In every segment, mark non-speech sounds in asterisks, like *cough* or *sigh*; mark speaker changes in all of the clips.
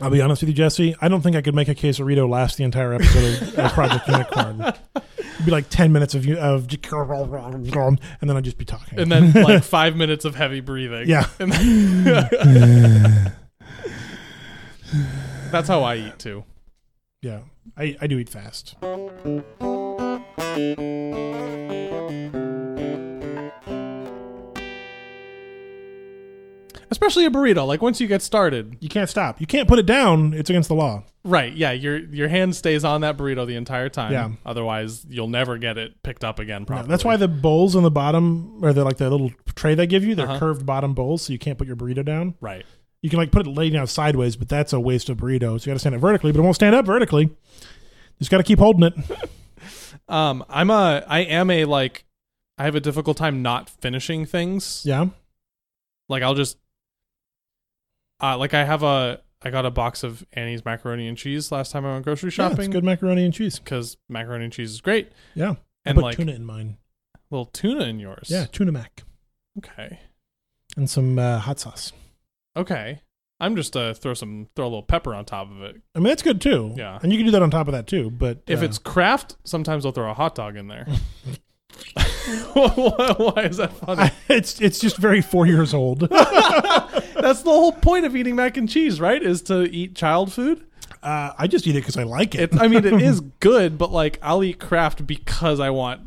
Speaker 1: I'll be honest with you, Jesse. I don't think I could make a quesarito last the entire episode of of Project Unicorn. It'd be like ten minutes of you of, and then I'd just be talking.
Speaker 2: *laughs* and then like five minutes of heavy
Speaker 1: *laughs*
Speaker 2: breathing.
Speaker 1: Yeah.
Speaker 2: And that's how I eat too.
Speaker 1: yeah, I, I do eat fast.
Speaker 2: Especially a burrito. Like once you get started,
Speaker 1: You can't stop. You can't put it down. It's against the law.
Speaker 2: right? Yeah, your your hand stays on that burrito the entire time.
Speaker 1: Yeah.
Speaker 2: Otherwise, you'll never get it picked up again
Speaker 1: No,
Speaker 2: properly.
Speaker 1: that's why the bowls on the bottom, or the like the little tray they give you, they're
Speaker 2: Uh-huh.
Speaker 1: curved bottom bowls, so you can't put your burrito down.
Speaker 2: Right.
Speaker 1: You can like put it laid down sideways, but that's a waste of burrito. So you got to stand it vertically, but it won't stand up vertically. Just got to keep holding it.
Speaker 2: Um, I'm a I am a like I have a difficult time not finishing things.
Speaker 1: Yeah.
Speaker 2: Like I'll just uh like I have a I got a box of Annie's macaroni and cheese last time I went grocery
Speaker 1: Yeah, it's
Speaker 2: shopping
Speaker 1: good macaroni and cheese.
Speaker 2: because macaroni and cheese is great
Speaker 1: Yeah. I
Speaker 2: and
Speaker 1: put
Speaker 2: like
Speaker 1: tuna in mine.
Speaker 2: little tuna in yours.
Speaker 1: Yeah, tuna mac
Speaker 2: Okay.
Speaker 1: and some uh, hot sauce.
Speaker 2: Okay. I'm just uh throw some throw a little pepper on top of it.
Speaker 1: I mean, that's good too.
Speaker 2: Yeah.
Speaker 1: And you can do that on top of that too. But
Speaker 2: If
Speaker 1: uh,
Speaker 2: it's Kraft, sometimes I'll throw a hot dog in there. *laughs* Why is *laughs* that funny?
Speaker 1: *laughs* it's it's just very four years
Speaker 2: *laughs*
Speaker 1: old. Uh,
Speaker 2: That's the whole point of eating mac and cheese, right? Is to eat child food.
Speaker 1: Uh, I just eat it because I like it.
Speaker 2: It's, I mean, *laughs* it is good, but like I'll eat Kraft because I want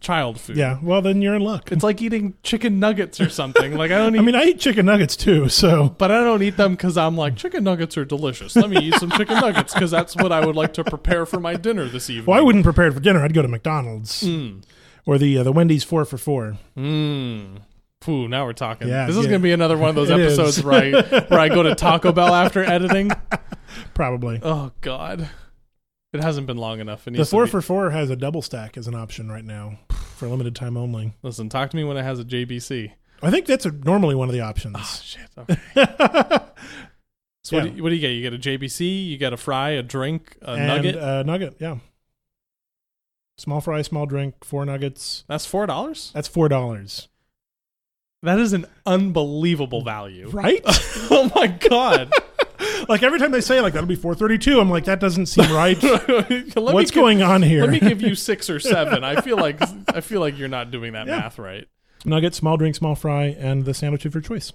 Speaker 2: child food.
Speaker 1: yeah. Well, then you're in luck.
Speaker 2: It's like eating chicken nuggets or something. Like I *laughs* don't eat,
Speaker 1: I mean, I eat chicken nuggets too. So
Speaker 2: but I don't eat them because I'm like chicken nuggets are delicious. Let me eat some chicken nuggets because that's what I would like to prepare for my dinner this evening. Hmm.
Speaker 1: well, I wouldn't prepare it for dinner. I'd go to McDonald's or the uh, the Wendy's four for four.
Speaker 2: Mm. Phew, now we're talking.
Speaker 1: Yeah,
Speaker 2: this is
Speaker 1: yeah.
Speaker 2: gonna be another one of those
Speaker 1: It
Speaker 2: episodes
Speaker 1: is.
Speaker 2: where I
Speaker 1: *laughs*
Speaker 2: where I go to Taco Bell after editing.
Speaker 1: Probably
Speaker 2: Oh God, it hasn't been long enough. It
Speaker 1: the
Speaker 2: needs to
Speaker 1: four
Speaker 2: be-
Speaker 1: for four has a double stack as an option right now for limited time only.
Speaker 2: Listen, talk to me when it has a JBC.
Speaker 1: I think that's a, normally one of the options.
Speaker 2: Shit. Okay.
Speaker 1: *laughs*
Speaker 2: *laughs* so what,
Speaker 1: Yeah.
Speaker 2: do you, what do you get? You get a JBC, you get a fry, a drink, a
Speaker 1: and,
Speaker 2: nugget.
Speaker 1: Uh, nugget. Yeah. Small fry, small drink, four nuggets.
Speaker 2: That's four dollars.
Speaker 1: That's four dollars,
Speaker 2: That is an unbelievable value.
Speaker 1: right?
Speaker 2: *laughs* oh my god.
Speaker 1: *laughs* like every time they say like that'll be four thirty-two, I'm like that doesn't
Speaker 2: *laughs*
Speaker 1: seem right.
Speaker 2: Let me
Speaker 1: What's
Speaker 2: give-
Speaker 1: going on here?
Speaker 2: Let me give you six or seven. I feel
Speaker 1: *laughs*
Speaker 2: like I feel like you're not doing that
Speaker 1: Yeah.
Speaker 2: math right.
Speaker 1: *laughs* Nugget, small drink, small fry, and the sandwich of your choice.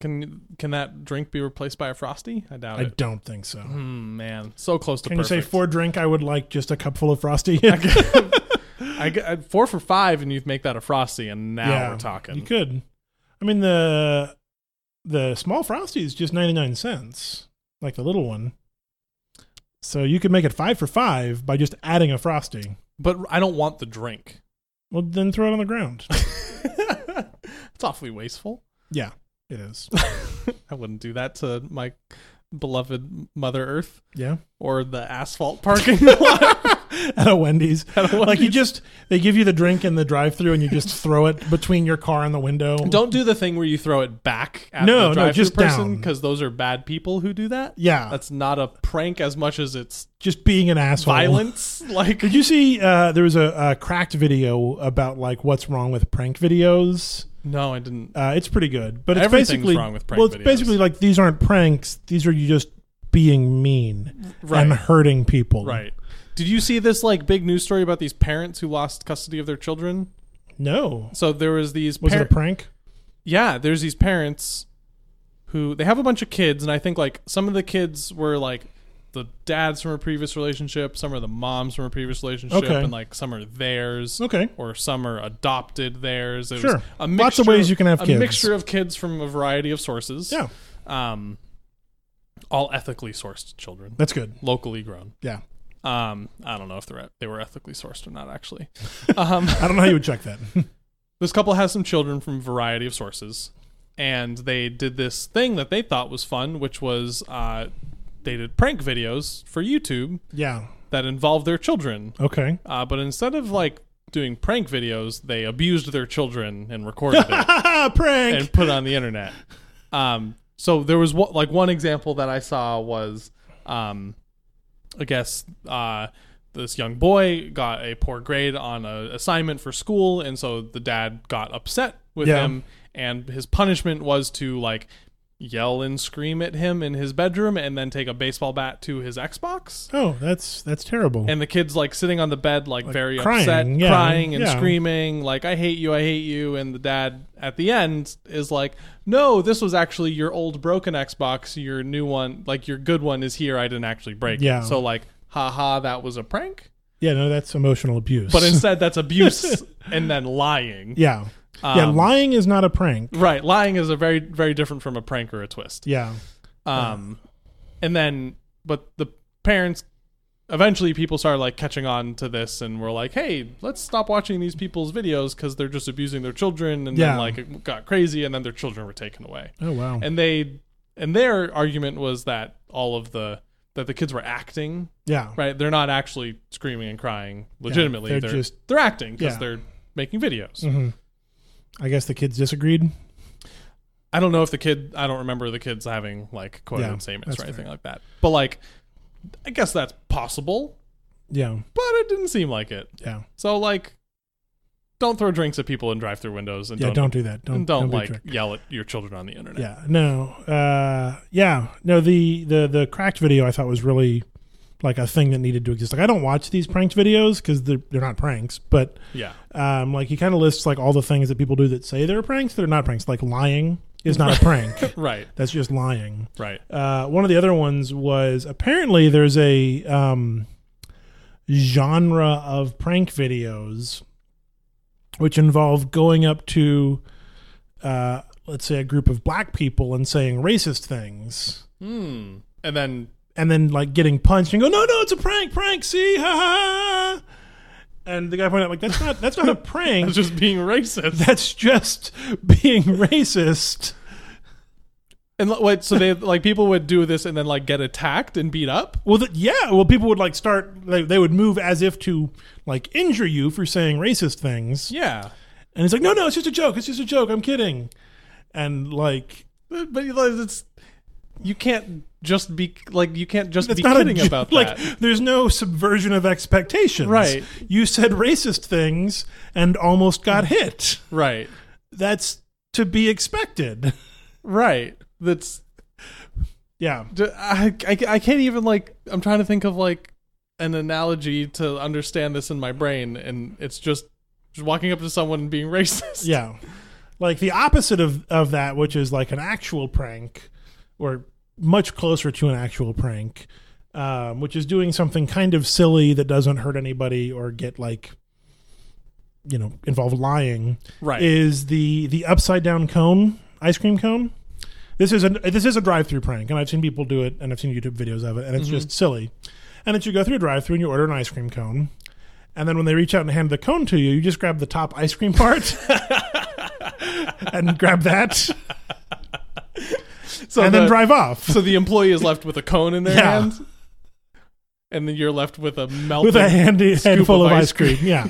Speaker 2: Can can that drink be replaced by a frosty? I doubt
Speaker 1: I
Speaker 2: it. *clears throat*
Speaker 1: don't think so.
Speaker 2: Hmm, man, so close to
Speaker 1: Can you
Speaker 2: perfect.
Speaker 1: say
Speaker 2: *laughs*
Speaker 1: for drink? I would like just a cupful of frosty.
Speaker 2: I, g- I- four for five, and you make that a frosty, and
Speaker 1: *laughs*
Speaker 2: now
Speaker 1: Yeah,
Speaker 2: we're talking.
Speaker 1: You could. I mean the the small frosty is just ninety nine cents, like the little one. So you could make it five for five by just adding a frosty.
Speaker 2: but I don't want the drink. *laughs*
Speaker 1: Well, then throw it on the ground.
Speaker 2: it's awfully wasteful.
Speaker 1: yeah, it is.
Speaker 2: *laughs* I wouldn't do that to my beloved Mother Earth
Speaker 1: Yeah, *laughs*
Speaker 2: or the asphalt parking lot.
Speaker 1: at a Wendy's.
Speaker 2: At a
Speaker 1: Like you
Speaker 2: Wendy's.
Speaker 1: just they give you the drink in the drive through and you
Speaker 2: *laughs*
Speaker 1: just throw it between your car and the window.
Speaker 2: Don't do the thing where you throw it back at
Speaker 1: No,
Speaker 2: the
Speaker 1: no,
Speaker 2: drive-through
Speaker 1: just
Speaker 2: person
Speaker 1: down.
Speaker 2: because those are bad people who do that.
Speaker 1: Yeah,
Speaker 2: That's not a prank as much as it's
Speaker 1: just being an asshole.
Speaker 2: violence. *laughs* Like
Speaker 1: Did you see? Uh, there was a, a cracked video about like what's wrong with prank videos.
Speaker 2: no, I didn't.
Speaker 1: Uh, it's pretty good, but it's
Speaker 2: Everything's
Speaker 1: basically
Speaker 2: wrong with prank
Speaker 1: well, it's
Speaker 2: videos.
Speaker 1: basically like these aren't pranks; these are you just being mean
Speaker 2: Right.
Speaker 1: and hurting people.
Speaker 2: Right. Did you see this like big news story about these parents who lost custody of their children?
Speaker 1: No,
Speaker 2: So there was these
Speaker 1: was
Speaker 2: par-
Speaker 1: it a prank?
Speaker 2: yeah, there's these parents who they have a bunch of kids, and I think like some of the kids were like the dads from a previous relationship, some are the moms from a previous relationship,
Speaker 1: Okay.
Speaker 2: and like some are theirs,
Speaker 1: Okay.
Speaker 2: or some are adopted theirs. It was
Speaker 1: Sure. Lots of
Speaker 2: a mixture
Speaker 1: ways you can have
Speaker 2: a
Speaker 1: kids.
Speaker 2: mixture of kids from a variety of sources.
Speaker 1: Yeah,
Speaker 2: um, all ethically sourced children,
Speaker 1: that's good.
Speaker 2: locally grown.
Speaker 1: Yeah,
Speaker 2: Um, I don't know if they're they were ethically sourced or not actually. *laughs* Um,
Speaker 1: I don't know how you would check that. *laughs*
Speaker 2: this couple has some children from a variety of sources and they did this thing that they thought was fun which was uh, they did prank videos for youtube
Speaker 1: yeah.
Speaker 2: that involved their children
Speaker 1: Okay. *laughs*
Speaker 2: uh, but instead of like doing prank videos they abused their children and recorded it
Speaker 1: prank.
Speaker 2: and put it on the internet. Um, so there was one, like one example that I saw was, um, I guess uh, this young boy got a poor grade on a assignment for school, and so the dad got upset with
Speaker 1: Yeah.
Speaker 2: him, and his punishment was to like yell and scream at him in his bedroom and then take a baseball bat to his Xbox.
Speaker 1: Oh, that's that's terrible.
Speaker 2: And the kid's like sitting on the bed, like, very
Speaker 1: crying,
Speaker 2: upset,
Speaker 1: yeah,
Speaker 2: crying and
Speaker 1: yeah.
Speaker 2: screaming, like, I hate you, I hate you. And the dad at the end is like, No, this was actually your old broken Xbox. Your new one, like, your good one is here. I didn't actually break
Speaker 1: Yeah.
Speaker 2: it. So, like, haha, that was a prank.
Speaker 1: yeah, no, that's emotional abuse.
Speaker 2: But instead, that's abuse and then lying.
Speaker 1: *laughs* yeah, yeah,
Speaker 2: Um,
Speaker 1: lying is not a prank.
Speaker 2: Right. Lying is a very, very different from a prank or a twist.
Speaker 1: Yeah,
Speaker 2: Um, and then, but the parents, eventually, people started like catching on to this, and were like, "Hey, let's stop watching these people's videos because they're just abusing their children." And
Speaker 1: Yeah.
Speaker 2: then like it got crazy, and then their children were taken away.
Speaker 1: oh wow,
Speaker 2: And they, and their argument was that all of the that the kids were acting.
Speaker 1: yeah,
Speaker 2: Right, they're not actually screaming and crying legitimately.
Speaker 1: they're
Speaker 2: they're,
Speaker 1: just-
Speaker 2: they're acting because
Speaker 1: Yeah.
Speaker 2: they're making videos.
Speaker 1: Mhm. I guess the kids disagreed.
Speaker 2: I don't know if the kid. I don't remember the kids having like quoted
Speaker 1: Yeah,
Speaker 2: statements or
Speaker 1: that's
Speaker 2: anything like that. But like, I guess that's possible.
Speaker 1: Yeah,
Speaker 2: But it didn't seem like it.
Speaker 1: yeah,
Speaker 2: So like, don't throw drinks at people in drive-through windows and
Speaker 1: yeah.
Speaker 2: don't,
Speaker 1: Don't do that. Don't
Speaker 2: and don't,
Speaker 1: be a
Speaker 2: like
Speaker 1: jerk.
Speaker 2: yell at your children on the internet.
Speaker 1: Yeah, no, uh, yeah, no. The the the cracked video I thought was really like a thing that needed to exist. Like I don't watch these pranked videos because they're they're not pranks, but
Speaker 2: Yeah.
Speaker 1: um, like he kind of lists like all the things that people do that say they're pranks that are not pranks. Like lying is not a
Speaker 2: *laughs*
Speaker 1: prank.
Speaker 2: Right.
Speaker 1: That's just lying.
Speaker 2: Right.
Speaker 1: Uh, one of the other ones was apparently there's a um, genre of prank videos which involve going up to, uh, let's say, a group of black people and saying racist things.
Speaker 2: Hmm. And then *laughs*
Speaker 1: And then like getting punched and go, no, no, it's a prank, prank, see, ha ha. ha." And the guy pointed out like that's not that's not a prank.
Speaker 2: it's just being racist.
Speaker 1: that's just being racist.
Speaker 2: *laughs* And li- wait, so they like people would do this and then like get attacked and beat up.
Speaker 1: Well, th yeah. Well, people would like start. They, they would move as if to like injure you for saying racist things,
Speaker 2: Yeah.
Speaker 1: and it's like, no, no, it's just a joke. It's just a joke. I'm kidding. And like,
Speaker 2: But but, like, it's you can't just be like you can't just
Speaker 1: that's
Speaker 2: be
Speaker 1: not
Speaker 2: kidding
Speaker 1: a, jo-
Speaker 2: about
Speaker 1: like.
Speaker 2: that.
Speaker 1: There's no subversion of expectations.
Speaker 2: Right.
Speaker 1: You said racist things and almost
Speaker 2: Mm.
Speaker 1: got hit.
Speaker 2: *laughs* Right.
Speaker 1: That's to be expected. *laughs*
Speaker 2: Right. That's
Speaker 1: Yeah.
Speaker 2: d- I, I, I can't even like I'm trying to think of like an analogy to understand this in my brain and it's just just walking up to someone and being *laughs* racist.
Speaker 1: Yeah. Like the opposite of, of that, which is like an actual prank, or much closer to an actual prank, um, which is doing something kind of silly that doesn't hurt anybody or get like, you know, involve lying.
Speaker 2: Right.
Speaker 1: Is the the upside down cone ice cream cone? This is a this is a drive through prank, and I've seen people do it, and I've seen YouTube videos of it, and it's just silly. And it's you go through a drive through and you order an ice cream cone, and then when they reach out and hand the cone to you, you just grab the top ice cream *laughs* part and grab that,
Speaker 2: so
Speaker 1: and
Speaker 2: the,
Speaker 1: then drive *laughs* off
Speaker 2: *laughs* so the employee is left with a cone in their
Speaker 1: Yeah.
Speaker 2: hand. And then you're left with a melted
Speaker 1: with a handy handful of
Speaker 2: of
Speaker 1: ice,
Speaker 2: ice
Speaker 1: cream. Yeah,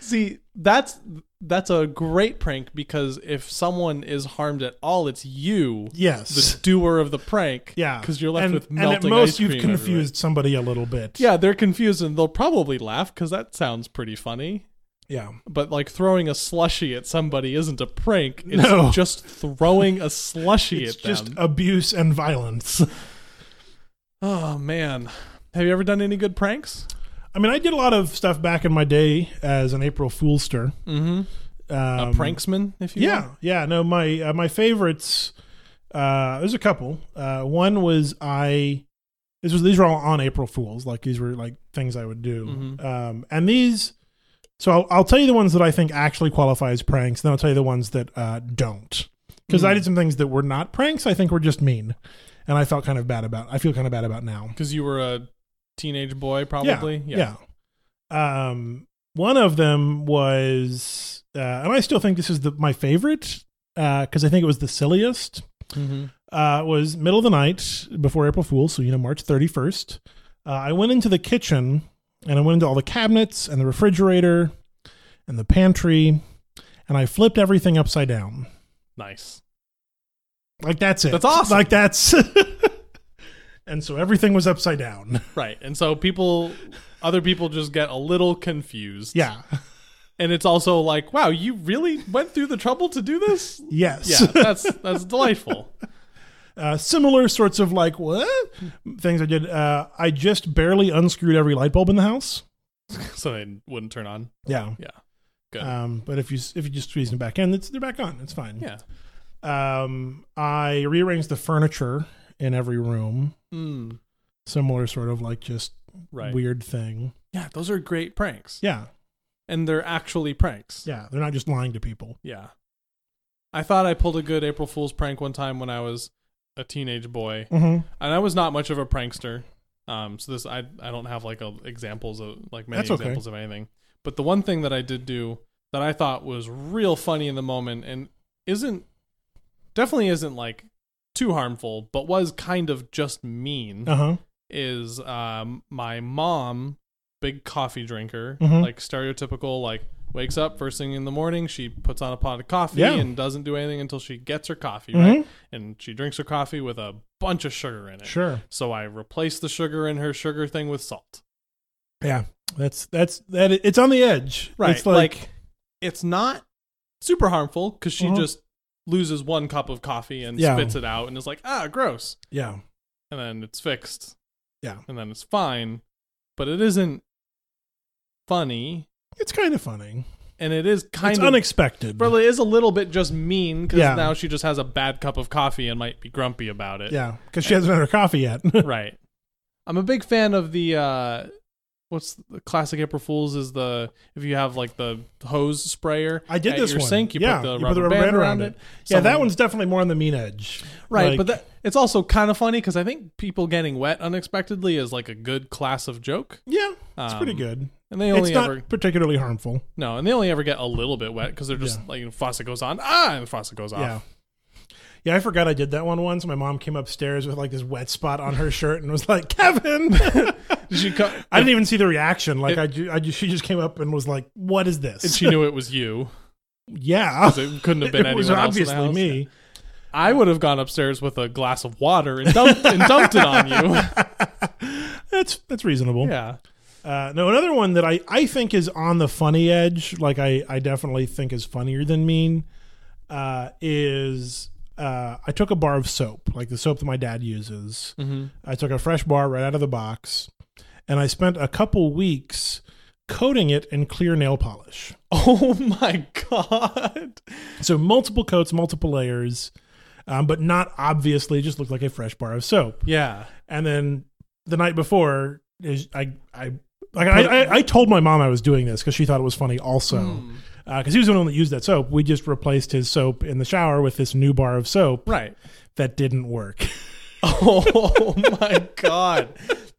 Speaker 2: See, that's that's a great prank because if someone is harmed at all, it's you,
Speaker 1: yes,
Speaker 2: the doer of the prank.
Speaker 1: yeah.
Speaker 2: because you're left
Speaker 1: and,
Speaker 2: with
Speaker 1: and at
Speaker 2: melting
Speaker 1: most
Speaker 2: ice
Speaker 1: you've
Speaker 2: cream
Speaker 1: confused
Speaker 2: everywhere.
Speaker 1: somebody a little bit.
Speaker 2: Yeah, they're confused and they'll probably laugh because that sounds pretty funny.
Speaker 1: yeah.
Speaker 2: But like throwing a slushy at somebody isn't a prank. It's
Speaker 1: No. *laughs*
Speaker 2: just throwing a slushy
Speaker 1: It's
Speaker 2: at
Speaker 1: just
Speaker 2: them.
Speaker 1: abuse and violence. *laughs*
Speaker 2: Oh man, have you ever done any good pranks?
Speaker 1: I mean, I did a lot of stuff back in my day as an April Foolster.
Speaker 2: Mm-hmm.
Speaker 1: Um,
Speaker 2: a pranksman, if you
Speaker 1: Yeah, yeah. No, my uh, my favorites. Uh, there's a couple. Uh, one was I. This was these were all on April Fools. Like these were like things I would do.
Speaker 2: Mhm.
Speaker 1: Um, and these. So I'll, I'll tell you the ones that I think actually qualify as pranks, then I'll tell you the ones that uh, don't. Because I
Speaker 2: Mm.
Speaker 1: did some things that were not pranks. I think were just mean, and I felt kind of bad about. I feel kind of bad about now.
Speaker 2: because you were a teenage boy, probably.
Speaker 1: Yeah. yeah. Um, one of them was, uh, and I still think this is the, my favorite because I think it was the silliest.
Speaker 2: Mhm.
Speaker 1: Uh, was middle of the night before April Fool's, so you know March thirty first. Uh, I went into the kitchen and I went into all the cabinets and the refrigerator and the pantry, and I flipped everything upside down.
Speaker 2: Nice.
Speaker 1: Like that's it.
Speaker 2: That's awesome.
Speaker 1: Like that's. *laughs* and so everything was upside down.
Speaker 2: Right, and so people, other people just get a little confused.
Speaker 1: Yeah.
Speaker 2: and it's also like, wow, you really went through the trouble to
Speaker 1: *laughs*
Speaker 2: do this.
Speaker 1: Yes.
Speaker 2: Yeah, that's that's delightful. *laughs*
Speaker 1: uh, similar sorts of like what things I did. Uh, I just barely unscrewed every light bulb in the house.
Speaker 2: So they wouldn't turn on.
Speaker 1: Yeah.
Speaker 2: Yeah. Good.
Speaker 1: Um, but if you if you just squeeze them back in, it's, they're back on. It's fine.
Speaker 2: Yeah.
Speaker 1: Um, I rearranged the furniture in every room.
Speaker 2: Mm,
Speaker 1: Similar sort of like just
Speaker 2: right.
Speaker 1: weird thing.
Speaker 2: Yeah, those are great pranks,
Speaker 1: Yeah.
Speaker 2: and they're actually pranks.
Speaker 1: Yeah. They're not just lying to people.
Speaker 2: Yeah. I thought I pulled a good April Fool's prank one time when I was a teenage boy,
Speaker 1: Mm-hmm.
Speaker 2: and I was not much of a prankster. Um, so this I I don't have like a, examples of like many
Speaker 1: That's okay.
Speaker 2: examples of anything. But the one thing that I did do that I thought was real funny in the moment and isn't definitely isn't like too harmful, but was kind of just mean
Speaker 1: Uh huh.
Speaker 2: is um my mom, big coffee drinker,
Speaker 1: Mhm.
Speaker 2: like stereotypical, like wakes up first thing in the morning, she puts on a pot of coffee
Speaker 1: Yeah.
Speaker 2: and doesn't do anything until she gets her coffee,
Speaker 1: Mhm.
Speaker 2: right? And she drinks her coffee with a bunch of sugar in it.
Speaker 1: Sure.
Speaker 2: So I replace the sugar in her sugar thing with salt.
Speaker 1: Yeah. That's that's that. It's on the edge.
Speaker 2: Right.
Speaker 1: It's
Speaker 2: like,
Speaker 1: like,
Speaker 2: it's not super harmful because she
Speaker 1: Uh-huh.
Speaker 2: just loses one cup of coffee and
Speaker 1: Yeah.
Speaker 2: spits it out and is like, ah, gross.
Speaker 1: yeah.
Speaker 2: and then it's fixed.
Speaker 1: Yeah.
Speaker 2: And then it's fine. But it isn't funny.
Speaker 1: It's kind of funny.
Speaker 2: And it is kind
Speaker 1: it's
Speaker 2: of
Speaker 1: unexpected.
Speaker 2: well, it is a little bit just mean because
Speaker 1: Yeah.
Speaker 2: now she just has a bad cup of coffee and might be grumpy about it.
Speaker 1: Yeah, because she hasn't had her coffee yet. *laughs*
Speaker 2: *laughs* Right. I'm a big fan of the uh what's the classic April Fools is the if you have like the hose sprayer.
Speaker 1: I did
Speaker 2: at
Speaker 1: this
Speaker 2: your
Speaker 1: one.
Speaker 2: sink, you
Speaker 1: yeah,
Speaker 2: put the rubber, band, around it.
Speaker 1: Yeah, that
Speaker 2: Someone-
Speaker 1: one's definitely more on the mean edge.
Speaker 2: Right,
Speaker 1: Like,
Speaker 2: but that, it's also kind of funny because I think people getting wet unexpectedly is like a good class of joke.
Speaker 1: yeah, it's pretty
Speaker 2: Um,
Speaker 1: good.
Speaker 2: And they
Speaker 1: It's
Speaker 2: only
Speaker 1: not
Speaker 2: ever
Speaker 1: particularly harmful.
Speaker 2: No, and they only ever get a little bit wet because they're just
Speaker 1: Yeah.
Speaker 2: like you know, faucet goes on, ah, and the faucet goes off.
Speaker 1: Yeah. Yeah, I forgot I did that one once. My mom came upstairs with like this wet spot on her shirt and was like, "Kevin." *laughs*
Speaker 2: Did she co-
Speaker 1: I didn't even see the reaction. Like I, ju- I ju- she just came up and was like, "What is
Speaker 2: and
Speaker 1: this?"
Speaker 2: she knew it was you.
Speaker 1: yeah,
Speaker 2: 'cause *laughs* It couldn't have been
Speaker 1: it
Speaker 2: anyone
Speaker 1: was
Speaker 2: else in the
Speaker 1: obviously
Speaker 2: house.
Speaker 1: me.
Speaker 2: I would have gone upstairs with a glass of water and dumped, and dumped it on you.
Speaker 1: That's that's reasonable.
Speaker 2: *laughs* Yeah.
Speaker 1: Uh, no, another one that I, I think is on the funny edge, like I, I definitely think is funnier than mean, uh, is uh, I took a bar of soap, like the soap that my dad uses.
Speaker 2: Mm-hmm.
Speaker 1: I took a fresh bar right out of the box, and I spent a couple weeks coating it in clear nail polish.
Speaker 2: Oh my god.
Speaker 1: So multiple coats, multiple layers, um, but not obviously, it just looked like a fresh bar of soap.
Speaker 2: Yeah.
Speaker 1: And then the night before, is I I like I, I, I told my mom I was doing this because she thought it was funny also
Speaker 2: Mm.
Speaker 1: because he was the one that used that soap. We just replaced his soap in the shower with this new bar of soap
Speaker 2: Right.
Speaker 1: that didn't work.
Speaker 2: Oh my god.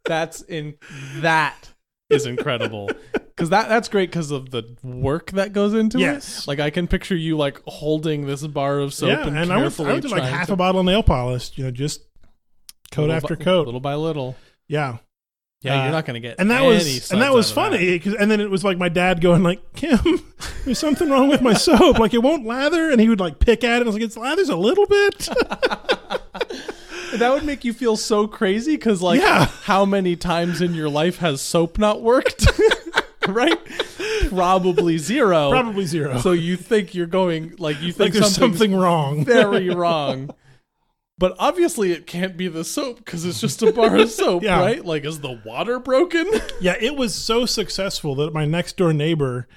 Speaker 2: That's in that is incredible. Cause that that's great because of the work that goes into
Speaker 1: Yes.
Speaker 2: it. Like I can picture you like holding this bar of soap
Speaker 1: yeah,
Speaker 2: and,
Speaker 1: and, I went
Speaker 2: carefully
Speaker 1: I went to like
Speaker 2: trying
Speaker 1: half
Speaker 2: to-
Speaker 1: a bottle of nail polish, you know, just coat
Speaker 2: little
Speaker 1: after
Speaker 2: by-
Speaker 1: coat.
Speaker 2: little by little.
Speaker 1: yeah,
Speaker 2: Yeah,
Speaker 1: Uh,
Speaker 2: you're not gonna get
Speaker 1: and that
Speaker 2: any
Speaker 1: was and
Speaker 2: suds
Speaker 1: that was
Speaker 2: out of that.
Speaker 1: funny 'cause- and then it was like my dad going like Kim, there's something wrong
Speaker 2: *laughs*
Speaker 1: with my soap, like it won't lather, and he would like pick at it and I was like it lathers a little
Speaker 2: *laughs*
Speaker 1: bit.
Speaker 2: That. would make you feel so crazy because like
Speaker 1: Yeah.
Speaker 2: how many times in your life has soap not worked? *laughs* right? Probably zero.
Speaker 1: Probably zero.
Speaker 2: So you think you're going like you
Speaker 1: like
Speaker 2: think
Speaker 1: there's
Speaker 2: something's
Speaker 1: something wrong.
Speaker 2: very wrong. But obviously, it can't be the soap because it's just a bar of
Speaker 1: *laughs*
Speaker 2: soap,
Speaker 1: Yeah.
Speaker 2: right? Like, is the water broken?
Speaker 1: Yeah, it was so successful that my next door neighbor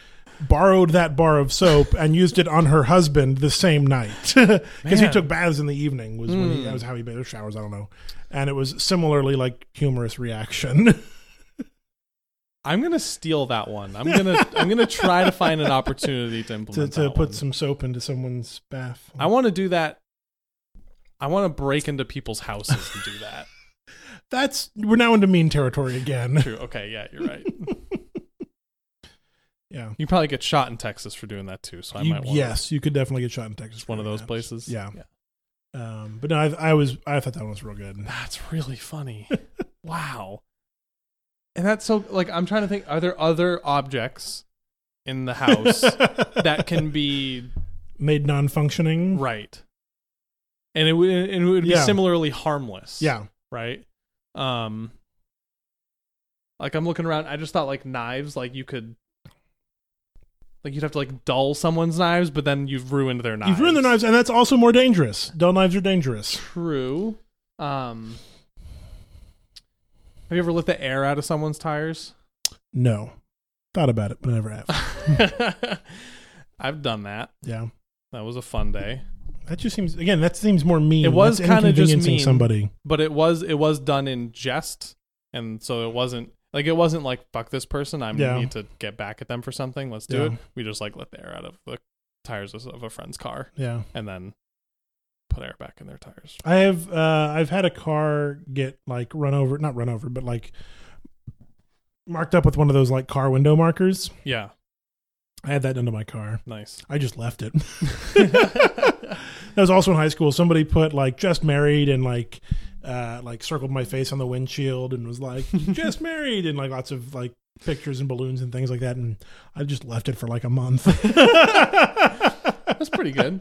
Speaker 1: borrowed that bar of soap and used it on her husband the same night *laughs* because he
Speaker 2: Man. Hmm.
Speaker 1: took baths in the evening was when he, that was how he bathed or showers I don't know and it was similarly like humorous reaction *laughs*
Speaker 2: I'm gonna steal that one.
Speaker 1: *laughs*
Speaker 2: I'm gonna I'm gonna try to find an opportunity to
Speaker 1: to,
Speaker 2: implement
Speaker 1: to
Speaker 2: that
Speaker 1: put
Speaker 2: one.
Speaker 1: some soap into someone's bath
Speaker 2: Oh I want to do that. I want to break into people's houses and do
Speaker 1: *laughs*
Speaker 2: that.
Speaker 1: that's we're now into mean territory again
Speaker 2: True. Okay. Yeah, you're right.
Speaker 1: *laughs* yeah
Speaker 2: You probably get shot in Texas for doing that too. So I
Speaker 1: You-
Speaker 2: might want
Speaker 1: yes you could definitely get shot in Texas
Speaker 2: It's one of
Speaker 1: for
Speaker 2: those
Speaker 1: that.
Speaker 2: places.
Speaker 1: Yeah.
Speaker 2: yeah.
Speaker 1: um, but no I, I was I thought that one was real good
Speaker 2: That's
Speaker 1: *laughs*
Speaker 2: really funny. wow. And that's so like I'm trying to think are there other objects in
Speaker 1: *laughs*
Speaker 2: the house that can be
Speaker 1: made non-functioning
Speaker 2: right? And it would and it would be
Speaker 1: Yeah.
Speaker 2: similarly harmless.
Speaker 1: yeah
Speaker 2: Right? Um like I'm looking around, I just thought like knives, like you could Like you'd have to like dull someone's knives, but then you've ruined their knives.
Speaker 1: You've ruined the knives, and that's also more dangerous. Dull knives are dangerous.
Speaker 2: True. Um, have you ever let the air out of someone's tires?
Speaker 1: No. Thought about it, but I never have.
Speaker 2: *laughs* I've done that.
Speaker 1: Yeah.
Speaker 2: That was a fun day.
Speaker 1: That just seems again. That seems more mean.
Speaker 2: It was
Speaker 1: That's
Speaker 2: kinda just
Speaker 1: inconveniencing
Speaker 2: mean.
Speaker 1: somebody.
Speaker 2: but it was it was done in jest and so it wasn't like it wasn't like fuck this person i
Speaker 1: Yeah.
Speaker 2: need to get back at them for something let's do
Speaker 1: Yeah.
Speaker 2: it we just like let the air out of the tires of- of a friend's car
Speaker 1: Yeah,
Speaker 2: and then put air back in their tires
Speaker 1: I have. Uh, I've had a car get like run over, not run over, but like marked up with one of those like car window markers.
Speaker 2: yeah
Speaker 1: I had that done to my car.
Speaker 2: nice
Speaker 1: I just left it. *laughs* That was also in high school. Somebody put like just married and like uh like circled my face on the windshield and was like just married and like lots of like pictures and balloons and things like that and I just left it for like a month.
Speaker 2: *laughs*
Speaker 1: *laughs*
Speaker 2: that's pretty good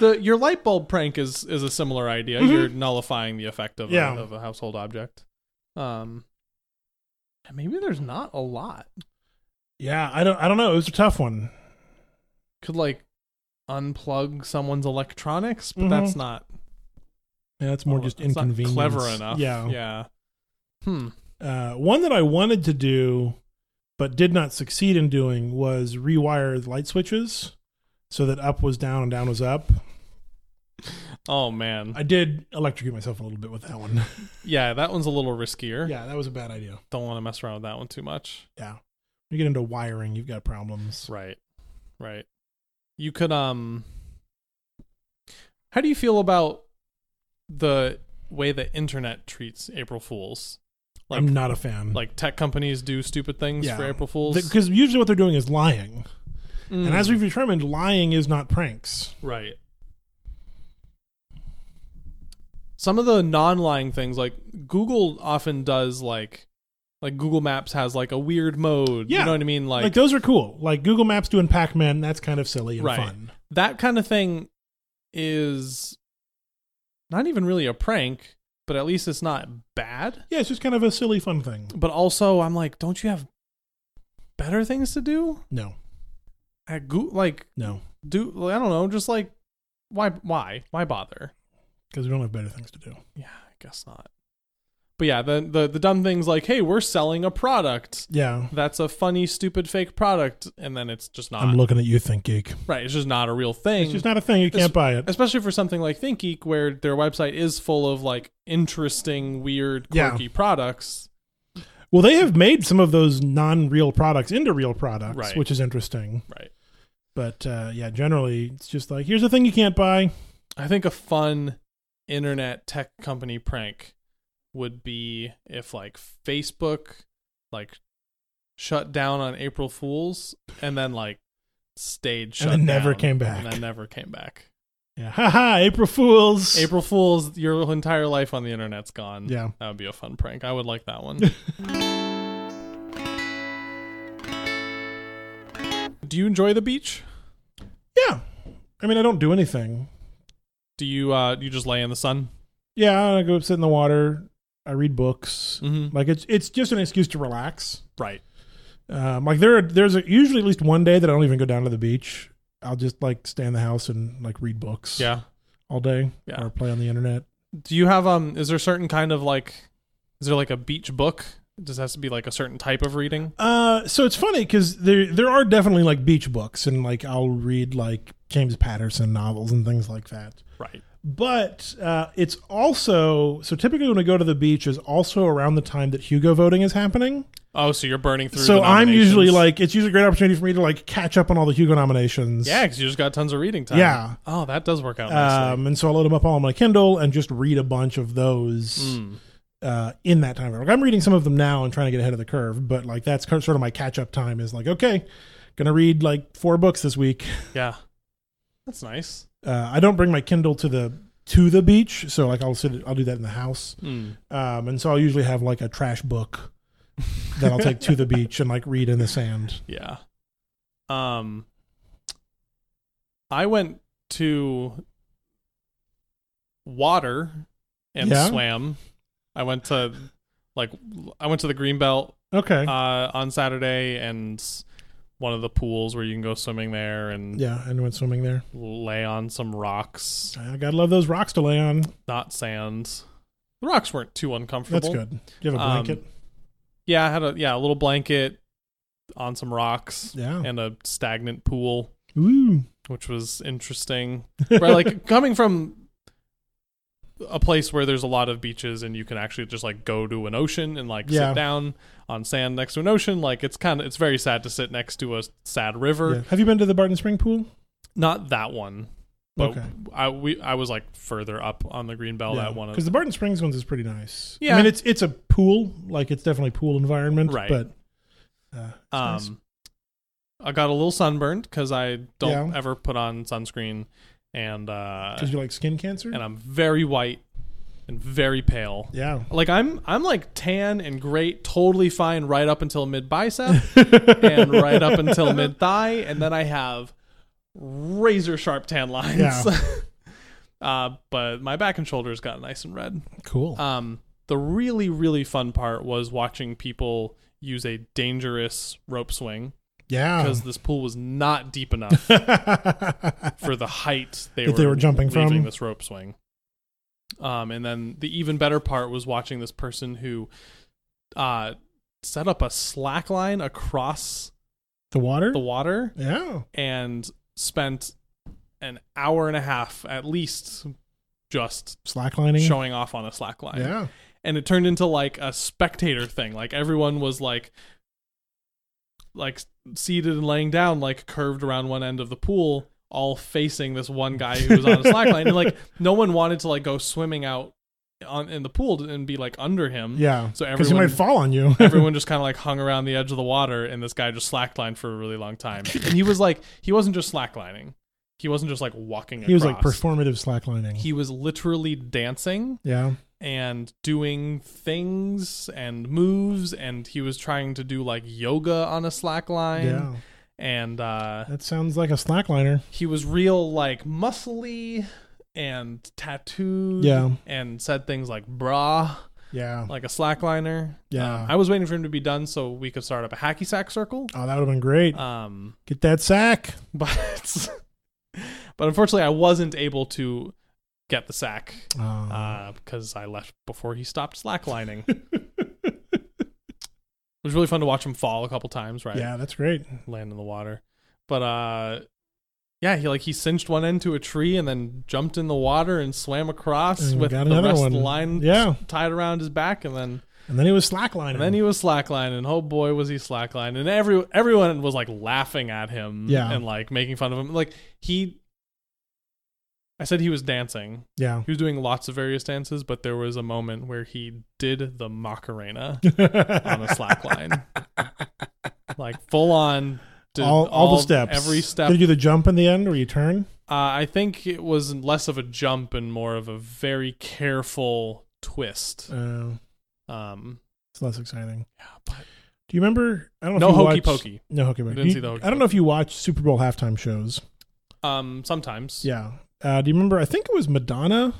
Speaker 2: the your light bulb prank is is a similar idea you're nullifying the effect of,
Speaker 1: Mm-hmm. Yeah.
Speaker 2: a, of a household object um maybe there's not a lot
Speaker 1: yeah, I don't I don't know. It was a tough one.
Speaker 2: could like unplug someone's electronics, but
Speaker 1: Mhm.
Speaker 2: that's not
Speaker 1: Yeah, it's more
Speaker 2: oh,
Speaker 1: just
Speaker 2: it's not
Speaker 1: inconvenient.
Speaker 2: clever enough.
Speaker 1: Yeah.
Speaker 2: Yeah. Hmm.
Speaker 1: Uh, one that I wanted to do but did not succeed in doing was rewire the light switches so that up was down and down was up.
Speaker 2: Oh man.
Speaker 1: I did electrocute myself a little bit with that one.
Speaker 2: yeah, that one's a little riskier.
Speaker 1: yeah, that was a bad idea.
Speaker 2: Don't want to mess around with that one too much.
Speaker 1: You get into wiring, you've got problems.
Speaker 2: Right. Right. You could um How do you feel about the way the internet treats April Fools? Like
Speaker 1: I'm not a fan.
Speaker 2: like tech companies do stupid things
Speaker 1: Yeah.
Speaker 2: for April Fools.
Speaker 1: because usually what they're doing is lying,
Speaker 2: Mm.
Speaker 1: and as we've determined, lying is not pranks.
Speaker 2: Right. Some of the non-lying things like Google often does like like Google Maps has like a weird mode.
Speaker 1: Yeah.
Speaker 2: You know what I mean? Like,
Speaker 1: Like, those are cool. Like Google Maps doing Pac-Man, that's kind of silly and
Speaker 2: Right.
Speaker 1: fun.
Speaker 2: that kind of thing is not even really a prank, but at least it's not bad.
Speaker 1: Yeah, it's just kind of a silly fun thing.
Speaker 2: But also I'm like, don't you have better things to do?
Speaker 1: No,
Speaker 2: At Google like
Speaker 1: no,
Speaker 2: do I don't know, just like why why? Why bother?
Speaker 1: because we don't have better things to do.
Speaker 2: Yeah, I guess not. But yeah, the the the dumb things like, hey, we're selling a product.
Speaker 1: Yeah,
Speaker 2: That's a funny, stupid, fake product, and then it's just not
Speaker 1: I'm looking at you, Think Geek.
Speaker 2: right. It's just not a real thing.
Speaker 1: It's just not a thing. You can't buy it.
Speaker 2: Especially for something like ThinkGeek, where their website is full of like interesting, weird,
Speaker 1: Yeah.
Speaker 2: quirky products.
Speaker 1: Well, they have made some of those non-real products into real products,
Speaker 2: Right.
Speaker 1: which is interesting.
Speaker 2: Right.
Speaker 1: But uh, yeah, generally, it's just like here's a thing you can't buy.
Speaker 2: I think a fun internet tech company prank would be if like Facebook like shut down on April Fools and then like stayed shut
Speaker 1: And then never
Speaker 2: down
Speaker 1: came back.
Speaker 2: and then never came back.
Speaker 1: Yeah, haha, April Fools.
Speaker 2: April Fools, your entire life on the internet's gone.
Speaker 1: Yeah.
Speaker 2: That would be a fun prank. I would like
Speaker 1: *laughs*
Speaker 2: that one. Do you enjoy the beach?
Speaker 1: Yeah. I mean, I don't do anything.
Speaker 2: Do you uh you just lay in the sun?
Speaker 1: Yeah, I go sit in the water. I read books.
Speaker 2: Mm-hmm.
Speaker 1: Like it's it's just an excuse to relax.
Speaker 2: Right.
Speaker 1: Um, like there are, there's a, usually at least one day that I don't even go down to the beach. I'll just like stay in the house and like read books.
Speaker 2: Yeah.
Speaker 1: all day.
Speaker 2: Yeah.
Speaker 1: or play on the internet.
Speaker 2: Do you have um? Is there a certain kind of like? Is there like a beach book? Does it have to be like a certain type of reading?
Speaker 1: Uh, so it's funny because there there are definitely like beach books and like I'll read like James Patterson novels and things like that.
Speaker 2: Right.
Speaker 1: But uh, it's also so typically when I go to the beach is also around the time that Hugo voting is happening.
Speaker 2: Oh, so you're burning through.
Speaker 1: so
Speaker 2: the
Speaker 1: I'm usually
Speaker 2: nominations.
Speaker 1: like, it's usually a great opportunity for me to like catch up on all the Hugo nominations.
Speaker 2: yeah, because you just got tons of reading time.
Speaker 1: Yeah.
Speaker 2: Oh, that does work out nicely.
Speaker 1: Um, and so I load them up all on my Kindle and just read a bunch of those
Speaker 2: Mm.
Speaker 1: uh, in that time. Like I'm reading some of them now and trying to get ahead of the curve, but like that's kind of- sort of my catch up time is like, okay, gonna read like four books this week.
Speaker 2: Yeah. That's nice.
Speaker 1: Uh, I don't bring my Kindle to the to the beach, so like I'll sit, I'll do that in the house.
Speaker 2: Mm.
Speaker 1: Um, and so I'll usually have like a trash book that I'll take to
Speaker 2: *laughs*
Speaker 1: the beach and like read in the sand.
Speaker 2: Yeah. Um I went to water and
Speaker 1: Yeah.
Speaker 2: swam. I went to like I went to the Greenbelt
Speaker 1: Okay.
Speaker 2: uh on Saturday and one of the pools where you can go swimming there and
Speaker 1: Yeah, and went swimming there.
Speaker 2: lay on some rocks,
Speaker 1: I gotta love those rocks to lay on.
Speaker 2: not sands. The rocks weren't too uncomfortable.
Speaker 1: That's good. Do you have a
Speaker 2: Um,
Speaker 1: blanket?
Speaker 2: Yeah, I had a yeah a little blanket on some rocks
Speaker 1: yeah.
Speaker 2: and a stagnant pool,
Speaker 1: Ooh.
Speaker 2: which was interesting. right, like coming from a place where there's a lot of beaches and you can actually just like go to an ocean and like
Speaker 1: Yeah.
Speaker 2: sit down on sand next to an ocean. Like it's kind of it's very sad to sit next to a sad river.
Speaker 1: Yeah. Have you been to the Barton Spring Pool?
Speaker 2: Not that one. But
Speaker 1: Okay.
Speaker 2: I we I was like further up on the green belt at one of
Speaker 1: because the Barton Springs ones is pretty nice.
Speaker 2: Yeah.
Speaker 1: I mean it's it's a pool, like it's definitely pool environment,
Speaker 2: Right.
Speaker 1: But uh, it's nice.
Speaker 2: Um, I got a little sunburned because I don't
Speaker 1: Yeah.
Speaker 2: ever put on sunscreen, and uh,
Speaker 1: 'Cause you like skin cancer.
Speaker 2: and I'm very white and very pale.
Speaker 1: yeah,
Speaker 2: Like I'm I'm like tan and great, totally fine right up until mid bicep and right
Speaker 1: *laughs*
Speaker 2: up until mid thigh, and then I have razor sharp tan lines.
Speaker 1: Yeah.
Speaker 2: *laughs* uh, but my back and shoulders got nice and red.
Speaker 1: cool.
Speaker 2: Um, the really really fun part was watching people use a dangerous rope swing
Speaker 1: yeah, *laughs*
Speaker 2: because this pool was not deep enough for the height they,
Speaker 1: That
Speaker 2: were,
Speaker 1: they were jumping
Speaker 2: leaving
Speaker 1: from.
Speaker 2: this rope swing. Um, and then the even better part was watching this person who uh, set up a slack line across
Speaker 1: the water.
Speaker 2: the water
Speaker 1: yeah,
Speaker 2: and spent an hour and a half at least just
Speaker 1: slacklining.
Speaker 2: showing off on a slack line.
Speaker 1: yeah,
Speaker 2: And it turned into like a spectator thing. Like everyone was like like seated and laying down, like curved around one end of the pool, all facing this one guy who was on a slack line.
Speaker 1: *laughs*
Speaker 2: And like no one wanted to like go swimming out on in the pool and be like under him.
Speaker 1: yeah.
Speaker 2: So
Speaker 1: Because he might *laughs*
Speaker 2: everyone
Speaker 1: fall on you.
Speaker 2: *laughs* everyone just kind of like hung around the edge of the water and this guy just slacklined for a really long time. And he was like he wasn't just slacklining. He wasn't just like walking
Speaker 1: he was like
Speaker 2: across.
Speaker 1: performative slacklining.
Speaker 2: he was literally dancing
Speaker 1: yeah,
Speaker 2: and doing things and moves and he was trying to do like yoga on a slack line
Speaker 1: yeah.
Speaker 2: and uh
Speaker 1: That sounds like a slackliner.
Speaker 2: he was real like muscly and tattooed
Speaker 1: Yeah.
Speaker 2: and said things like bra
Speaker 1: Yeah.
Speaker 2: like a slackliner
Speaker 1: Yeah.
Speaker 2: Um, i was waiting for him to be done so we could start up a hacky sack circle
Speaker 1: oh, that would have been great.
Speaker 2: um *laughs*
Speaker 1: Get that sack.
Speaker 2: but but unfortunately i wasn't able to get the sack
Speaker 1: Oh.
Speaker 2: uh, because I left before he stopped
Speaker 1: *laughs*
Speaker 2: slacklining. it was really fun to watch him fall a couple times, right?
Speaker 1: Yeah, that's great.
Speaker 2: Land in the water. But uh yeah, he like he cinched one end to a tree and then jumped in the water and swam across
Speaker 1: And
Speaker 2: with
Speaker 1: got
Speaker 2: the
Speaker 1: another
Speaker 2: rest of the
Speaker 1: one.
Speaker 2: line
Speaker 1: Yeah.
Speaker 2: tied around his back and then
Speaker 1: And then he was slacklining.
Speaker 2: and then he was slacklining. Oh boy, was he slacklining! And every everyone was like laughing at him,
Speaker 1: Yeah.
Speaker 2: and like making fun of him. Like he, I said he was dancing,
Speaker 1: yeah.
Speaker 2: he was doing lots of various dances, but there was a moment where he did the Macarena
Speaker 1: *laughs*
Speaker 2: on a slack line. like full on. Did
Speaker 1: all, all, the steps.
Speaker 2: Every step.
Speaker 1: Did you do the jump in the end or you turn?
Speaker 2: uh, I think it was less of a jump and more of a very careful twist.
Speaker 1: Uh,
Speaker 2: Um,
Speaker 1: it's less exciting.
Speaker 2: yeah, but
Speaker 1: Do you remember? I don't know.
Speaker 2: no
Speaker 1: if you
Speaker 2: hokey
Speaker 1: watched-
Speaker 2: pokey.
Speaker 1: No hokey pokey.
Speaker 2: didn't
Speaker 1: You-
Speaker 2: see the hokey
Speaker 1: I don't know if you watch Super Bowl halftime shows.
Speaker 2: Um, sometimes.
Speaker 1: Yeah. Uh, do you remember? I think it was Madonna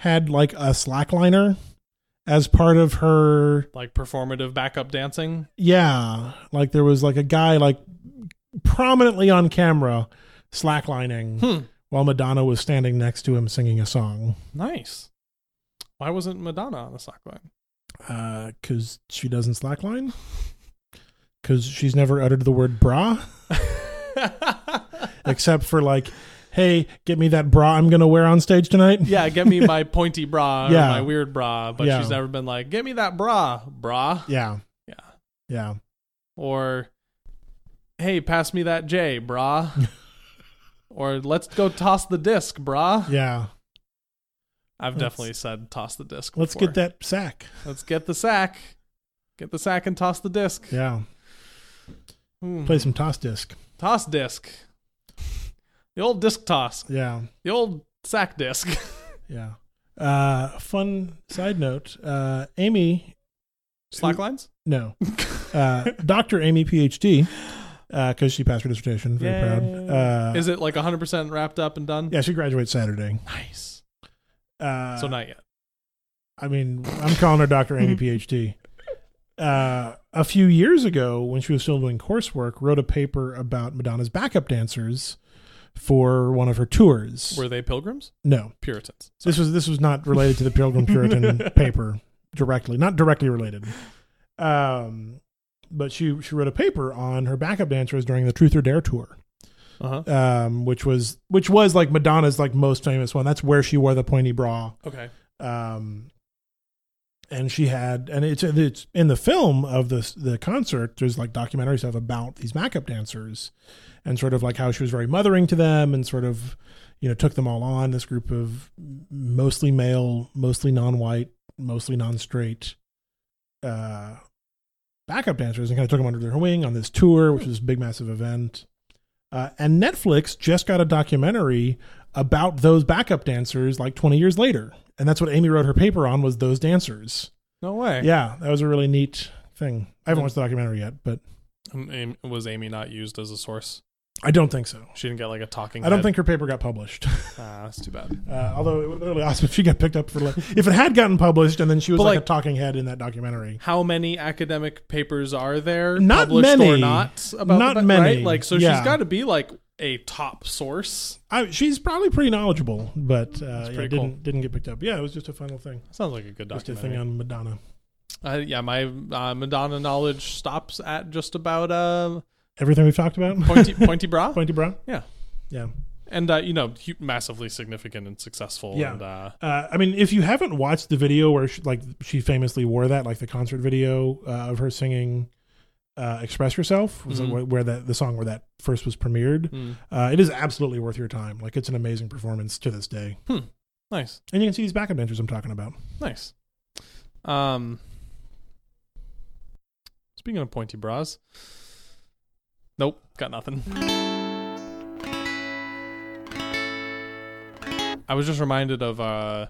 Speaker 1: had like a slackliner as part of her
Speaker 2: Like performative backup dancing.
Speaker 1: Yeah, like there was like a guy like prominently on camera slacklining
Speaker 2: Hmm.
Speaker 1: while Madonna was standing next to him singing a song
Speaker 2: Nice. Why wasn't Madonna on the slack line? *laughs*
Speaker 1: because uh, she doesn't slackline because she's never uttered the word
Speaker 2: *laughs*
Speaker 1: bra except for like, hey, get me that bra I'm gonna wear on stage tonight.
Speaker 2: yeah, get me my pointy bra
Speaker 1: Yeah.
Speaker 2: or my weird bra, but
Speaker 1: Yeah.
Speaker 2: she's never been like, get me that bra, bra,
Speaker 1: yeah,
Speaker 2: Yeah.
Speaker 1: yeah.
Speaker 2: or hey, pass me that
Speaker 1: *laughs*
Speaker 2: J, bra, or let's go toss the disc, bra.
Speaker 1: yeah.
Speaker 2: I've
Speaker 1: Let's-
Speaker 2: definitely said toss the disc.
Speaker 1: Let's
Speaker 2: before.
Speaker 1: get that sack.
Speaker 2: Let's get the sack. Get the sack and toss the disc.
Speaker 1: Yeah,
Speaker 2: Hmm.
Speaker 1: play some toss disc.
Speaker 2: Toss disc. The old disc toss.
Speaker 1: Yeah.
Speaker 2: The old sack
Speaker 1: *laughs*
Speaker 2: disc.
Speaker 1: Yeah. Uh, fun side note: uh, Amy,
Speaker 2: Slack
Speaker 1: *laughs*
Speaker 2: lines?
Speaker 1: no,
Speaker 2: *laughs*
Speaker 1: uh, Doctor Amy, PhD, because uh, she passed her dissertation. Very
Speaker 2: Yay.
Speaker 1: proud. Uh,
Speaker 2: Is it like 100% wrapped up and done?
Speaker 1: yeah, she graduates Saturday.
Speaker 2: Nice.
Speaker 1: Uh,
Speaker 2: so not yet.
Speaker 1: I mean, I'm calling her Doctor Amy, PhD. uh, a few years ago, when she was still doing coursework, wrote a paper about Madonna's backup dancers for one of her tours.
Speaker 2: Were they pilgrims?
Speaker 1: no,
Speaker 2: Puritans. Sorry.
Speaker 1: this was this was not related to the Pilgrim Puritan paper directly, not directly related. Um, but she she wrote a paper on her backup dancers during the Truth or Dare tour,
Speaker 2: Uh-huh.
Speaker 1: um, which was which was like Madonna's like most famous one. That's where she wore the pointy bra.
Speaker 2: Okay.
Speaker 1: um, and she had and it's it's in the film of the the concert there's like documentary stuff about these backup dancers and sort of like how she was very mothering to them and sort of you know took them all on this group of mostly male mostly non-white mostly non-straight uh backup dancers and kind of took them under their wing on this tour which was this big massive event uh, and netflix just got a documentary about those backup dancers like 20 years later and that's what amy wrote her paper on was those dancers
Speaker 2: No way.
Speaker 1: yeah that was a really neat thing i haven't watched the documentary yet but
Speaker 2: Um, Amy- was Amy not used as a source?
Speaker 1: i don't think so
Speaker 2: She didn't get like a talking.
Speaker 1: i don't
Speaker 2: head?
Speaker 1: think her paper got published *laughs*
Speaker 2: Ah, that's too bad.
Speaker 1: uh, although it would have been really awesome if she got picked up for like if it had gotten published and then she was
Speaker 2: But,
Speaker 1: like, a
Speaker 2: like-
Speaker 1: talking head in that documentary
Speaker 2: How many academic papers are there?
Speaker 1: Not
Speaker 2: published or
Speaker 1: many.
Speaker 2: not about
Speaker 1: Not
Speaker 2: the, ba-
Speaker 1: many.
Speaker 2: Right? Like so,
Speaker 1: Yeah.
Speaker 2: she's got to be like a top source.
Speaker 1: I, she's probably pretty knowledgeable but uh, yeah,
Speaker 2: pretty
Speaker 1: didn't
Speaker 2: cool.
Speaker 1: didn't get picked up yeah it was just a final thing
Speaker 2: Sounds like a good
Speaker 1: just a thing
Speaker 2: documentary.
Speaker 1: on madonna
Speaker 2: Uh, yeah, my uh, Madonna knowledge stops at just about uh,
Speaker 1: everything we've talked about
Speaker 2: pointy pointy
Speaker 1: *laughs*
Speaker 2: bra.
Speaker 1: pointy brow
Speaker 2: Yeah.
Speaker 1: yeah
Speaker 2: and uh, you know hu- massively significant and successful
Speaker 1: Yeah.
Speaker 2: and uh,
Speaker 1: Uh, I mean, if you haven't watched the video where she, like she famously wore that, like the concert video uh, of her singing uh, "Express Yourself," was
Speaker 2: Mhm.
Speaker 1: where, where that the song where that first was premiered,
Speaker 2: mm,
Speaker 1: uh, it is absolutely worth your time. Like it's an amazing performance to this day,
Speaker 2: nice
Speaker 1: and you can see these backup dancers I'm talking about.
Speaker 2: nice um speaking of pointy bras nope got nothing i was just reminded of uh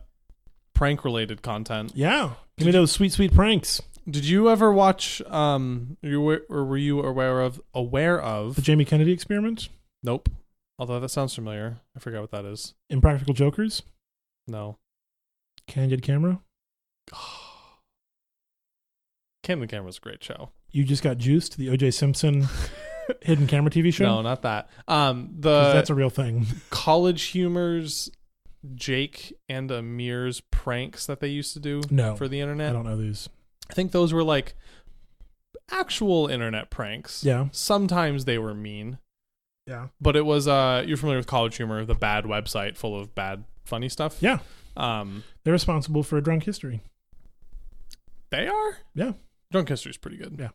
Speaker 2: prank related content
Speaker 1: Yeah, give me those sweet, sweet pranks.
Speaker 2: did you ever watch um you were, or were you aware of aware of
Speaker 1: The Jamie Kennedy Experiment,
Speaker 2: nope although that sounds familiar i forgot what that is
Speaker 1: Impractical Jokers,
Speaker 2: no
Speaker 1: Candid Camera.
Speaker 2: Cam and Camera's a great show.
Speaker 1: You just got juiced. The O.J.
Speaker 2: *laughs*
Speaker 1: Simpson hidden camera TV show.
Speaker 2: No, not that. Um,
Speaker 1: 'Cause
Speaker 2: the
Speaker 1: that's a real thing.
Speaker 2: college humors, Jake and Amir's pranks that they used to do
Speaker 1: No,
Speaker 2: for the
Speaker 1: I
Speaker 2: internet. I,
Speaker 1: don't know these.
Speaker 2: think those were like actual internet pranks.
Speaker 1: Yeah,
Speaker 2: Sometimes they were mean,
Speaker 1: yeah,
Speaker 2: but it was uh, you're familiar with College Humor, the bad website full of bad funny stuff.
Speaker 1: yeah.
Speaker 2: Um,
Speaker 1: They're responsible for a drunk history.
Speaker 2: they are.
Speaker 1: Yeah.
Speaker 2: Drunk History's pretty good.
Speaker 1: Yeah.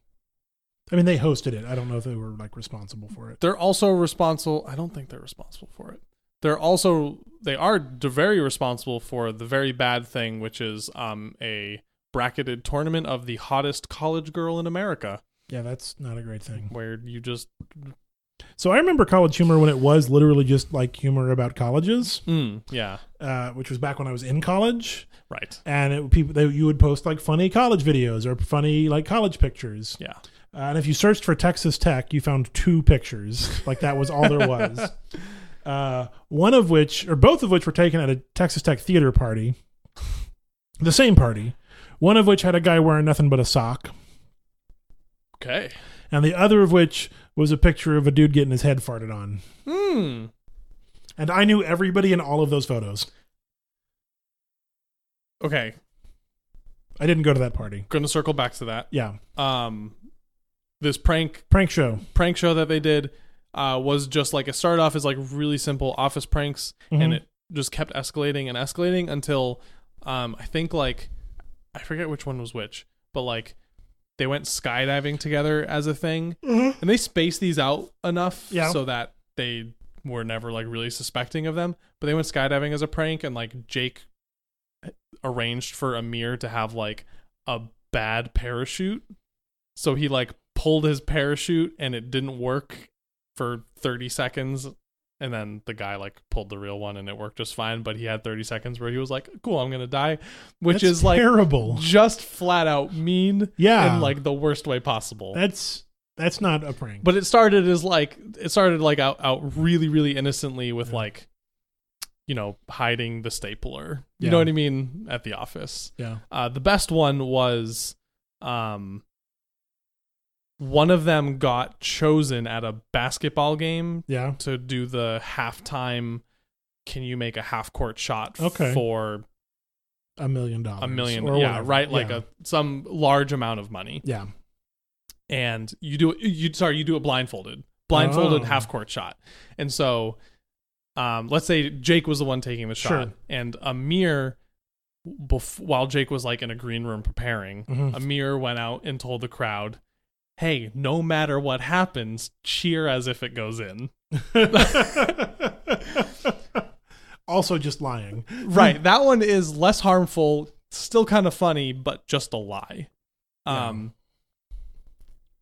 Speaker 1: I mean, they hosted it. I don't know if they were like responsible for it.
Speaker 2: they're also responsible i don't think they're responsible for it they're also they are d- very responsible for the very bad thing which is um a bracketed tournament of the hottest college girl in america
Speaker 1: Yeah, that's not a great thing.
Speaker 2: where you just
Speaker 1: So I remember college humor when it was literally just like humor about colleges,
Speaker 2: mm, yeah
Speaker 1: uh, which was back when I was in college,
Speaker 2: right
Speaker 1: and it, people they, you would post like funny college videos or funny like college pictures.
Speaker 2: yeah
Speaker 1: Uh, and if you searched for Texas Tech, you found two pictures. Like that was all there was. Uh, one of which, or both of which, were taken at a Texas Tech theater party, the same party. One of which had a guy wearing nothing but a sock.
Speaker 2: okay
Speaker 1: and the other of which was a picture of a dude getting his head farted on.
Speaker 2: hmm
Speaker 1: And I knew everybody in all of those photos.
Speaker 2: okay
Speaker 1: I didn't go to that party.
Speaker 2: gonna circle back to that
Speaker 1: Yeah,
Speaker 2: um this prank
Speaker 1: prank show.
Speaker 2: prank show that they did uh, was just like it started off as like really simple office pranks and
Speaker 1: Mhm.
Speaker 2: it just kept escalating and escalating until um, I think like I forget which one was which, but like they went skydiving together as a thing and they spaced these out enough
Speaker 1: Yeah.
Speaker 2: so that they were never like really suspecting of them. But they went skydiving as a prank and like Jake arranged for Amir to have like a bad parachute. So he like pulled his parachute and it didn't work for 30 seconds. And then the guy like pulled the real one and it worked just fine. But he had 30 seconds where he was like, cool, I'm going to die, which
Speaker 1: That's
Speaker 2: is like *laughs*
Speaker 1: terrible.
Speaker 2: just flat out mean
Speaker 1: Yeah.
Speaker 2: in like the worst way possible.
Speaker 1: That's that's not a prank.
Speaker 2: but it started as like, it started like out, out really, really innocently with like, you know, hiding the stapler. You
Speaker 1: Yeah.
Speaker 2: know what I mean? At Uh, the office.
Speaker 1: yeah,
Speaker 2: Uh, the best one was um, one of them got chosen at a basketball game
Speaker 1: Yeah.
Speaker 2: to do the halftime. Can you make a half court shot
Speaker 1: Okay.
Speaker 2: for
Speaker 1: A million dollars.
Speaker 2: a million?
Speaker 1: or
Speaker 2: yeah,
Speaker 1: whatever.
Speaker 2: right. Like
Speaker 1: yeah.
Speaker 2: a some large amount of money,
Speaker 1: Yeah.
Speaker 2: and you do it. You sorry, you do it blindfolded, blindfolded
Speaker 1: Oh.
Speaker 2: half court shot, and so. Um, let's say Jake was the one taking the shot,
Speaker 1: Sure.
Speaker 2: and Amir, bef- while Jake was like in a green room preparing,
Speaker 1: Mhm.
Speaker 2: Amir went out and told the crowd, "Hey, no matter what happens, cheer as if it goes in."
Speaker 1: Mm-hmm. *laughs* also, just lying.
Speaker 2: Right. That one is less harmful, still kind of funny, but just a lie. Um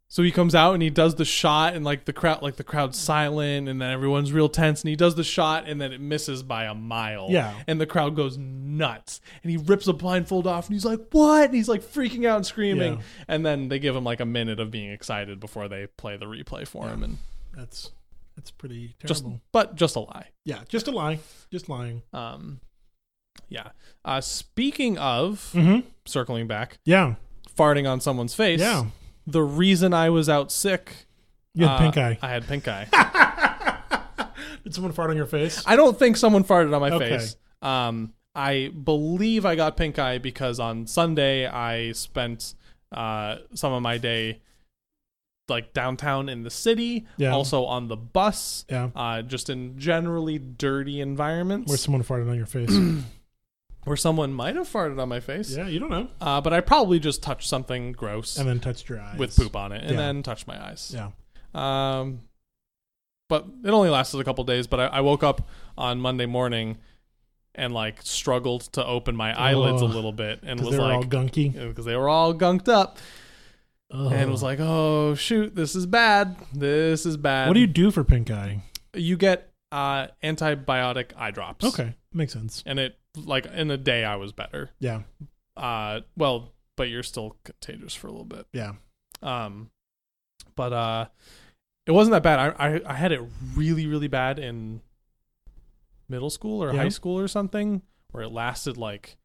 Speaker 2: So he comes out and he does the shot and like the crowd like the crowd's silent and then everyone's real tense and he does the shot and then it misses by a mile.
Speaker 1: Yeah.
Speaker 2: And the crowd goes nuts and he rips a blindfold off and he's like, "What?" And he's like freaking out and screaming.
Speaker 1: Yeah.
Speaker 2: And then they give him like a minute of being excited before they play the replay for him and
Speaker 1: That's that's pretty
Speaker 2: just
Speaker 1: terrible.
Speaker 2: but just a lie.
Speaker 1: yeah, just a lie. Just lying.
Speaker 2: Um yeah. Uh speaking of
Speaker 1: Mm-hmm.
Speaker 2: circling back,
Speaker 1: Yeah.
Speaker 2: farting on someone's face.
Speaker 1: Yeah.
Speaker 2: The reason I was out sick.
Speaker 1: You had
Speaker 2: uh,
Speaker 1: pink eye.
Speaker 2: I had pink
Speaker 1: *laughs*
Speaker 2: eye.
Speaker 1: Did someone fart on your face?
Speaker 2: I don't think someone farted on my
Speaker 1: Okay.
Speaker 2: face. Um, I believe I got pink eye because on Sunday I spent uh, some of my day like downtown in the city,
Speaker 1: Yeah.
Speaker 2: also on the bus,
Speaker 1: yeah.
Speaker 2: uh, just in generally dirty environments
Speaker 1: Where someone farted on your face.
Speaker 2: where someone might have farted on my
Speaker 1: *clears throat*
Speaker 2: face.
Speaker 1: yeah, you don't know.
Speaker 2: Uh, but I probably just touched something gross
Speaker 1: And then touched your eyes.
Speaker 2: with poop on it and
Speaker 1: Yeah.
Speaker 2: then touched my eyes.
Speaker 1: Yeah.
Speaker 2: Um, but it only lasted a couple days. But I, I woke up on Monday morning and like struggled to open my eyelids a
Speaker 1: Oh,
Speaker 2: little bit and
Speaker 1: Because
Speaker 2: was
Speaker 1: they were all
Speaker 2: like,
Speaker 1: gunky.
Speaker 2: because they were all gunked up
Speaker 1: Ugh.
Speaker 2: and was like, oh shoot, this is bad. This is bad.
Speaker 1: what do you do for pink eye?
Speaker 2: You get uh, antibiotic eye drops.
Speaker 1: Okay. Makes sense.
Speaker 2: And it like in a day I was better.
Speaker 1: Yeah.
Speaker 2: Uh, well, but you're still contagious for a little bit.
Speaker 1: Yeah.
Speaker 2: Um, but uh, it wasn't that bad. I, I I had it really really bad in middle school or
Speaker 1: Yeah.
Speaker 2: high school or something, where it lasted like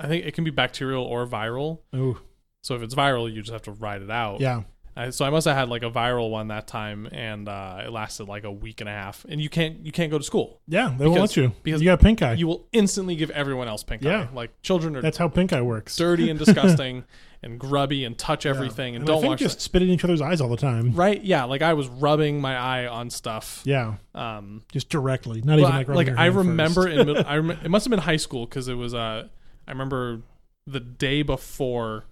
Speaker 2: I think it can be bacterial or viral.
Speaker 1: Oh,
Speaker 2: So if it's viral, you just have to ride it out.
Speaker 1: yeah.
Speaker 2: I, so I must have had like a viral one that time, and uh, it lasted like a week and a half. And you can't you can't go to school.
Speaker 1: Yeah, they won't let
Speaker 2: Because-
Speaker 1: you.
Speaker 2: because
Speaker 1: Because you got pink eye.
Speaker 2: You will instantly give everyone else pink
Speaker 1: Yeah.
Speaker 2: eye. Like children are
Speaker 1: That's how pink eye works.
Speaker 2: dirty
Speaker 1: *laughs*
Speaker 2: and disgusting and grubby and touch
Speaker 1: Yeah.
Speaker 2: everything and, don't
Speaker 1: I think
Speaker 2: wash
Speaker 1: just spit in each other's eyes all the time.
Speaker 2: Right? Yeah, like I was rubbing my eye on stuff.
Speaker 1: Yeah,
Speaker 2: Um,
Speaker 1: just directly. Not even
Speaker 2: but
Speaker 1: like, rubbing
Speaker 2: like
Speaker 1: your
Speaker 2: I
Speaker 1: hand
Speaker 2: remember
Speaker 1: first. *laughs*
Speaker 2: in mid- I rem- it must have been high school because it was uh I remember the day before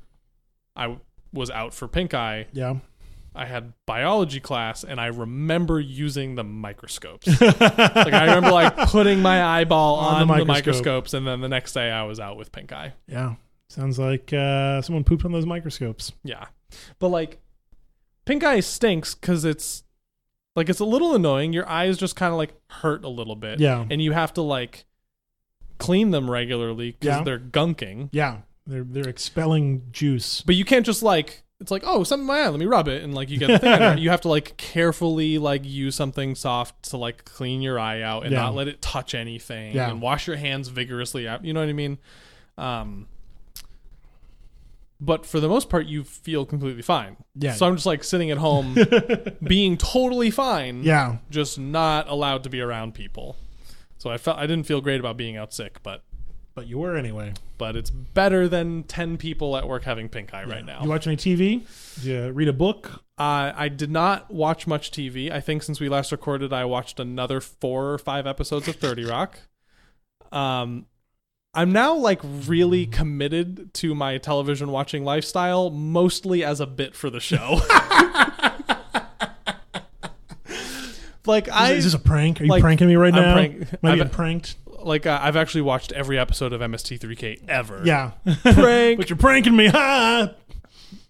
Speaker 2: I w- was out for pink eye.
Speaker 1: Yeah. *laughs*
Speaker 2: I had biology class and I remember using the microscopes.
Speaker 1: *laughs*
Speaker 2: like I remember like putting my eyeball
Speaker 1: On
Speaker 2: on,
Speaker 1: the
Speaker 2: the,
Speaker 1: microscope.
Speaker 2: microscopes and then the next day I was out with pink eye.
Speaker 1: Yeah. Sounds like uh, someone pooped on those microscopes.
Speaker 2: Yeah. But like pink eye stinks cuz it's like it's a little annoying. Your eyes just kind of like hurt a little bit.
Speaker 1: Yeah.
Speaker 2: And you have to like clean them regularly cuz
Speaker 1: Yeah.
Speaker 2: they're gunking.
Speaker 1: Yeah. They're they're expelling juice. *laughs*
Speaker 2: But you can't just like it's like, "Oh, something in my eye, let me rub it." And like you get the
Speaker 1: *laughs*
Speaker 2: thing. under it. You have to like carefully like use something soft to like clean your eye out and
Speaker 1: Yeah.
Speaker 2: not let it touch anything
Speaker 1: Yeah.
Speaker 2: and wash your hands vigorously. out- You know what I mean? Um but for the most part, you feel completely fine.
Speaker 1: Yeah.
Speaker 2: So I'm just like sitting at
Speaker 1: *laughs*
Speaker 2: home, being totally fine.
Speaker 1: Yeah.
Speaker 2: Just not allowed to be around people. So I felt I didn't feel great about being out sick, but
Speaker 1: But you were anyway.
Speaker 2: but it's better than ten people at work having pink eye right now.
Speaker 1: You watch any TV? Did you read a book?
Speaker 2: Uh, I did not watch much TV. I think since we last recorded, I watched another four or five episodes of Thirty Rock. Um, I'm now like really committed to my television watching lifestyle, mostly as a bit for the show. *laughs* like I
Speaker 1: Is this a prank? Are you
Speaker 2: like,
Speaker 1: pranking me right
Speaker 2: I'm
Speaker 1: now?
Speaker 2: prank-
Speaker 1: Am I
Speaker 2: I've-
Speaker 1: being pranked?
Speaker 2: like uh, I've actually watched every episode of MST3K ever.
Speaker 1: Yeah. *laughs*
Speaker 2: prank.
Speaker 1: but you're pranking me. Ha!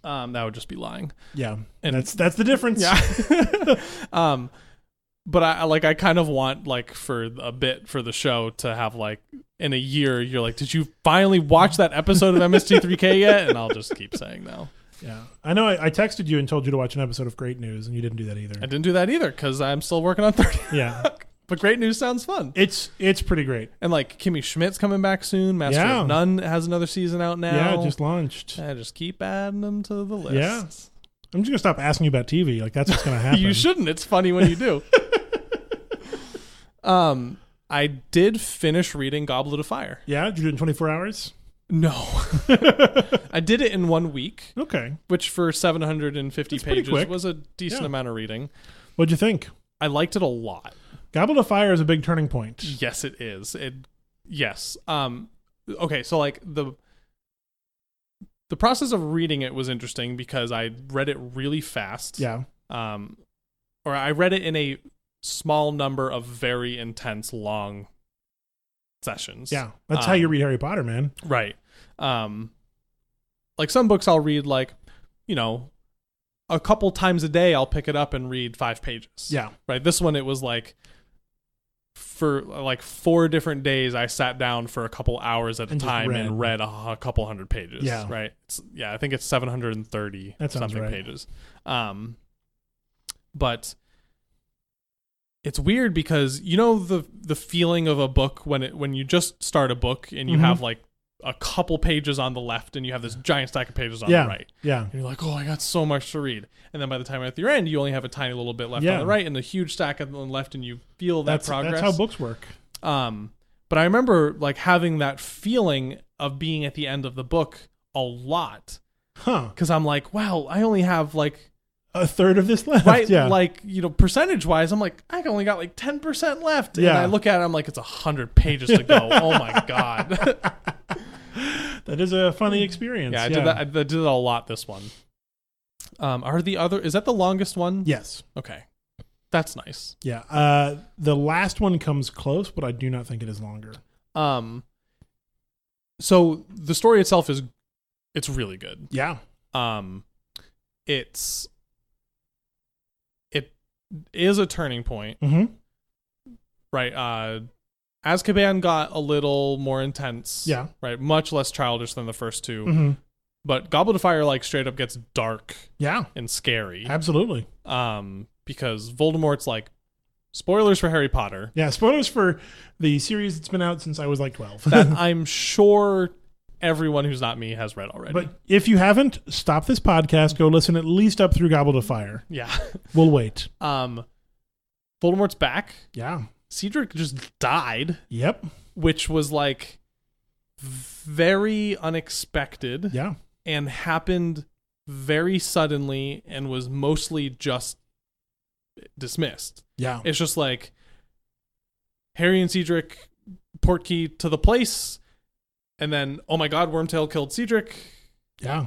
Speaker 2: um, that would just be lying.
Speaker 1: Yeah.
Speaker 2: And-
Speaker 1: that's that's the difference.
Speaker 2: Yeah. um, but I I- like I kind of want like for a bit for the show to have like in a year you're like, did you finally watch that episode of MST3K yet? And I'll just keep saying no.
Speaker 1: *laughs* Yeah. I know I, I texted you and told you to watch an episode of Great News and you didn't do that either.
Speaker 2: I didn't do that either because I'm still working on thirty. *laughs*
Speaker 1: Yeah.
Speaker 2: But great news sounds fun.
Speaker 1: It's it's pretty great.
Speaker 2: And like Kimmy Schmidt's coming back soon. Master
Speaker 1: Yeah.
Speaker 2: of None has another season out now.
Speaker 1: Yeah, it just launched.
Speaker 2: I just keep adding them to the list.
Speaker 1: Yeah. I'm just gonna stop asking you about TV. Like that's what's gonna happen.
Speaker 2: *laughs* You shouldn't. It's funny when you do. um, I did finish reading Goblet of Fire.
Speaker 1: Yeah, did you do it in 24 hours? *laughs*
Speaker 2: No, *laughs* I did it in one week,
Speaker 1: Okay.
Speaker 2: which for 750
Speaker 1: That's pretty
Speaker 2: pages
Speaker 1: quick.
Speaker 2: was a decent
Speaker 1: Yeah.
Speaker 2: amount of reading.
Speaker 1: What'd you think?
Speaker 2: I liked it a lot.
Speaker 1: Goblet of Fire is a big turning point.
Speaker 2: Yes, it is. It yes. Um okay, so like the the process of reading it was interesting because I read it really fast.
Speaker 1: Yeah.
Speaker 2: Um or I read it in a small number of very intense long sessions.
Speaker 1: Yeah. That's how you
Speaker 2: Um,
Speaker 1: read Harry Potter, man.
Speaker 2: Right. Um like some books I'll read like, you know, a couple times a day I'll pick it up and read 5 pages
Speaker 1: Yeah.
Speaker 2: right this one it was like for like four different days i sat down for a couple hours at a
Speaker 1: And just
Speaker 2: time
Speaker 1: read.
Speaker 2: and read a, hu- couple hundred pages
Speaker 1: Yeah.
Speaker 2: right it's, yeah i think it's 730
Speaker 1: That sounds
Speaker 2: something
Speaker 1: right.
Speaker 2: pages um but it's weird because you know the the feeling of a book when it when you just start a book and you
Speaker 1: Mhm.
Speaker 2: have like a couple pages on the left and you have this giant stack of pages on
Speaker 1: yeah.
Speaker 2: the right
Speaker 1: Yeah.
Speaker 2: and you're like, oh, I got so much to read. And then by the time you're at your end, you only have a tiny little bit left
Speaker 1: Yeah.
Speaker 2: on the right and a huge stack on the left, and you feel that
Speaker 1: That's
Speaker 2: progress.
Speaker 1: that's how books work.
Speaker 2: um, but I remember like having that feeling of being at the end of the book a lot
Speaker 1: Huh.
Speaker 2: because I'm like, wow, I only
Speaker 1: *laughs*
Speaker 2: have like
Speaker 1: A third of this left.
Speaker 2: right,
Speaker 1: yeah.
Speaker 2: like you know, percentage wise, I'm like, I only got like ten percent left. And
Speaker 1: Yeah.
Speaker 2: I look at it, I'm like, it's a hundred pages
Speaker 1: *laughs*
Speaker 2: to go. oh my god.
Speaker 1: *laughs*
Speaker 2: *laughs*
Speaker 1: that is a funny experience.
Speaker 2: yeah, I did that. I did it a lot this one. Um, are the other is that the longest one?
Speaker 1: Yes.
Speaker 2: Okay. That's nice.
Speaker 1: Yeah. Uh, the last one comes close, but I do not think it is longer.
Speaker 2: Um so the story itself is it's really good.
Speaker 1: Yeah.
Speaker 2: Um it's it is a turning point,
Speaker 1: Mm-hmm.
Speaker 2: right? Uh Azkaban got a little more intense.
Speaker 1: Yeah.
Speaker 2: Right. Much less childish than the first 2
Speaker 1: Mm-hmm.
Speaker 2: But Goblet of Fire like straight up gets dark
Speaker 1: Yeah.
Speaker 2: and scary.
Speaker 1: Absolutely.
Speaker 2: Um because Voldemort's like spoilers for Harry Potter.
Speaker 1: Yeah. Spoilers for the series that's been out since I was like 12.
Speaker 2: that
Speaker 1: *laughs*
Speaker 2: I'm sure everyone who's not me has read already.
Speaker 1: but if you haven't, stop this podcast. Go listen at least up through Gobble to Fire.
Speaker 2: yeah,
Speaker 1: We'll wait.
Speaker 2: um, Voldemort's back.
Speaker 1: Yeah.
Speaker 2: Cedric just died,
Speaker 1: Yep.
Speaker 2: which was like very unexpected
Speaker 1: Yeah.
Speaker 2: and happened very suddenly and was mostly just dismissed.
Speaker 1: Yeah.
Speaker 2: It's just like Harry and Cedric portkey to the place, and then oh my god, Wormtail killed Cedric,
Speaker 1: Yeah.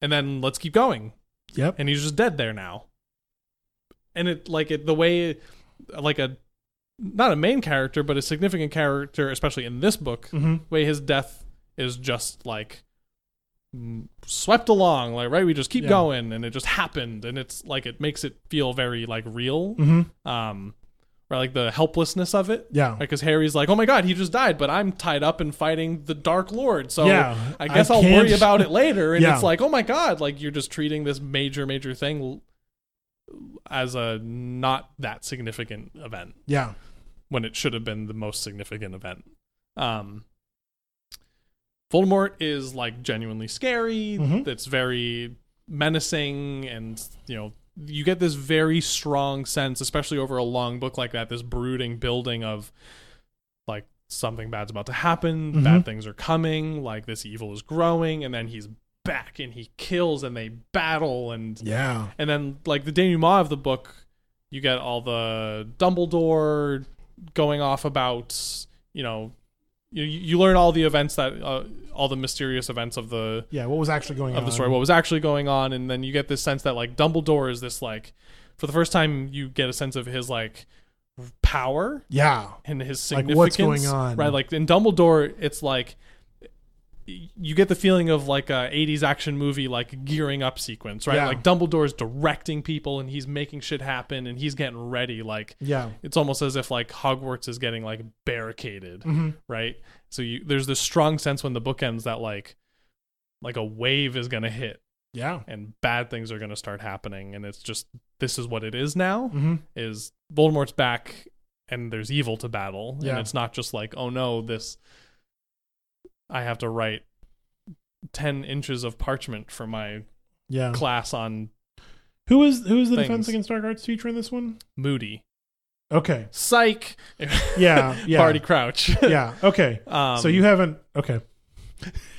Speaker 2: and then let's keep going.
Speaker 1: Yep.
Speaker 2: and he's just dead there now. And it like it the way like a not a main character but a significant character, especially in this book,
Speaker 1: Mm-hmm.
Speaker 2: way his death is just like m- swept along like right we just keep
Speaker 1: Yeah.
Speaker 2: going and it just happened and it's like it makes it feel very like real
Speaker 1: Mm-hmm.
Speaker 2: um right like the helplessness of it
Speaker 1: Yeah.
Speaker 2: because harry's like oh my god he just died but i'm tied up in fighting the dark lord so
Speaker 1: Yeah,
Speaker 2: i guess
Speaker 1: I
Speaker 2: I will worry
Speaker 1: can't-
Speaker 2: about it later and
Speaker 1: Yeah.
Speaker 2: it's like oh my god like you're just treating this major major thing l- as a not that significant event
Speaker 1: yeah.
Speaker 2: when it should have been the most significant event um voldemort is like genuinely scary
Speaker 1: Mhm.
Speaker 2: that's very menacing and you know you get this very strong sense especially over a long book like that this brooding building of like something bad's about to happen
Speaker 1: Mhm.
Speaker 2: bad things are coming like this evil is growing and then he's back and he kills and they battle and
Speaker 1: Yeah.
Speaker 2: and then like the denouement of the book, you get all the Dumbledore going off about you know you you learn all the events that uh, all the mysterious events of the
Speaker 1: Yeah. What was actually going on?
Speaker 2: of the story, what was actually going on, and then you get this sense that like Dumbledore is this like for the first time you get a sense of his like power
Speaker 1: Yeah.
Speaker 2: and his
Speaker 1: Like,
Speaker 2: significance.
Speaker 1: what's going on?
Speaker 2: right? Like in Dumbledore, it's like y- you get the feeling of like a 80s action movie like gearing up sequence right
Speaker 1: Yeah.
Speaker 2: like dumbledore's directing people and he's making shit happen and he's getting ready like
Speaker 1: Yeah.
Speaker 2: it's almost as if like hogwarts is getting like barricaded
Speaker 1: Mm. Mm-hmm.
Speaker 2: right so you there's this strong sense when the book ends that like like a wave is gonna hit
Speaker 1: Yeah.
Speaker 2: and bad things are gonna start happening and it's just this is what it is now
Speaker 1: Mm-hmm.
Speaker 2: is Voldemort's back and there's evil to battle. And
Speaker 1: Yeah.
Speaker 2: it's not just like, oh no, this I have to write ten inches of parchment for my
Speaker 1: Yeah.
Speaker 2: class on
Speaker 1: Who is who is the defense
Speaker 2: Things.
Speaker 1: against dark arts teacher in this one?
Speaker 2: Moody,
Speaker 1: *laughs* Okay.
Speaker 2: Psych, *laughs*
Speaker 1: Yeah. Yeah. *laughs*
Speaker 2: Barty Crouch.
Speaker 1: Yeah. Okay.
Speaker 2: Um,
Speaker 1: so you haven't. Okay.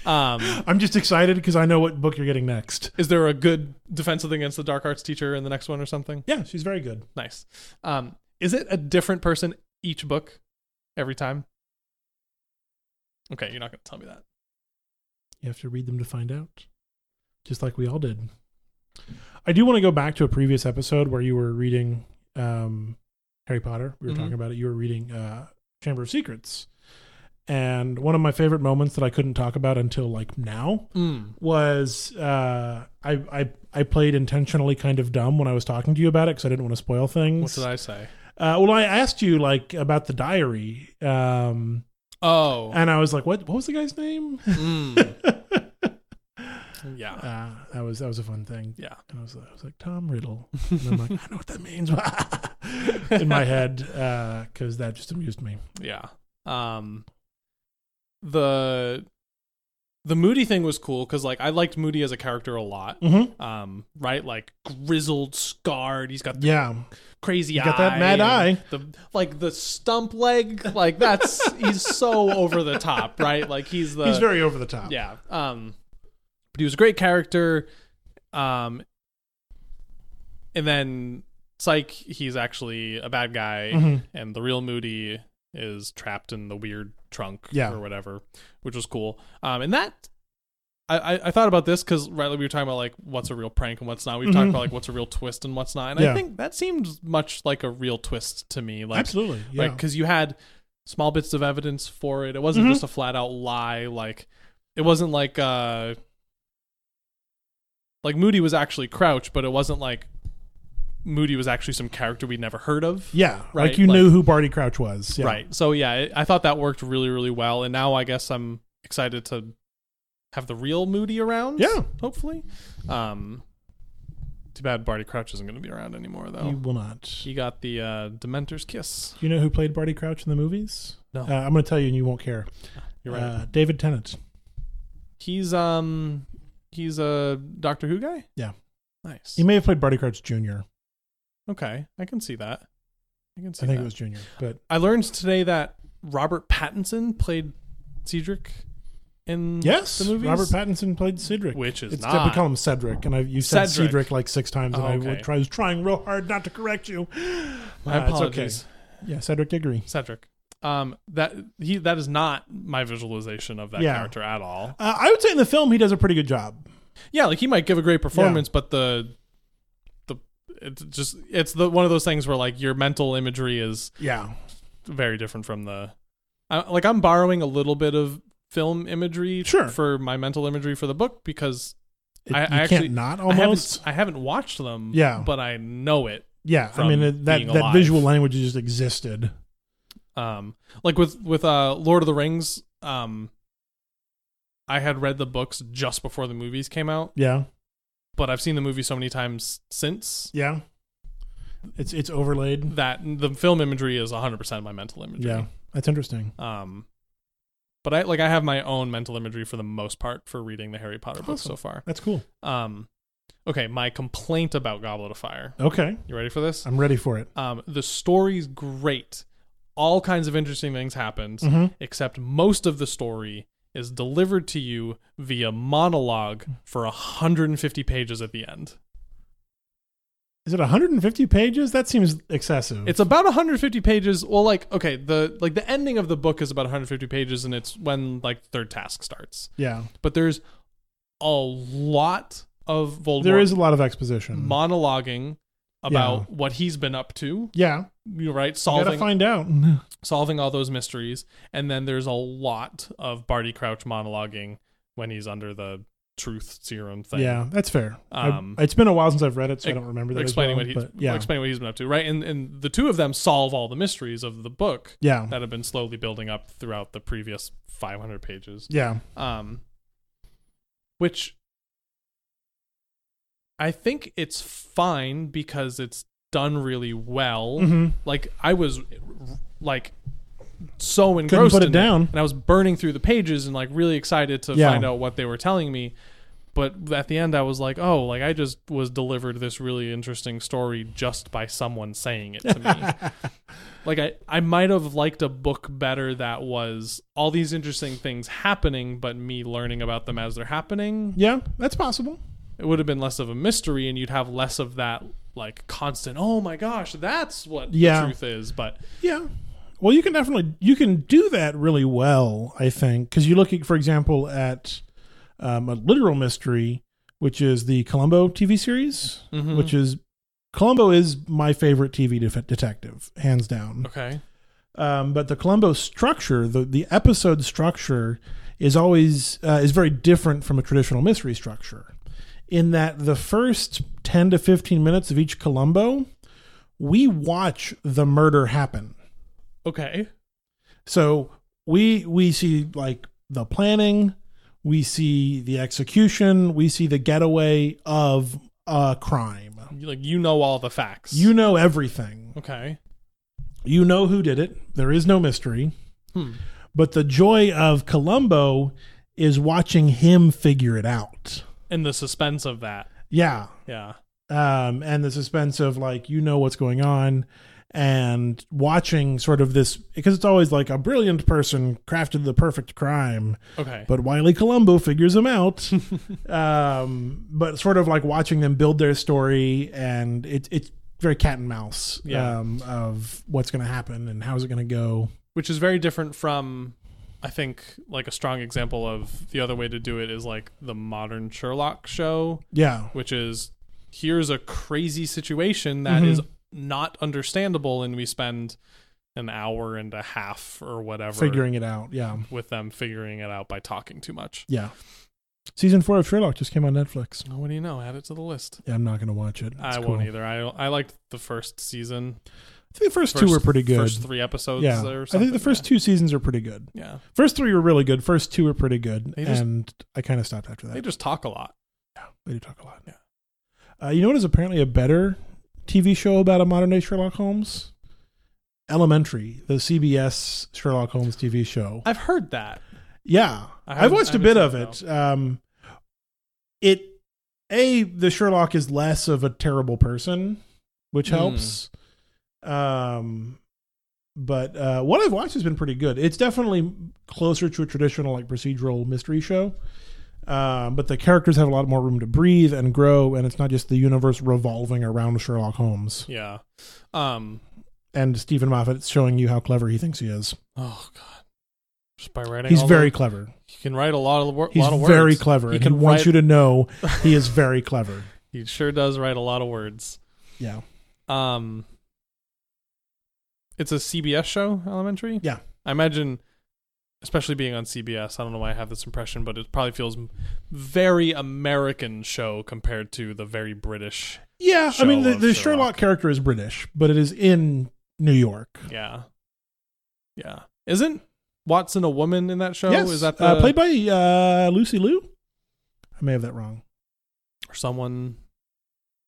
Speaker 2: um,
Speaker 1: I'm just excited because I know what book you're getting next.
Speaker 2: is there a good defensive against the dark arts teacher in the next one or something?
Speaker 1: Yeah, she's very good.
Speaker 2: Nice. Um, is it a different person each book every time? Okay, you're not going to tell me that.
Speaker 1: You have to read them to find out, just like we all did. I do want to go back to a previous episode where you were reading um, Harry Potter. We were
Speaker 2: Mhm.
Speaker 1: talking about it. You were reading uh, Chamber of Secrets. And one of my favorite moments that I couldn't talk about until like now
Speaker 2: Mm.
Speaker 1: was uh, I, I I played intentionally kind of dumb when I was talking to you about it because I didn't want to spoil things.
Speaker 2: What did I say?
Speaker 1: Uh, well, I asked you like about the diary, um,
Speaker 2: Oh,
Speaker 1: and I was like, "What? What was the guy's name?" *laughs*
Speaker 2: mm. *laughs* yeah,
Speaker 1: Uh, that was that was a fun thing.
Speaker 2: yeah.
Speaker 1: And I was, I was like, "Tom Riddle," and I'm
Speaker 2: *laughs*
Speaker 1: like, "I know what that means." *laughs* in my head, because that just amused me.
Speaker 2: Yeah. Um the the Moody thing was cool cuz like I liked Moody as a character a lot.
Speaker 1: Mm-hmm.
Speaker 2: Um right like grizzled, scarred, he's got the
Speaker 1: Yeah,
Speaker 2: crazy
Speaker 1: you got that mad
Speaker 2: and
Speaker 1: eye.
Speaker 2: The like the stump leg, like that's he's so over the top, right? Like he's the
Speaker 1: he's very over the top.
Speaker 2: yeah. Um, but he was a great character. Um, and then Psych, he's actually a bad guy,
Speaker 1: Mhm.
Speaker 2: and the real Moody is trapped in the weird trunk
Speaker 1: Yeah.
Speaker 2: or whatever, which was cool. Um, and that. I, I- I thought about this because right, like, we were talking about like what's a real prank and what's not. We've talked
Speaker 1: Mhm.
Speaker 2: about like what's a real twist and what's not, and I
Speaker 1: Yeah.
Speaker 2: think that seemed much like a real twist to me. Like
Speaker 1: absolutely. Yeah,
Speaker 2: like because you had small bits of evidence for it it wasn't
Speaker 1: Mhm.
Speaker 2: just a flat out lie like it wasn't like uh like moody was actually crouch but it wasn't like moody was actually some character we'd never heard of
Speaker 1: yeah.
Speaker 2: right,
Speaker 1: like you
Speaker 2: like-
Speaker 1: knew who Barty Crouch was. Yeah.
Speaker 2: right so yeah I- i thought that worked really really well and now i guess i'm excited to have the real moody around
Speaker 1: Yeah.
Speaker 2: hopefully um too bad barty crouch isn't going to be around anymore though
Speaker 1: You will not.
Speaker 2: Oh. he got the uh dementor's kiss
Speaker 1: Do you know who played Barty Crouch in the movies?
Speaker 2: No.
Speaker 1: Uh, I'm going to tell you, and you won't care.
Speaker 2: you're right
Speaker 1: Uh, David Tennant.
Speaker 2: He's um he's a Doctor Who guy?
Speaker 1: Yeah.
Speaker 2: Nice.
Speaker 1: He may have played Barty Crouch Jr.
Speaker 2: okay, I can see that. I can see
Speaker 1: I think
Speaker 2: that.
Speaker 1: it was Jr. But
Speaker 2: I learned today that Robert Pattinson played Cedric in
Speaker 1: yes,
Speaker 2: the movies.
Speaker 1: Robert Pattinson played Cedric.
Speaker 2: which is
Speaker 1: It's,
Speaker 2: not
Speaker 1: we call him Cedric, and I, you said
Speaker 2: Cedric.
Speaker 1: Cedric. like six times, and
Speaker 2: Oh,
Speaker 1: I
Speaker 2: okay.
Speaker 1: would try, was trying real hard not to correct you.
Speaker 2: my
Speaker 1: Uh, it's okay.
Speaker 2: apologies,
Speaker 1: Yeah, Cedric Diggory.
Speaker 2: Cedric. Um, that he that is not my visualization of that
Speaker 1: Yeah.
Speaker 2: character at all.
Speaker 1: Uh, I would say in the film he does a pretty good job.
Speaker 2: Yeah, like he might give a great performance, but the the it's just it's the one of those things where like your mental imagery is
Speaker 1: Yeah,
Speaker 2: very different from the I, like i'm borrowing a little bit of film imagery
Speaker 1: Sure.
Speaker 2: for my mental imagery for the book because
Speaker 1: It-
Speaker 2: I- I
Speaker 1: you
Speaker 2: actually-
Speaker 1: can't not
Speaker 2: I
Speaker 1: almost.
Speaker 2: haven't, I haven't watched them
Speaker 1: Yeah.
Speaker 2: but i know it
Speaker 1: yeah, I
Speaker 2: from
Speaker 1: mean it, that
Speaker 2: being
Speaker 1: that
Speaker 2: alive.
Speaker 1: visual language just existed.
Speaker 2: um like with with uh lord of the rings um i had read the books just before the movies came out
Speaker 1: Yeah,
Speaker 2: but i've seen the movie so many times since
Speaker 1: yeah. It's it's overlaid.
Speaker 2: that the film imagery is 100% my mental imagery
Speaker 1: Yeah, that's interesting.
Speaker 2: um but i like i have my own mental imagery for the most part for reading the harry potter books so
Speaker 1: Awesome.
Speaker 2: far
Speaker 1: That's cool.
Speaker 2: Um, okay, my complaint about Goblet of Fire.
Speaker 1: Okay,
Speaker 2: You ready for this?
Speaker 1: I'm ready for it.
Speaker 2: Um, the story's great. All kinds of interesting things happened,
Speaker 1: Mhm.
Speaker 2: except most of the story is delivered to you via monologue for 150 pages at the end.
Speaker 1: Is it 150 pages? That seems excessive.
Speaker 2: It's about 150 pages. Well, like okay, the like the ending of the book is about 150 pages, and it's when like third task starts.
Speaker 1: yeah.
Speaker 2: But there's a lot of Voldemort
Speaker 1: There is a lot of exposition.
Speaker 2: monologuing about what he's been up to.
Speaker 1: yeah,
Speaker 2: you right
Speaker 1: you gotta
Speaker 2: solving
Speaker 1: find out.
Speaker 2: solving all those mysteries and then there's a lot of barty crouch monologuing when he's under the truth serum thing
Speaker 1: Yeah, that's fair. I-
Speaker 2: Um,
Speaker 1: it's been a while since I've read it, so I
Speaker 2: ex-
Speaker 1: don't remember that. as
Speaker 2: explaining
Speaker 1: well,
Speaker 2: what he's
Speaker 1: but yeah,
Speaker 2: explaining what he's been up to right and and the two of them solve all the mysteries of the book
Speaker 1: yeah,
Speaker 2: that have been slowly building up throughout the previous 500 pages
Speaker 1: yeah.
Speaker 2: um which i think it's fine because it's done really well
Speaker 1: hmm
Speaker 2: like I was like so engrossed
Speaker 1: put it
Speaker 2: in
Speaker 1: down.
Speaker 2: and I was burning through the pages and like really excited to
Speaker 1: Yeah.
Speaker 2: find out what they were telling me. But at the end, I was like, oh, like I just was delivered this really interesting story just by someone saying it to
Speaker 1: *laughs*
Speaker 2: me. like I, I might have liked a book better that was all these interesting things happening, but me learning about them as they're happening.
Speaker 1: Yeah, that's possible.
Speaker 2: It would have been less of a mystery, and you'd have less of that like constant. Oh my gosh, that's what
Speaker 1: Yeah.
Speaker 2: the truth is. But
Speaker 1: Yeah. Well, you can definitely you can do that really well, I think, because you look, at, for example, at um, a literal mystery, which is the Columbo TV series,
Speaker 2: Mhm.
Speaker 1: which is Columbo is my favorite TV def- detective, hands down.
Speaker 2: okay,
Speaker 1: Um, but the Columbo structure, the the episode structure, is always uh, is very different from a traditional mystery structure, in that the first ten to fifteen minutes of each Columbo, we watch the murder happen.
Speaker 2: okay,
Speaker 1: So we we see like the planning, we see the execution, we see the getaway of a crime.
Speaker 2: You- like you know all the facts.
Speaker 1: You know everything.
Speaker 2: okay?
Speaker 1: You know who did it. There is no mystery.
Speaker 2: Hmm.
Speaker 1: But the joy of Columbo is watching him figure it out.
Speaker 2: And the suspense of that.
Speaker 1: Yeah.
Speaker 2: Yeah.
Speaker 1: Um, and the suspense of like, you know what's going on and watching sort of this because it's always like a brilliant person crafted the perfect crime
Speaker 2: Okay.
Speaker 1: but Wiley Colombo figures them out. um, but sort of like watching them build their story, and it, it's very cat and mouse
Speaker 2: Yeah.
Speaker 1: um, of what's going to happen and how's it going to go.
Speaker 2: which is very different from I think like a strong example of the other way to do it is like the modern Sherlock show,
Speaker 1: Yeah,
Speaker 2: which is here's a crazy situation that is not understandable and we spend an hour and a half or whatever
Speaker 1: figuring it out. Yeah,
Speaker 2: with them figuring it out by talking too much.
Speaker 1: yeah. Season four of Sherlock just came on Netflix.
Speaker 2: Oh, what do you know? Add it to the list.
Speaker 1: Yeah, I'm not going to watch it.
Speaker 2: I
Speaker 1: It's
Speaker 2: won't
Speaker 1: cool.
Speaker 2: either. I I liked the first season.
Speaker 1: I think the first, two
Speaker 2: First-
Speaker 1: were pretty good.
Speaker 2: First three episodes.
Speaker 1: yeah,
Speaker 2: or
Speaker 1: I think
Speaker 2: something,
Speaker 1: the first two seasons are pretty good.
Speaker 2: Yeah. yeah,
Speaker 1: First three were really good. First two were pretty good,
Speaker 2: They just-
Speaker 1: and I kind of stopped after that.
Speaker 2: they just talk a lot.
Speaker 1: They do talk a lot.
Speaker 2: Yeah.
Speaker 1: Uh, you know what is apparently a better TV show about a modern day Sherlock Holmes? Elementary, the CBS Sherlock Holmes TV show.
Speaker 2: I've heard that.
Speaker 1: Yeah,
Speaker 2: I
Speaker 1: I've
Speaker 2: haven't-
Speaker 1: watched
Speaker 2: I
Speaker 1: a bit of
Speaker 2: haven't
Speaker 1: it. Um, it a the Sherlock is less of a terrible person, which
Speaker 2: Hmm.
Speaker 1: helps. Um, but uh, what I've watched has been pretty good. It's definitely closer to a traditional like procedural mystery show. Um, but the characters have a lot more room to breathe and grow, and it's not just the universe revolving around Sherlock Holmes
Speaker 2: Yeah. Um.
Speaker 1: and Stephen Moffat showing you how clever he thinks he is.
Speaker 2: Oh God. Just by writing,
Speaker 1: He's
Speaker 2: all
Speaker 1: very
Speaker 2: The,
Speaker 1: clever.
Speaker 2: he can write a lot of wor-
Speaker 1: He's
Speaker 2: lot of words.
Speaker 1: very clever.
Speaker 2: He
Speaker 1: and
Speaker 2: can
Speaker 1: he wants
Speaker 2: write-
Speaker 1: you to *laughs* know he is very clever.
Speaker 2: He sure does write a lot of words.
Speaker 1: Yeah.
Speaker 2: Um. It's a CBS show, Elementary.
Speaker 1: Yeah.
Speaker 2: I imagine, especially being on CBS. I don't know why I have this impression, but it probably feels m- very American show compared to the very British.
Speaker 1: Yeah. I
Speaker 2: Show
Speaker 1: mean, the,
Speaker 2: of
Speaker 1: the Sherlock.
Speaker 2: Sherlock.
Speaker 1: character is British, but it is in New York.
Speaker 2: Yeah. Yeah. Isn't Watson a woman in that show?
Speaker 1: yes.
Speaker 2: Is that the
Speaker 1: uh, played by uh, Lucy Liu? I may have that wrong.
Speaker 2: or someone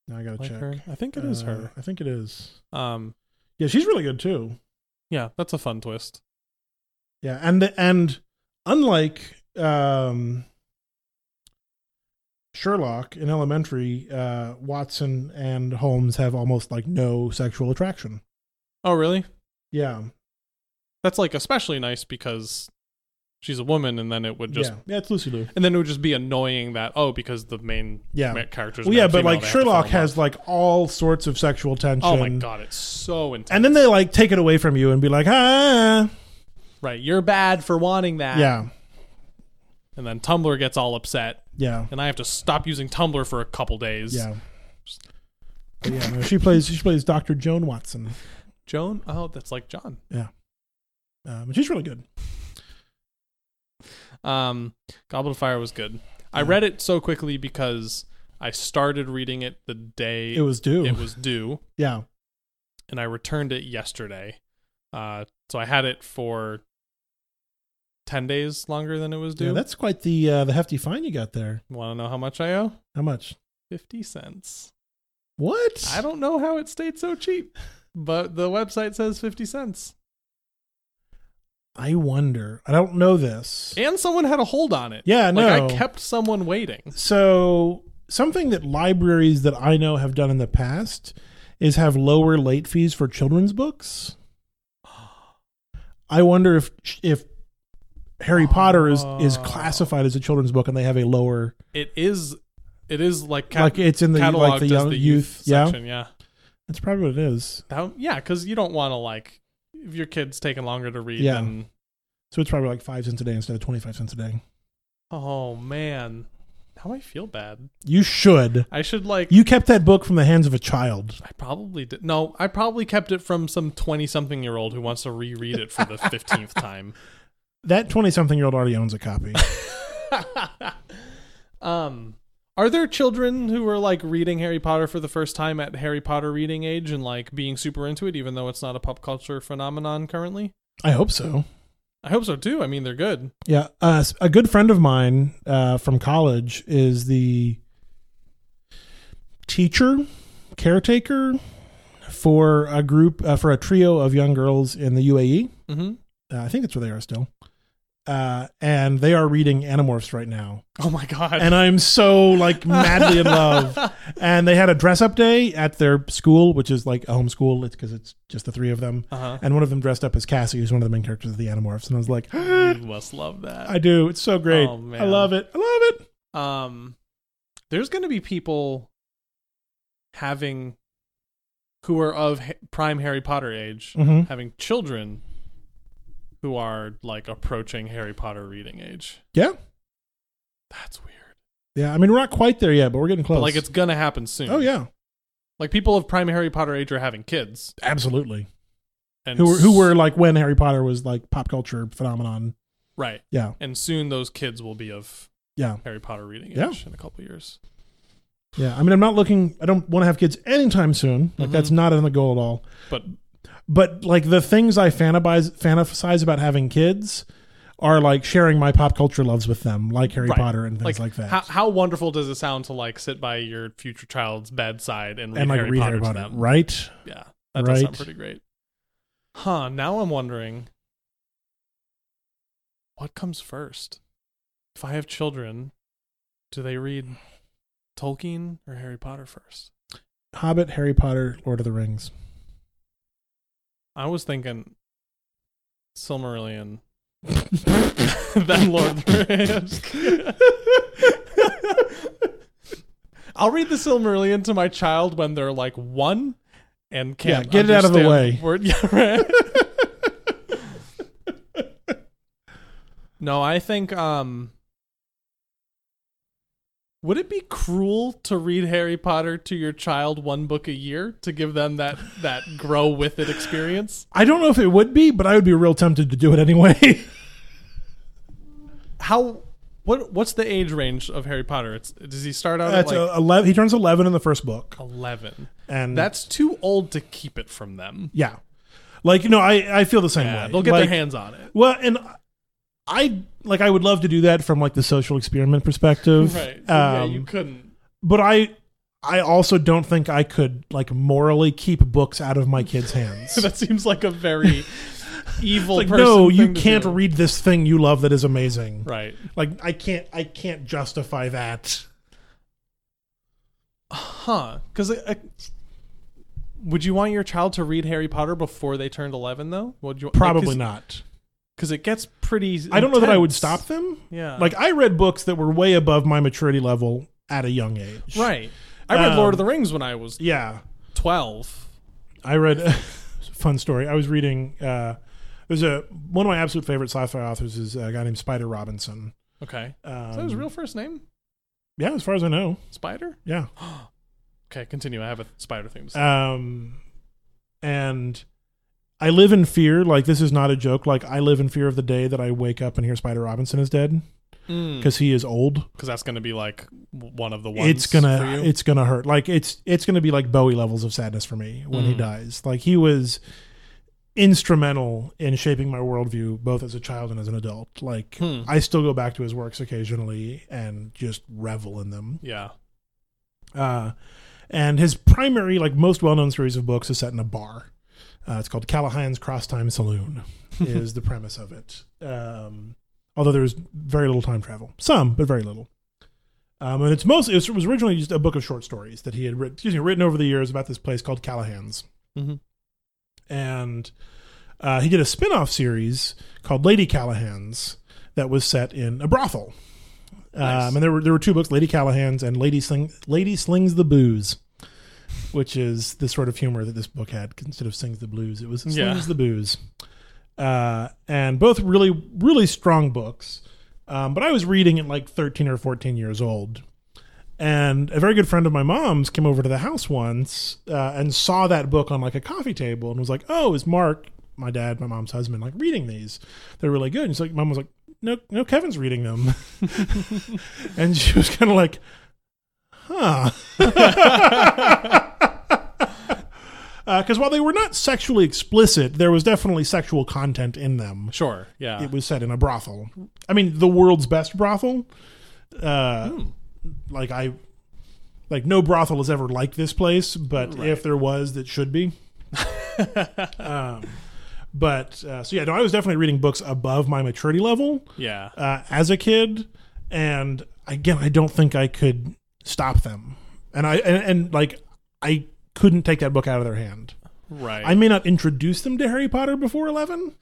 Speaker 1: Now I got to
Speaker 2: like
Speaker 1: check.
Speaker 2: her? I think it is
Speaker 1: Uh,
Speaker 2: her.
Speaker 1: I think it is.
Speaker 2: Um.
Speaker 1: Yeah, she's really good too.
Speaker 2: Yeah, that's a fun twist.
Speaker 1: Yeah, and and unlike um, Sherlock in Elementary, uh, Watson and Holmes have almost like no sexual attraction.
Speaker 2: Oh, really?
Speaker 1: Yeah,
Speaker 2: That's like especially nice because she's a woman, and then it would just
Speaker 1: yeah, yeah. It's Lucy Liu.
Speaker 2: and then it would just be annoying that oh because the main
Speaker 1: Yeah.
Speaker 2: ma- characters.
Speaker 1: Well,
Speaker 2: male
Speaker 1: yeah,
Speaker 2: and
Speaker 1: but
Speaker 2: female,
Speaker 1: like
Speaker 2: they have to
Speaker 1: Sherlock
Speaker 2: fall in
Speaker 1: has like all sorts of sexual tension.
Speaker 2: love. Oh my god, it's so intense.
Speaker 1: And then they like take it away from you and be like, ah,
Speaker 2: right, you're bad for wanting that.
Speaker 1: yeah,
Speaker 2: And then Tumblr gets all upset,
Speaker 1: yeah,
Speaker 2: and I have to stop using Tumblr for a couple days.
Speaker 1: yeah. But yeah, no, she plays she plays Dr. Joan Watson.
Speaker 2: Joan. Oh, that's like John.
Speaker 1: Um, and she's really good.
Speaker 2: Um, Goblet of Fire was good. I
Speaker 1: Yeah.
Speaker 2: read it so quickly because I started reading it the day
Speaker 1: It was due.
Speaker 2: it was due.
Speaker 1: yeah,
Speaker 2: and I returned it yesterday. Uh, so I had it for ten days longer than it was
Speaker 1: yeah.
Speaker 2: due.
Speaker 1: That's quite the uh, the hefty fine you got there.
Speaker 2: Want to know how much I owe?
Speaker 1: How much?
Speaker 2: Fifty cents.
Speaker 1: What?
Speaker 2: I don't know
Speaker 1: *laughs*
Speaker 2: how it stayed so cheap, but the website says fifty cents.
Speaker 1: I wonder. I don't know this.
Speaker 2: And someone had a hold on it.
Speaker 1: Yeah,
Speaker 2: Like
Speaker 1: no.
Speaker 2: I kept someone waiting.
Speaker 1: So something that libraries that I know have done in the past is have lower late fees for children's
Speaker 2: *gasps*
Speaker 1: books. I wonder if if Harry Potter is is
Speaker 2: Oh.
Speaker 1: classified as a children's book and they have a lower
Speaker 2: It is it is like
Speaker 1: like it's in the
Speaker 2: catalog
Speaker 1: like the young
Speaker 2: the
Speaker 1: youth,
Speaker 2: youth,
Speaker 1: yeah.
Speaker 2: section, yeah.
Speaker 1: That's probably what it is.
Speaker 2: That- yeah, cuz you don't want to like if your kid's taking longer to read
Speaker 1: Yeah.
Speaker 2: then
Speaker 1: So it's probably like 5 cents a day instead of 25 cents a day.
Speaker 2: oh man. Now I feel bad.
Speaker 1: You should.
Speaker 2: I should like
Speaker 1: You kept that book from the hands of a child.
Speaker 2: I probably did. No, I probably kept it from some 20 something year old who wants to reread it for the 15th time.
Speaker 1: That 20 something year old already owns a copy.
Speaker 2: *laughs* um, are there children who are like reading Harry Potter for the first time at Harry Potter reading age and like being super into it, even though it's not a pop culture phenomenon currently?
Speaker 1: I hope so.
Speaker 2: I hope so too. I mean, they're good.
Speaker 1: Yeah, uh, s- a good friend of mine uh, from college is the teacher, caretaker for a group uh, for a trio of young girls in the UAE.
Speaker 2: Mm-hmm.
Speaker 1: Uh, I think that's where they are still, uh, and they are reading Animorphs right now.
Speaker 2: Oh my god!
Speaker 1: And I'm so like madly in
Speaker 2: *laughs*
Speaker 1: love. And they had a dress up day at their school, which is like a homeschool. It's because it's just the three of them.
Speaker 2: Uh-huh.
Speaker 1: And one of them dressed up as Cassie, who's one of the main characters of the Animorphs. And I was like, *gasps*
Speaker 2: *laughs* you must love that.
Speaker 1: I do. It's so great.
Speaker 2: Oh, man.
Speaker 1: I love it. I love it.
Speaker 2: um, there's going to be people having who are of ha- prime Harry Potter age
Speaker 1: Mm-hmm.
Speaker 2: having children who are like approaching Harry Potter reading age.
Speaker 1: Yeah.
Speaker 2: That's weird.
Speaker 1: Yeah. I mean, we're not quite there yet, but we're getting close.
Speaker 2: But like it's gonna happen soon.
Speaker 1: oh yeah,
Speaker 2: Like people of prime Harry Potter age are having kids.
Speaker 1: absolutely.
Speaker 2: And
Speaker 1: Who were who were
Speaker 2: s-
Speaker 1: like when Harry Potter was like pop culture phenomenon.
Speaker 2: right.
Speaker 1: Yeah.
Speaker 2: And soon those kids will be of
Speaker 1: Yeah.
Speaker 2: Harry Potter reading age
Speaker 1: Yeah.
Speaker 2: in a couple years.
Speaker 1: Yeah. I mean, I'm not looking. I don't want to have kids anytime soon. Like
Speaker 2: Mhm.
Speaker 1: that's not in the goal at all.
Speaker 2: But
Speaker 1: But like the things I fantasize fantasize about having kids are like sharing my pop culture loves with them, like Harry
Speaker 2: Right.
Speaker 1: Potter and things like, that.
Speaker 2: How, how wonderful does it sound to like sit by your future child's bedside and read,
Speaker 1: and like
Speaker 2: Harry,
Speaker 1: read
Speaker 2: Potter
Speaker 1: Harry Potter,
Speaker 2: to them?
Speaker 1: right?
Speaker 2: Yeah. That does sound
Speaker 1: Right.
Speaker 2: pretty great. Huh, now I'm wondering what comes first? If I have children, do they read Tolkien or Harry Potter first?
Speaker 1: Hobbit, Harry Potter, Lord of the Rings.
Speaker 2: I was thinking Silmarillion,
Speaker 1: *laughs*
Speaker 2: then Lord of the Rings. *laughs* I'll read the Silmarillion to my child when they're like one and can't
Speaker 1: Yeah, get it out of the
Speaker 2: understand
Speaker 1: way.
Speaker 2: Word. *laughs* Yeah, right. no, I think um would it be cruel to read Harry Potter to your child one book a year to give them that that grow with it experience?
Speaker 1: I don't know if it would be, but I would be real tempted to do it
Speaker 2: *laughs*
Speaker 1: anyway.
Speaker 2: how what what's the age range of Harry Potter? It's does he start out at
Speaker 1: *laughs* That's
Speaker 2: like
Speaker 1: uh, eleven. He turns eleven in the first book,
Speaker 2: eleven?
Speaker 1: and
Speaker 2: That's too old to keep it from them.
Speaker 1: yeah. Like no, I I feel the same
Speaker 2: Yeah,
Speaker 1: way.
Speaker 2: they'll get
Speaker 1: like,
Speaker 2: their hands on it.
Speaker 1: Well, and I like I would love to do that from like the social experiment perspective,
Speaker 2: *laughs* Right?
Speaker 1: Um,
Speaker 2: yeah, you couldn't.
Speaker 1: but I I also don't think I could like morally keep books out of my kids'
Speaker 2: *laughs*
Speaker 1: hands.
Speaker 2: *laughs* That seems like
Speaker 1: *laughs*
Speaker 2: a very evil
Speaker 1: like
Speaker 2: person.
Speaker 1: no, you
Speaker 2: thing to
Speaker 1: can't
Speaker 2: do.
Speaker 1: read this thing you love that is amazing.
Speaker 2: Right.
Speaker 1: Like I can't I can't justify that.
Speaker 2: Huh? Because would you want your child to read Harry Potter before they turned eleven? Though, would you
Speaker 1: Probably not.
Speaker 2: Because it gets pretty.
Speaker 1: I don't know that I would
Speaker 2: intense.
Speaker 1: stop them.
Speaker 2: Yeah.
Speaker 1: Like I read books that were way above my maturity level at a young age.
Speaker 2: right. I read Lord
Speaker 1: Um,
Speaker 2: of the Rings when I was
Speaker 1: Yeah.
Speaker 2: twelve.
Speaker 1: I read *laughs* fun story. I was reading uh there's a one of my absolute favorite sci-fi authors is a guy named Spider Robinson.
Speaker 2: Okay.
Speaker 1: Um,
Speaker 2: Is that his real first name?
Speaker 1: Yeah, as far as I know.
Speaker 2: Spider?
Speaker 1: Yeah.
Speaker 2: Okay, continue. I have a spider thing. to say.
Speaker 1: Um and I live in fear, like this is not a joke. Like I live in fear of the day that I wake up and hear Spider Robinson is dead
Speaker 2: Because
Speaker 1: because he is old.
Speaker 2: that's going to be like w- one of the ones.
Speaker 1: mm. it's gonna
Speaker 2: for you.
Speaker 1: it's gonna hurt like it's it's gonna be like bowie levels of sadness for me when he
Speaker 2: Mm.
Speaker 1: dies like he was instrumental in shaping my worldview both as a child and as an adult like
Speaker 2: Hmm.
Speaker 1: i still go back to his works occasionally and just revel in them
Speaker 2: yeah.
Speaker 1: uh, and his primary like most well-known series of books is set in a bar Uh, it's called Callahan's Cross Time Saloon. is the premise of it. Um, although there was very little time travel, some but very little. Um, and it's mostly it was originally just a book of short stories that he had written, excuse me, written over the years about this place called Callahan's,
Speaker 2: Mhm.
Speaker 1: and uh, he did a spin-off series called Lady Callahan's that was set in a brothel.
Speaker 2: Nice.
Speaker 1: Um, and there were there were two books, Lady Callahan's and Lady Sling Lady Slings the Booze, which is the sort of humor that this book had. Instead of sings the blues, it was slings
Speaker 2: Yeah.
Speaker 1: the booze. Uh, and both really really strong books. Um, but I was reading at like 13 or 14 years old. And a very good friend of my mom's came over to the house once uh, and saw that book on like a coffee table and was like, "Oh, is Mark, my dad, my mom's husband, like reading these? They're really good." And he's like, "Mom was like, no, no, Kevin's reading them," *laughs* and she was kind of like, "Huh." Because Uh, while they were not sexually explicit, there was definitely sexual content in them
Speaker 2: Sure. Yeah.
Speaker 1: it was set in a brothel. I mean, the world's best brothel. Uh, Like I, like no brothel has ever liked this place, but if there was, that should be. um, but uh, so yeah, no, I was definitely reading books above my maturity level
Speaker 2: yeah.
Speaker 1: uh, as a kid, and again, I don't think I could stop them, and I and, and like I couldn't take that book out of their hand.
Speaker 2: Right.
Speaker 1: I may not introduce them to Harry Potter before eleven.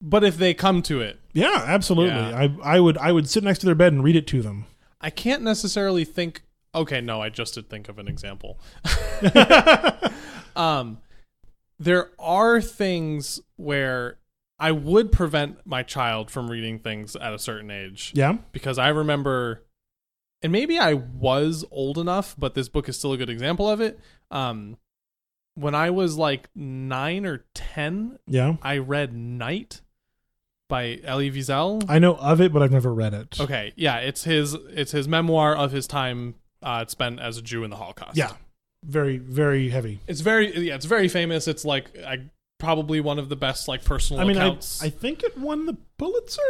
Speaker 2: but if they come to it,
Speaker 1: Yeah, absolutely.
Speaker 2: Yeah.
Speaker 1: I I would I would sit next to their bed and read it to them.
Speaker 2: I can't necessarily think. Okay, no, I just did think of an example. *laughs* um, there are things where I would prevent my child from reading things at a certain age
Speaker 1: Yeah.
Speaker 2: because I remember, and maybe I was old enough, but this book is still a good example of it. Um, when I was like nine or ten,
Speaker 1: Yeah.
Speaker 2: I read Night by Elie Wiesel.
Speaker 1: I know of it, but I've never read it.
Speaker 2: Okay, yeah, it's his it's his memoir of his time uh, spent as a Jew in the Holocaust.
Speaker 1: Yeah. Very very heavy.
Speaker 2: it's very yeah, it's very famous. It's like I probably one of the best like personal
Speaker 1: I mean, I,
Speaker 2: accounts.
Speaker 1: I think it won the Pulitzer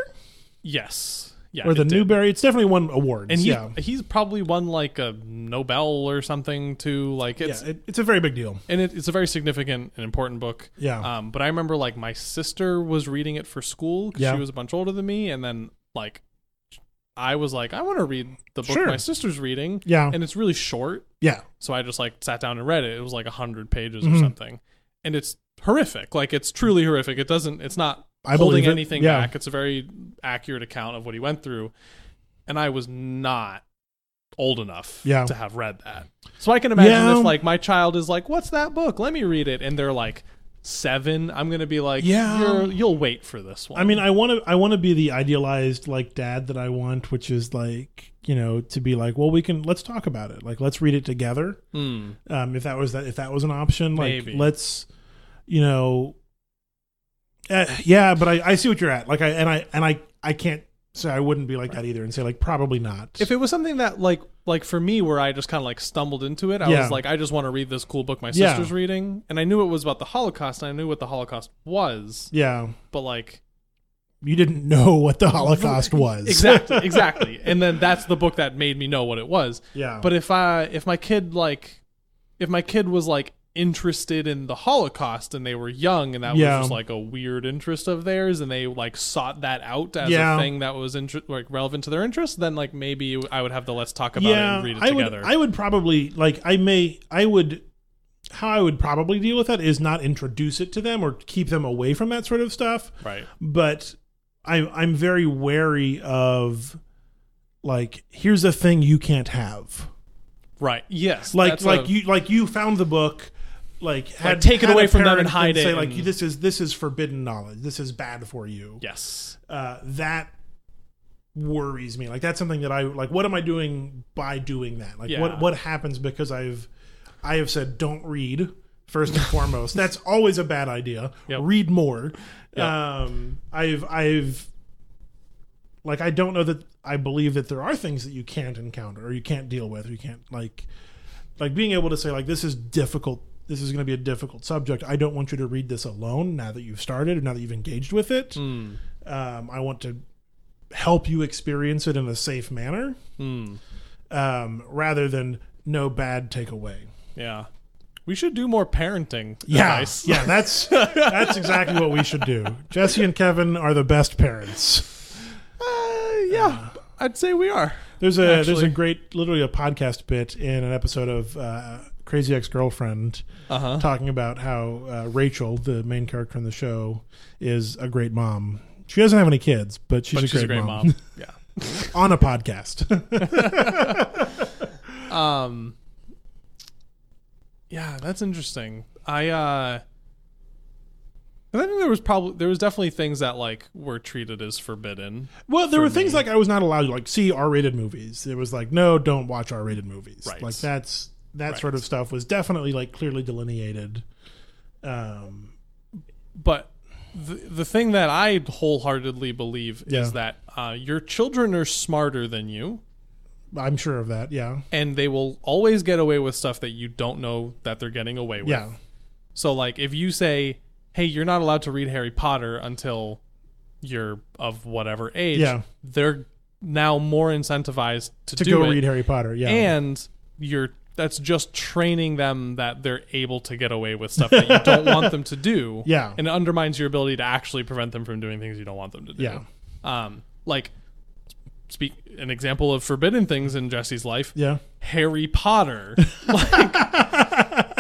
Speaker 2: yes, yeah,
Speaker 1: or the
Speaker 2: it did.
Speaker 1: Newbery. It's definitely won awards.
Speaker 2: and he
Speaker 1: yeah.
Speaker 2: he's probably won like a Nobel or something too. Like it's
Speaker 1: yeah, it, it's a very big deal.
Speaker 2: and it, it's a very significant and important book.
Speaker 1: Yeah.
Speaker 2: Um, but I remember like my sister was reading it for school because
Speaker 1: Yeah.
Speaker 2: she was a bunch older than me, and then like I was like, I want to read the book
Speaker 1: Sure.
Speaker 2: my sister's reading.
Speaker 1: Yeah.
Speaker 2: and it's really short,
Speaker 1: yeah.
Speaker 2: so I just like sat down and read it. It was like a hundred pages
Speaker 1: Mm-hmm.
Speaker 2: or something, and it's horrific. Like it's truly horrific. It doesn't. It's not
Speaker 1: I
Speaker 2: holding
Speaker 1: believe it.
Speaker 2: anything
Speaker 1: Yeah.
Speaker 2: back. It's a very accurate account of what he went through, and I was not old enough
Speaker 1: Yeah.
Speaker 2: to have read that. So I can imagine
Speaker 1: Yeah.
Speaker 2: if like my child is like, "What's that book? Let me read it," and they're like seven. I'm gonna be like,
Speaker 1: Yeah.
Speaker 2: You're, you'll wait for this one."
Speaker 1: I mean, I want to I want to be the idealized like dad that I want, which is like, you know, to be like, well, we can let's talk about it. Like let's read it together.
Speaker 2: Hmm.
Speaker 1: um, if that was that if that was an option like
Speaker 2: Maybe.
Speaker 1: let's you know uh, yeah but I, I see what you're at like i and i and i i can't say i wouldn't be like that either and say like probably not
Speaker 2: if it was something that like like for me where i just kind of like stumbled into it i
Speaker 1: Yeah.
Speaker 2: was like i just want to read this cool book my
Speaker 1: Yeah.
Speaker 2: sister's reading and i knew it was about the holocaust and i knew what the holocaust was
Speaker 1: yeah
Speaker 2: but like
Speaker 1: you didn't know what the holocaust was
Speaker 2: exactly exactly and then that's the book that made me know what it was
Speaker 1: *laughs* yeah
Speaker 2: but if i if my kid like if my kid was like interested in the holocaust and they were young and that
Speaker 1: Yeah.
Speaker 2: was just like a weird interest of theirs and they like sought that out as
Speaker 1: Yeah.
Speaker 2: a thing that was inter- like relevant to their interest then like maybe i would have the let's talk about it
Speaker 1: yeah
Speaker 2: and read it
Speaker 1: i would
Speaker 2: together
Speaker 1: i would probably like i may i would how i would probably deal with that is not introduce it to them or keep them away from that sort of stuff
Speaker 2: right
Speaker 1: but I, I'm very wary of like here's a thing you can't have.
Speaker 2: Right. Yes.
Speaker 1: Like
Speaker 2: that's
Speaker 1: like
Speaker 2: a-
Speaker 1: you like you found the book, like had
Speaker 2: take it
Speaker 1: had
Speaker 2: away
Speaker 1: a
Speaker 2: from them
Speaker 1: parent
Speaker 2: and hide
Speaker 1: Say
Speaker 2: it
Speaker 1: like
Speaker 2: and-
Speaker 1: this is this is forbidden knowledge. This is bad for you.
Speaker 2: Yes.
Speaker 1: Uh, that worries me. Like that's something that I like. What am I doing by doing that? Like
Speaker 2: Yeah.
Speaker 1: what what happens because I've I have said don't read first and
Speaker 2: *laughs*
Speaker 1: foremost. That's always a bad idea.
Speaker 2: Yep.
Speaker 1: Read more.
Speaker 2: Yep.
Speaker 1: Um, I've I've like I don't know that I believe that there are things that you can't encounter or you can't deal with or you can't like like being able to say like this is difficult this is going to be a difficult subject i don't want you to read this alone now that you've started or now that you've engaged with it
Speaker 2: Mm.
Speaker 1: um, i want to help you experience it in a safe manner
Speaker 2: Hmm.
Speaker 1: um, rather than no bad takeaway
Speaker 2: Yeah. We should do more parenting
Speaker 1: Yeah,
Speaker 2: advice.
Speaker 1: yeah, that's that's exactly what we should do. Jesse and Kevin are the best parents.
Speaker 2: Uh, yeah, I'd say we are.
Speaker 1: There's a there's a
Speaker 2: Actually.
Speaker 1: great literally a podcast bit in an episode of uh, Crazy Ex Girlfriend
Speaker 2: Uh huh.
Speaker 1: talking about how uh, Rachel, the main character in the show, is a great mom. She doesn't have any kids, but she's,
Speaker 2: But
Speaker 1: a,
Speaker 2: she's
Speaker 1: great
Speaker 2: a great
Speaker 1: mom,
Speaker 2: mom. *laughs* yeah.
Speaker 1: *laughs* on a podcast.
Speaker 2: Um Yeah, that's interesting. I uh 'cause I think there was probably there was definitely things that like were treated as forbidden.
Speaker 1: well, there
Speaker 2: For
Speaker 1: were things
Speaker 2: me.
Speaker 1: like I was not allowed to like see R-rated movies. It was like no, don't watch R-rated movies.
Speaker 2: Right.
Speaker 1: Like that's that
Speaker 2: Right.
Speaker 1: sort of stuff was definitely like clearly delineated. Um,
Speaker 2: But the the thing that I wholeheartedly believe
Speaker 1: Yeah.
Speaker 2: is that uh, your children are smarter than you,
Speaker 1: I'm sure of that. Yeah.
Speaker 2: and they will always get away with stuff that you don't know that they're getting away with.
Speaker 1: Yeah.
Speaker 2: So like if you say, "Hey, you're not allowed to read Harry Potter until you're of whatever age,"
Speaker 1: Yeah.
Speaker 2: they're now more incentivized to,
Speaker 1: To
Speaker 2: do
Speaker 1: go
Speaker 2: it,
Speaker 1: read Harry Potter. Yeah.
Speaker 2: and you're that's just training them that they're able to get away with stuff that you
Speaker 1: *laughs*
Speaker 2: don't want them to do.
Speaker 1: Yeah.
Speaker 2: and it undermines your ability to actually prevent them from doing things you don't want them to do.
Speaker 1: Yeah.
Speaker 2: um, like speak an example of forbidden things in Jesse's life.
Speaker 1: yeah.
Speaker 2: Harry Potter. *laughs* like,
Speaker 1: Because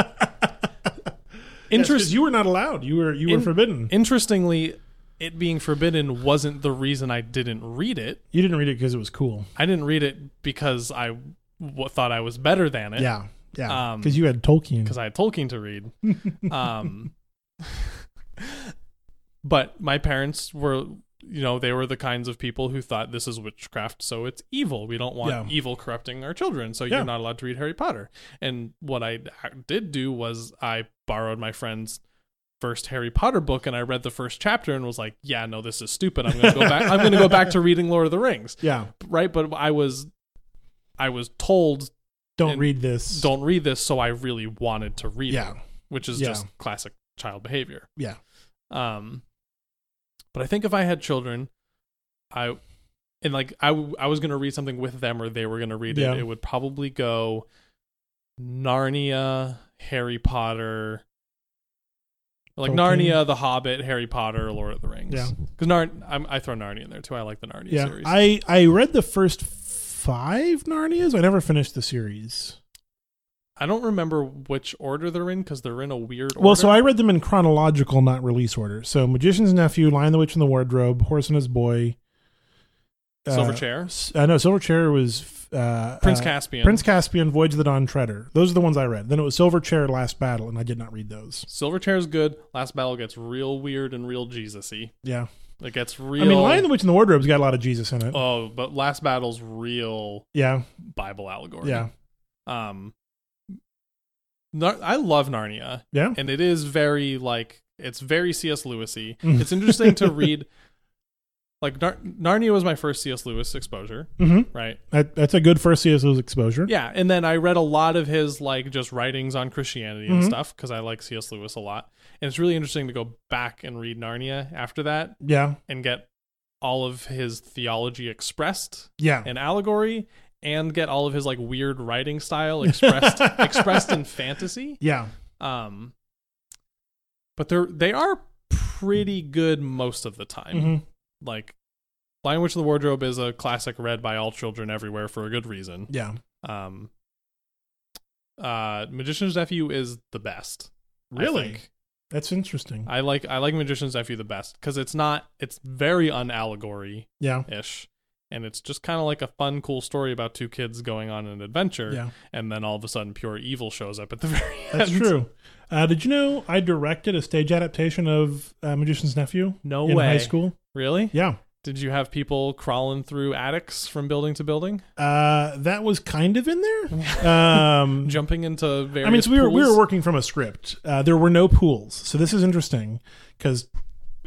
Speaker 2: interest,
Speaker 1: you were not allowed. You were you were
Speaker 2: In-
Speaker 1: forbidden.
Speaker 2: interestingly, it being forbidden wasn't the reason I didn't read it.
Speaker 1: you didn't read it because it was cool.
Speaker 2: I didn't read it because I w- thought I was better than it.
Speaker 1: Yeah. Yeah.
Speaker 2: Um,
Speaker 1: Because you had Tolkien.
Speaker 2: because I had Tolkien to read.
Speaker 1: *laughs*
Speaker 2: um, *laughs* but my parents were, you know, they were the kinds of people who thought this is witchcraft, so it's evil. We don't want
Speaker 1: Yeah.
Speaker 2: evil corrupting our children, so
Speaker 1: Yeah.
Speaker 2: you're not allowed to read Harry Potter. And what I ha- did do was I borrowed my friend's first Harry Potter book and I read the first chapter and was like, yeah, no, this is stupid. I'm going to go back I'm going to go back to reading Lord of the Rings.
Speaker 1: Yeah.
Speaker 2: Right? But I was I was told
Speaker 1: Don't
Speaker 2: and
Speaker 1: read this.
Speaker 2: don't read this, so I really wanted to read it
Speaker 1: Yeah.
Speaker 2: which is
Speaker 1: Yeah.
Speaker 2: just classic child behavior.
Speaker 1: Yeah.
Speaker 2: Um, but I think if I had children, I and like I w- I was gonna read something with them or they were gonna read
Speaker 1: Yeah.
Speaker 2: it. It would probably go Narnia, Harry Potter, like
Speaker 1: Tolkien.
Speaker 2: Narnia, The Hobbit, Harry Potter, Lord of the Rings.
Speaker 1: Yeah.
Speaker 2: because Narn I'm, I throw Narnia in there too. I like the Narnia
Speaker 1: Yeah.
Speaker 2: series.
Speaker 1: I I read the first five Narnias. I never finished the series.
Speaker 2: I don't remember which order they're in because they're in a weird.
Speaker 1: Well, so
Speaker 2: order.
Speaker 1: I read them in chronological, not release order. So Magician's Nephew, Lion the Witch and the Wardrobe, Horse and His Boy,
Speaker 2: Silver
Speaker 1: uh,
Speaker 2: Chair,
Speaker 1: S- Uh, no, Silver Chair was uh,
Speaker 2: Prince
Speaker 1: uh,
Speaker 2: Caspian,
Speaker 1: Prince Caspian, Voyage of the Dawn Treader. Those are the ones I read. Then it was Silver Chair, Last Battle, and I did not read those.
Speaker 2: Silver Chair is good. Last Battle gets real weird and real Jesus-y.
Speaker 1: Yeah,
Speaker 2: It gets real.
Speaker 1: I mean, Lion the Witch and the Wardrobe's got a lot of Jesus in it.
Speaker 2: Oh, but Last Battle's real
Speaker 1: yeah,
Speaker 2: Bible allegory.
Speaker 1: yeah,
Speaker 2: Um. Nar- I love Narnia,
Speaker 1: yeah,
Speaker 2: and it is very like it's very C.S. Lewisy.
Speaker 1: Mm.
Speaker 2: It's interesting to read. *laughs* Like Nar- Narnia was my first C.S. Lewis exposure,
Speaker 1: hmm
Speaker 2: right?
Speaker 1: That, that's a good first CS exposure.
Speaker 2: Yeah, and then I read a lot of his like just writings on Christianity and
Speaker 1: Mhm.
Speaker 2: stuff because I like C.S. Lewis a lot, and it's really interesting to go back and read Narnia after that
Speaker 1: yeah,
Speaker 2: and get all of his theology expressed
Speaker 1: yeah.
Speaker 2: in allegory and get all of his like weird writing
Speaker 1: *laughs*
Speaker 2: style expressed expressed in fantasy
Speaker 1: yeah.
Speaker 2: um but they're they are pretty good most of the time
Speaker 1: hmm
Speaker 2: like lion witch of the wardrobe is a classic read by all children everywhere for a good reason
Speaker 1: Yeah.
Speaker 2: um uh magician's nephew is the best I think.
Speaker 1: That's interesting.
Speaker 2: I like I like Magician's Nephew the best because it's not it's very unallegory
Speaker 1: Yeah.
Speaker 2: ish, and it's just kind of like a fun, cool story about two kids going on an adventure,
Speaker 1: Yeah.
Speaker 2: and then all of a sudden pure evil shows up at the *laughs* very end.
Speaker 1: That's true. Uh, did you know I directed a stage adaptation of uh, Magician's Nephew
Speaker 2: No
Speaker 1: in
Speaker 2: way.
Speaker 1: high school?
Speaker 2: Really?
Speaker 1: Yeah.
Speaker 2: Did you have people crawling through attics from building to building,
Speaker 1: Uh, that was kind of in
Speaker 2: *laughs*
Speaker 1: there. Um,
Speaker 2: jumping into various?
Speaker 1: I mean, so we were we were
Speaker 2: pools?
Speaker 1: working from a script. Uh, there were no pools, so this is interesting because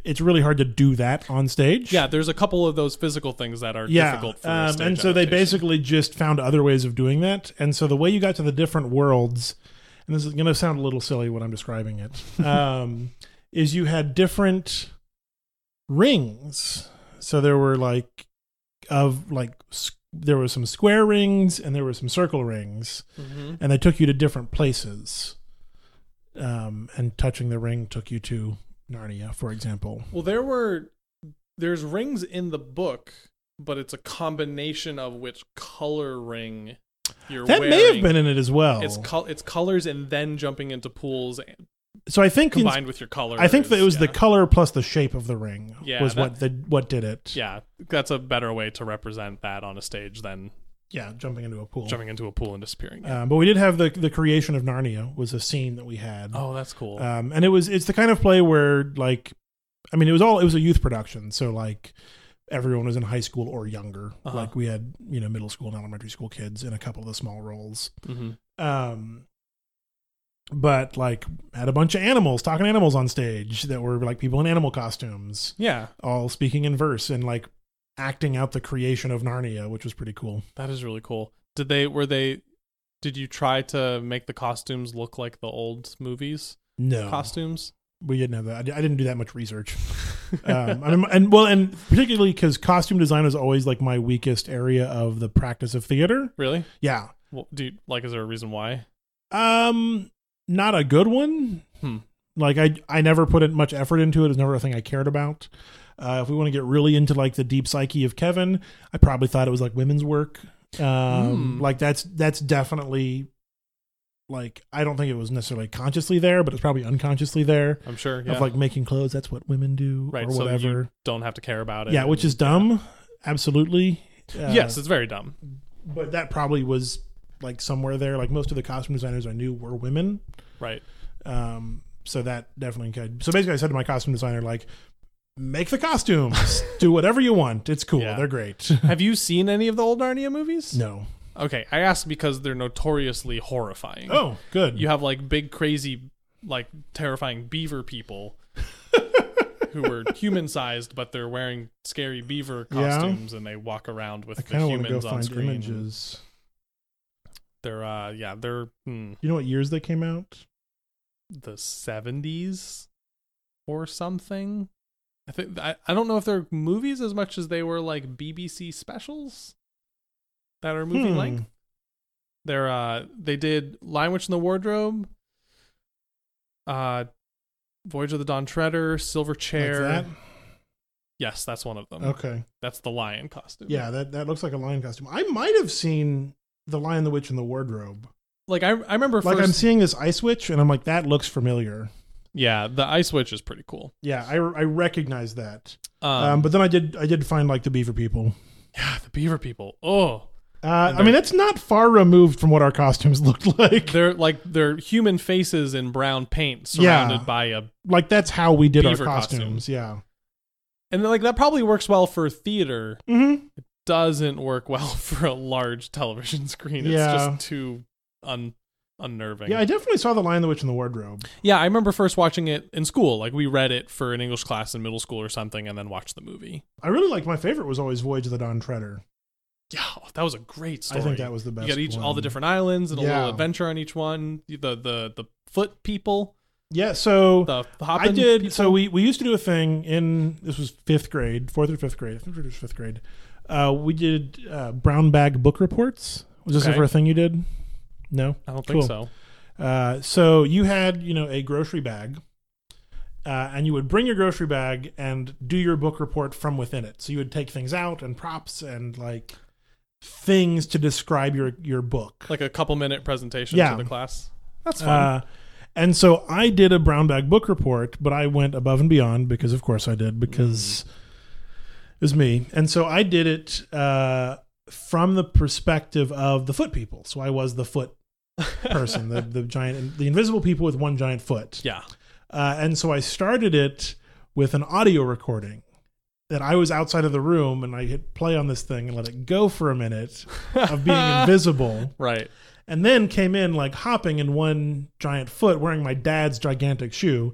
Speaker 1: it's really hard to do that on stage.
Speaker 2: yeah. There's a couple of those physical things that are
Speaker 1: yeah.
Speaker 2: difficult for a
Speaker 1: um,
Speaker 2: stage
Speaker 1: and so they
Speaker 2: adaptation.
Speaker 1: basically just found other ways of doing that. And so the way you got to the different worlds, and this is going to sound a little silly when I'm describing
Speaker 2: *laughs*
Speaker 1: it, um, is you had different rings. So there were like of like s- there were some square rings and there were some circle rings
Speaker 2: Mhm.
Speaker 1: and they took you to different places. um, and touching the ring took you to Narnia, for example.
Speaker 2: Well, there were there's rings in the book, but it's a combination of which color ring you're
Speaker 1: That
Speaker 2: wearing.
Speaker 1: may have been in it as well.
Speaker 2: it's col- it's colors and then jumping into pools and-
Speaker 1: so I think in-
Speaker 2: combined with your color.
Speaker 1: I think that it was
Speaker 2: yeah.
Speaker 1: the color plus the shape of the ring
Speaker 2: Yeah,
Speaker 1: was
Speaker 2: that-
Speaker 1: what the what did it.
Speaker 2: yeah, that's a better way to represent that on a stage than
Speaker 1: yeah, jumping into a pool.
Speaker 2: jumping into a pool and disappearing.
Speaker 1: Um, but we did have the the creation of Narnia was a scene that we had.
Speaker 2: oh, that's cool.
Speaker 1: Um, and it was it's the kind of play where like I mean it was all it was a youth production, so like everyone was in high school or younger.
Speaker 2: Uh-huh.
Speaker 1: Like we had, you know, middle school and elementary school kids in a couple of the small roles.
Speaker 2: Mhm.
Speaker 1: Um but like had a bunch of animals talking animals on stage that were like people in animal costumes
Speaker 2: Yeah,
Speaker 1: all speaking in verse and like acting out the creation of Narnia, which was pretty cool.
Speaker 2: that is really cool. Did they were they? Did you try to make the costumes look like the old movies
Speaker 1: No,
Speaker 2: costumes? *laughs*
Speaker 1: we didn't have that. I, di- I didn't do that much research. *laughs* Um, I mean, and well, and particularly because costume design was always like my weakest area of the practice of theater.
Speaker 2: Really?
Speaker 1: Yeah,
Speaker 2: Well, do you, like is there a reason why?
Speaker 1: um, not a good one.
Speaker 2: Hmm.
Speaker 1: Like I, I never put in much effort into it. It was never a thing I cared about. Uh, if we want to get really into like the deep psyche of Kevin, I probably thought it was like women's work. Um,
Speaker 2: Hmm.
Speaker 1: Like that's that's definitely like I don't think it was necessarily consciously there, but it's probably unconsciously there
Speaker 2: I'm sure. Yeah.
Speaker 1: of like making clothes. That's what women do
Speaker 2: right.
Speaker 1: or
Speaker 2: So
Speaker 1: whatever.
Speaker 2: you don't have to care about it.
Speaker 1: yeah, which
Speaker 2: and-
Speaker 1: is dumb. Absolutely. Uh,
Speaker 2: yes, it's very dumb.
Speaker 1: but that probably was like somewhere there. Like most of the costume designers I knew were women. *laughs*
Speaker 2: Right.
Speaker 1: Um, so that definitely could. So basically, I said to my costume designer, like, make the
Speaker 2: *laughs*
Speaker 1: costumes, do whatever you want. It's cool.
Speaker 2: Yeah.
Speaker 1: They're
Speaker 2: *laughs*
Speaker 1: great.
Speaker 2: Have you seen any of the old Narnia movies?
Speaker 1: no.
Speaker 2: Okay, I asked because they're notoriously horrifying.
Speaker 1: Oh, good.
Speaker 2: You have like big, crazy, like terrifying
Speaker 1: *laughs*
Speaker 2: beaver people who were human sized, but they're wearing scary beaver
Speaker 1: Yeah.
Speaker 2: costumes and they walk around with
Speaker 1: I
Speaker 2: the
Speaker 1: kind of want to go
Speaker 2: humans on
Speaker 1: find
Speaker 2: screen.
Speaker 1: images.
Speaker 2: They're, uh, yeah, they're hmm,
Speaker 1: You know what years they came out?
Speaker 2: the 70s or something. I think I, I don't know if they're movies as much as they were like BBC specials that are movie
Speaker 1: Hmm.
Speaker 2: length. They're uh they did Lion Witch in the Wardrobe, uh Voyage of the Dawn Treader, Silver
Speaker 1: Like
Speaker 2: Chair.
Speaker 1: that?
Speaker 2: Yes, that's one of them.
Speaker 1: Okay.
Speaker 2: That's the lion costume.
Speaker 1: Yeah, that, that looks like a lion costume. I might have seen The Lion, the Witch, and the Wardrobe.
Speaker 2: Like I I remember
Speaker 1: Like, i
Speaker 2: first
Speaker 1: I'm seeing this Ice Witch, and I'm like, that looks familiar.
Speaker 2: Yeah, the Ice Witch is pretty cool.
Speaker 1: Yeah, I, I recognize that.
Speaker 2: Um,
Speaker 1: Um, but then I did I did find like the beaver people.
Speaker 2: yeah, the beaver people. Oh.
Speaker 1: Uh, I
Speaker 2: they're-
Speaker 1: mean, that's not far removed from what our costumes *laughs* looked like.
Speaker 2: They're like they're human faces in brown paint
Speaker 1: Yeah.
Speaker 2: surrounded by a
Speaker 1: Like that's how we did our
Speaker 2: Beaver
Speaker 1: costumes. Yeah.
Speaker 2: and like that probably works well for theater.
Speaker 1: Mm-hmm.
Speaker 2: Doesn't work *laughs* well for a large television screen. It's
Speaker 1: Yeah.
Speaker 2: just too un unnerving.
Speaker 1: Yeah, I definitely saw the Lion, the Witch, and the Wardrobe.
Speaker 2: Yeah, I remember first watching it in school. Like we read it for an English class in middle school or something and then watched the movie.
Speaker 1: I really liked my favorite was always Voyage of the Dawn Treader.
Speaker 2: Yeah, oh, that was a great story.
Speaker 1: I think that was the best.
Speaker 2: You got each
Speaker 1: one.
Speaker 2: all the different islands and a
Speaker 1: Yeah.
Speaker 2: little adventure on each one. The the the foot people,
Speaker 1: Yeah, so
Speaker 2: the, the
Speaker 1: I
Speaker 2: hopping
Speaker 1: did.
Speaker 2: people.
Speaker 1: So we we used to do a thing in this was fifth grade, fourth or fifth grade. I think it was fifth grade. Uh, we did uh, brown bag book reports. Was this
Speaker 2: Okay.
Speaker 1: ever a thing you did? No.
Speaker 2: I don't think
Speaker 1: Cool.
Speaker 2: so.
Speaker 1: Uh, so you had you know a grocery bag uh, and you would bring your grocery bag and do your book report from within it so you would take things out and props and like things to describe your your book
Speaker 2: Like a couple minute presentation
Speaker 1: Yeah.
Speaker 2: to the class. That's fun.
Speaker 1: uh, and so i did a brown bag book report but i went above and beyond because of course i did
Speaker 2: Mm.
Speaker 1: because it was me and so i did it uh, from the perspective of the foot people so i was the
Speaker 2: *laughs*
Speaker 1: foot person the, the giant the invisible people with one giant foot
Speaker 2: yeah.
Speaker 1: Uh, and so I started it with an audio recording that I was outside of the room and I hit play on this thing and let it go for a minute of being
Speaker 2: *laughs*
Speaker 1: invisible.
Speaker 2: Right.
Speaker 1: And then came in like hopping in one giant foot wearing my dad's gigantic shoe.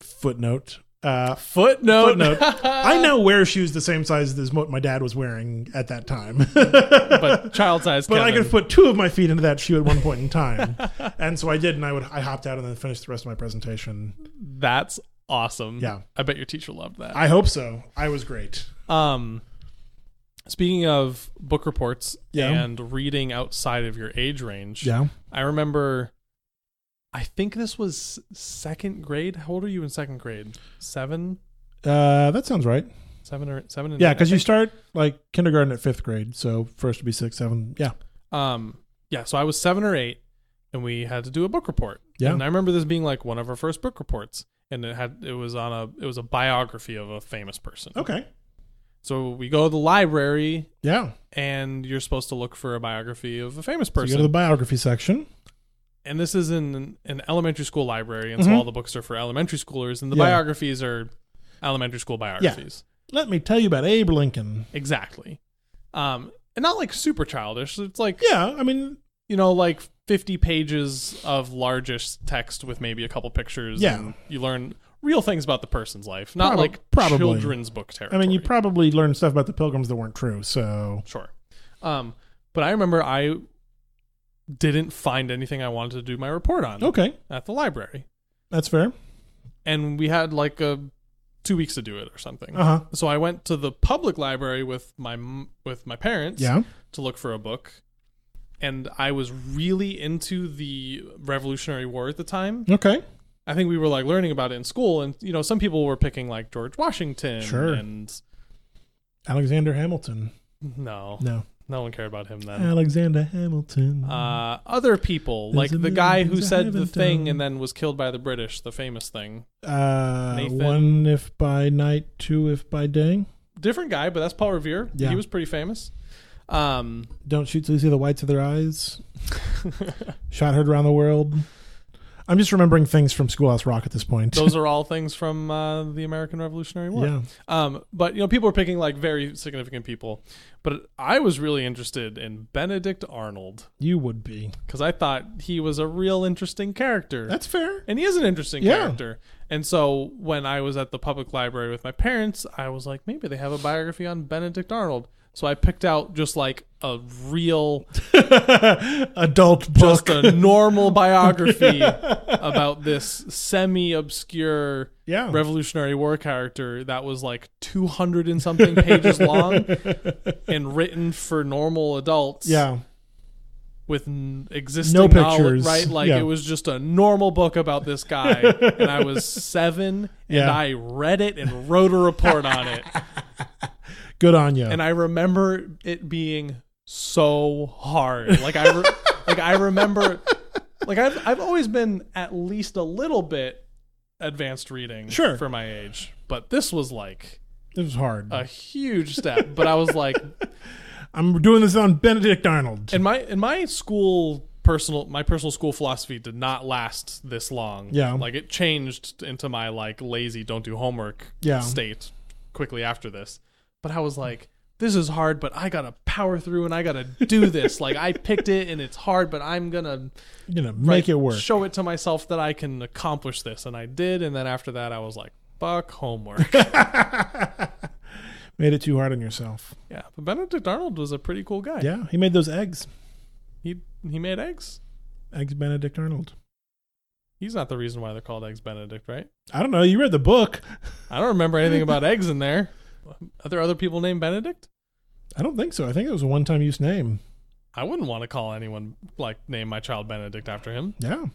Speaker 1: Footnote. Uh,
Speaker 2: Footnote.
Speaker 1: footnote. I now wear shoes the same size as what my dad was wearing at that time.
Speaker 2: *laughs*
Speaker 1: *laughs*
Speaker 2: but child size.
Speaker 1: But I
Speaker 2: Kevin.
Speaker 1: could put two of my feet into that shoe at one point in
Speaker 2: *laughs*
Speaker 1: time, and so I did, and I would I hopped out and then finished the rest of my presentation
Speaker 2: That's awesome.
Speaker 1: Yeah.
Speaker 2: I bet your teacher loved that.
Speaker 1: I hope so. I was great.
Speaker 2: um, speaking of book reports
Speaker 1: Yeah.
Speaker 2: and reading outside of your age range,
Speaker 1: Yeah.
Speaker 2: I remember I think this was second grade. How old are you in second grade? Seven,
Speaker 1: Uh, that sounds right.
Speaker 2: seven or seven? And
Speaker 1: Yeah,
Speaker 2: nine, I
Speaker 1: because you
Speaker 2: think.
Speaker 1: start like kindergarten at fifth grade, so first would be six, seven. Yeah,
Speaker 2: Um, yeah, so I was seven or eight, and we had to do a book report.
Speaker 1: Yeah.
Speaker 2: and I remember this being like one of our first book reports, and it had it was on a it was a biography of a famous person.
Speaker 1: okay,
Speaker 2: so we go to the library,
Speaker 1: yeah.
Speaker 2: and you're supposed to look for a biography of a famous
Speaker 1: So you
Speaker 2: person.
Speaker 1: go to the biography section.
Speaker 2: and this is in an, an elementary school library, and so all the books are for elementary schoolers, and the
Speaker 1: Mm-hmm. Yeah.
Speaker 2: biographies are elementary school biographies.
Speaker 1: Let me tell you about Abe Lincoln.
Speaker 2: Exactly. Um, and not like super childish. It's like
Speaker 1: Yeah, I mean,
Speaker 2: you know, like 50 pages of largest text with maybe a couple pictures.
Speaker 1: Yeah.
Speaker 2: and you learn real things about the person's life, not
Speaker 1: Prob-
Speaker 2: like
Speaker 1: probably.
Speaker 2: children's book
Speaker 1: I
Speaker 2: territory.
Speaker 1: mean, you probably learned stuff about the Pilgrims that weren't true. So
Speaker 2: sure. Um, but I remember I didn't find anything I wanted to do my report on
Speaker 1: okay,
Speaker 2: at the library,
Speaker 1: that's fair.
Speaker 2: and we had like a two weeks to do it or something.
Speaker 1: Uh huh.
Speaker 2: So I went to the public library with my m- with my parents.
Speaker 1: Yeah.
Speaker 2: to look for a book. And I was really into the Revolutionary War at the time.
Speaker 1: Okay.
Speaker 2: I think we were like learning about it in school, and you know, some people were picking like George Washington.
Speaker 1: Sure.
Speaker 2: And
Speaker 1: Alexander Hamilton.
Speaker 2: no,
Speaker 1: No.
Speaker 2: no one cared about him then.
Speaker 1: Alexander Hamilton.
Speaker 2: Uh, other people,
Speaker 1: Um, There's
Speaker 2: like
Speaker 1: a
Speaker 2: the guy
Speaker 1: million
Speaker 2: who
Speaker 1: things I
Speaker 2: said the
Speaker 1: haven't
Speaker 2: thing
Speaker 1: done.
Speaker 2: and then was killed by the British, the famous thing.
Speaker 1: Uh,
Speaker 2: Nathan.
Speaker 1: one if by night, two if by day.
Speaker 2: Different guy, but that's Paul Revere.
Speaker 1: Yeah.
Speaker 2: He was pretty famous. Um,
Speaker 1: Don't shoot till you see the whites of their
Speaker 2: *laughs*
Speaker 1: eyes. Shot heard around the world. I'm just remembering things from Schoolhouse Rock at this point.
Speaker 2: those are all things from uh, the American Revolutionary War.
Speaker 1: yeah.
Speaker 2: Um, but you know, people were picking like very significant people, but I was really interested in Benedict Arnold
Speaker 1: You would be.
Speaker 2: because I thought he was a real interesting character,
Speaker 1: That's fair. *laughs*
Speaker 2: and he is an interesting
Speaker 1: Yeah.
Speaker 2: character. And so when I was at the public library with my parents, I was like, maybe they have a biography on Benedict Arnold. So I picked out just like a real,
Speaker 1: Adult
Speaker 2: just
Speaker 1: book.
Speaker 2: a
Speaker 1: *laughs*
Speaker 2: normal biography about this semi-obscure
Speaker 1: yeah.
Speaker 2: *laughs* Revolutionary War character that was like 200 and something
Speaker 1: *laughs*
Speaker 2: pages long and written for normal adults
Speaker 1: yeah.
Speaker 2: with n- existing
Speaker 1: No
Speaker 2: knowledge,
Speaker 1: pictures.
Speaker 2: right? Like
Speaker 1: Yeah.
Speaker 2: it was just a normal book about this guy. and I was seven and
Speaker 1: Yeah.
Speaker 2: I read it and wrote a report on it.
Speaker 1: Good on you.
Speaker 2: And I remember it being so hard.
Speaker 1: *laughs*
Speaker 2: Like I, re- like I remember, like I've, I've always been at least a little bit advanced reading
Speaker 1: Sure.
Speaker 2: for my age, but this was like
Speaker 1: it was hard.
Speaker 2: a huge step. But I was like, *laughs*
Speaker 1: I'm doing this on Benedict Arnold.
Speaker 2: in my in my school personal my personal school philosophy did not last this long.
Speaker 1: Yeah.
Speaker 2: like it changed into my like lazy don't do homework
Speaker 1: Yeah.
Speaker 2: state quickly after this. But I was like, this is hard, but I gotta power through and I gotta do this. like I picked it and it's hard, but I'm gonna
Speaker 1: you know,
Speaker 2: like,
Speaker 1: make it work.
Speaker 2: Show it to myself that I can accomplish this, and I did. And then after that, I was like,
Speaker 1: *laughs*
Speaker 2: fuck homework.
Speaker 1: Made it too hard on yourself.
Speaker 2: yeah, but Benedict Arnold was a pretty cool guy.
Speaker 1: Yeah. He made those eggs.
Speaker 2: he he made eggs.
Speaker 1: Eggs Benedict Arnold.
Speaker 2: He's not the reason why they're called eggs Benedict, right?
Speaker 1: I don't know. You read the book.
Speaker 2: I don't remember anything about eggs in there. Are there other people named Benedict?
Speaker 1: I don't think so. I think it was a one time use name.
Speaker 2: I wouldn't want to call anyone like name my child Benedict after him.
Speaker 1: Yeah.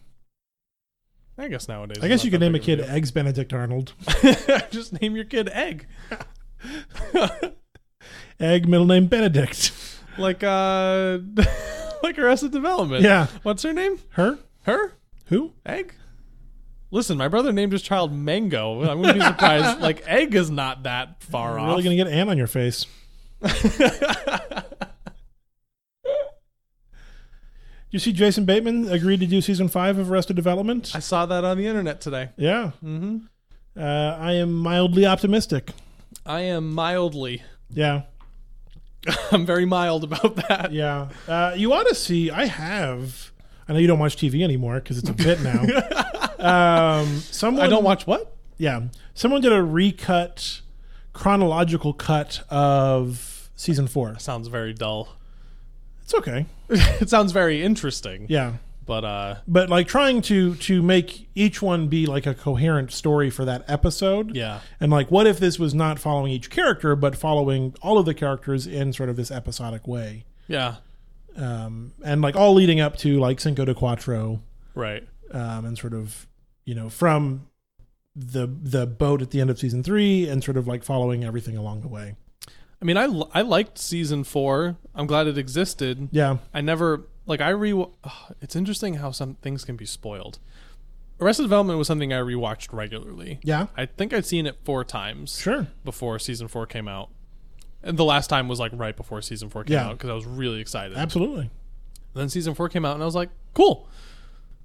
Speaker 2: I guess nowadays.
Speaker 1: I
Speaker 2: it's
Speaker 1: guess you
Speaker 2: not
Speaker 1: could name a
Speaker 2: that
Speaker 1: kid Eggs Benedict Arnold.
Speaker 2: big of a deal. *laughs* Just name your kid Egg. *laughs*
Speaker 1: Egg middle name Benedict. *laughs*
Speaker 2: like uh *laughs* like Arrested Development.
Speaker 1: Yeah.
Speaker 2: What's her name?
Speaker 1: Her?
Speaker 2: Her?
Speaker 1: Who?
Speaker 2: Egg? Listen, my brother named his child Mango. I'm gonna be
Speaker 1: *laughs*
Speaker 2: surprised. like Egg is not that far
Speaker 1: You're
Speaker 2: off.
Speaker 1: really gonna get Anne on your
Speaker 2: *laughs*
Speaker 1: face. You see, Jason Bateman agreed to do season five of Arrested Development.
Speaker 2: I saw that on the internet today.
Speaker 1: yeah,
Speaker 2: Mm-hmm.
Speaker 1: uh, I am mildly optimistic.
Speaker 2: I am mildly.
Speaker 1: Yeah,
Speaker 2: *laughs* I'm very mild about that.
Speaker 1: yeah. Uh, you ought to see. I have. I know you don't watch TV anymore because it's a bit
Speaker 2: *laughs*
Speaker 1: now. um, someone
Speaker 2: I don't watch what?
Speaker 1: Yeah, someone did a recut, chronological cut of season four.
Speaker 2: Sounds very dull. *laughs*
Speaker 1: It's okay.
Speaker 2: it sounds very interesting.
Speaker 1: Yeah.
Speaker 2: But uh
Speaker 1: but like trying to to make each one be like a coherent story for that episode
Speaker 2: yeah.
Speaker 1: and like what if this was not following each character but following all of the characters in sort of this episodic way
Speaker 2: Yeah.
Speaker 1: um, and like all leading up to like cinco de cuatro
Speaker 2: Right.
Speaker 1: um, and sort of you know from the the boat at the end of season three and sort of like following everything along the way.
Speaker 2: I mean, I, l- I liked season four. I'm glad it existed.
Speaker 1: Yeah,
Speaker 2: I never like I re. *sighs* ugh, It's interesting how some things can be spoiled. Arrested Development was something I rewatched regularly.
Speaker 1: yeah,
Speaker 2: I think I'd seen it four times
Speaker 1: sure,
Speaker 2: before season four came out, and the last time was like right before season four came
Speaker 1: Yeah.
Speaker 2: out because I was really excited.
Speaker 1: absolutely.
Speaker 2: then season four came out, and I was like, cool.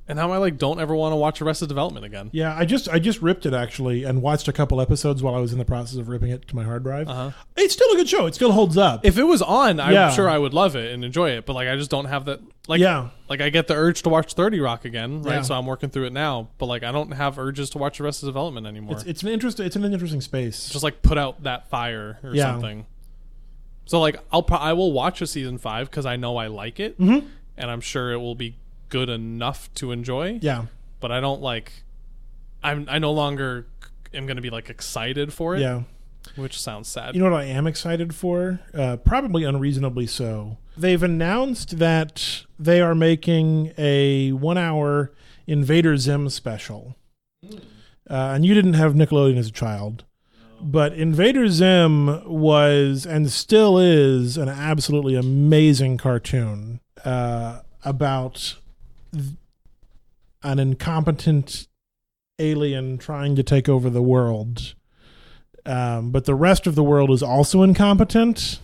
Speaker 2: And now I like don't ever want to watch Arrested Development again.
Speaker 1: Yeah, I just I just ripped it actually and watched a couple episodes while I was in the process of ripping it to my hard drive.
Speaker 2: Uh-huh.
Speaker 1: It's still a good show. It still holds up.
Speaker 2: If it was on, I'm
Speaker 1: Yeah.
Speaker 2: sure I would love it and enjoy it. But like, I just don't have that. Like,
Speaker 1: yeah,
Speaker 2: like I get the urge to watch Thirty Rock again, right?
Speaker 1: Yeah.
Speaker 2: So I'm working through it now. But like, I don't have urges to watch Arrested Development anymore.
Speaker 1: it's it's an interest. It's an interesting space.
Speaker 2: just like put out that fire or
Speaker 1: Yeah.
Speaker 2: something. So like I'll pro- I will watch a season five because I know I like it,
Speaker 1: Mm-hmm.
Speaker 2: and I'm sure it will be good enough to enjoy.
Speaker 1: yeah,
Speaker 2: But I don't like. I'm I no longer am going to be like excited for it,
Speaker 1: yeah.
Speaker 2: which sounds sad.
Speaker 1: You know what I am excited for? Uh, probably unreasonably so. They've announced that they are making a one-hour Invader Zim special, uh, and you didn't have Nickelodeon as a child. But Invader Zim was and still is an absolutely amazing cartoon uh, about th- an incompetent alien trying to take over the world. Um, but the rest of the world is also incompetent.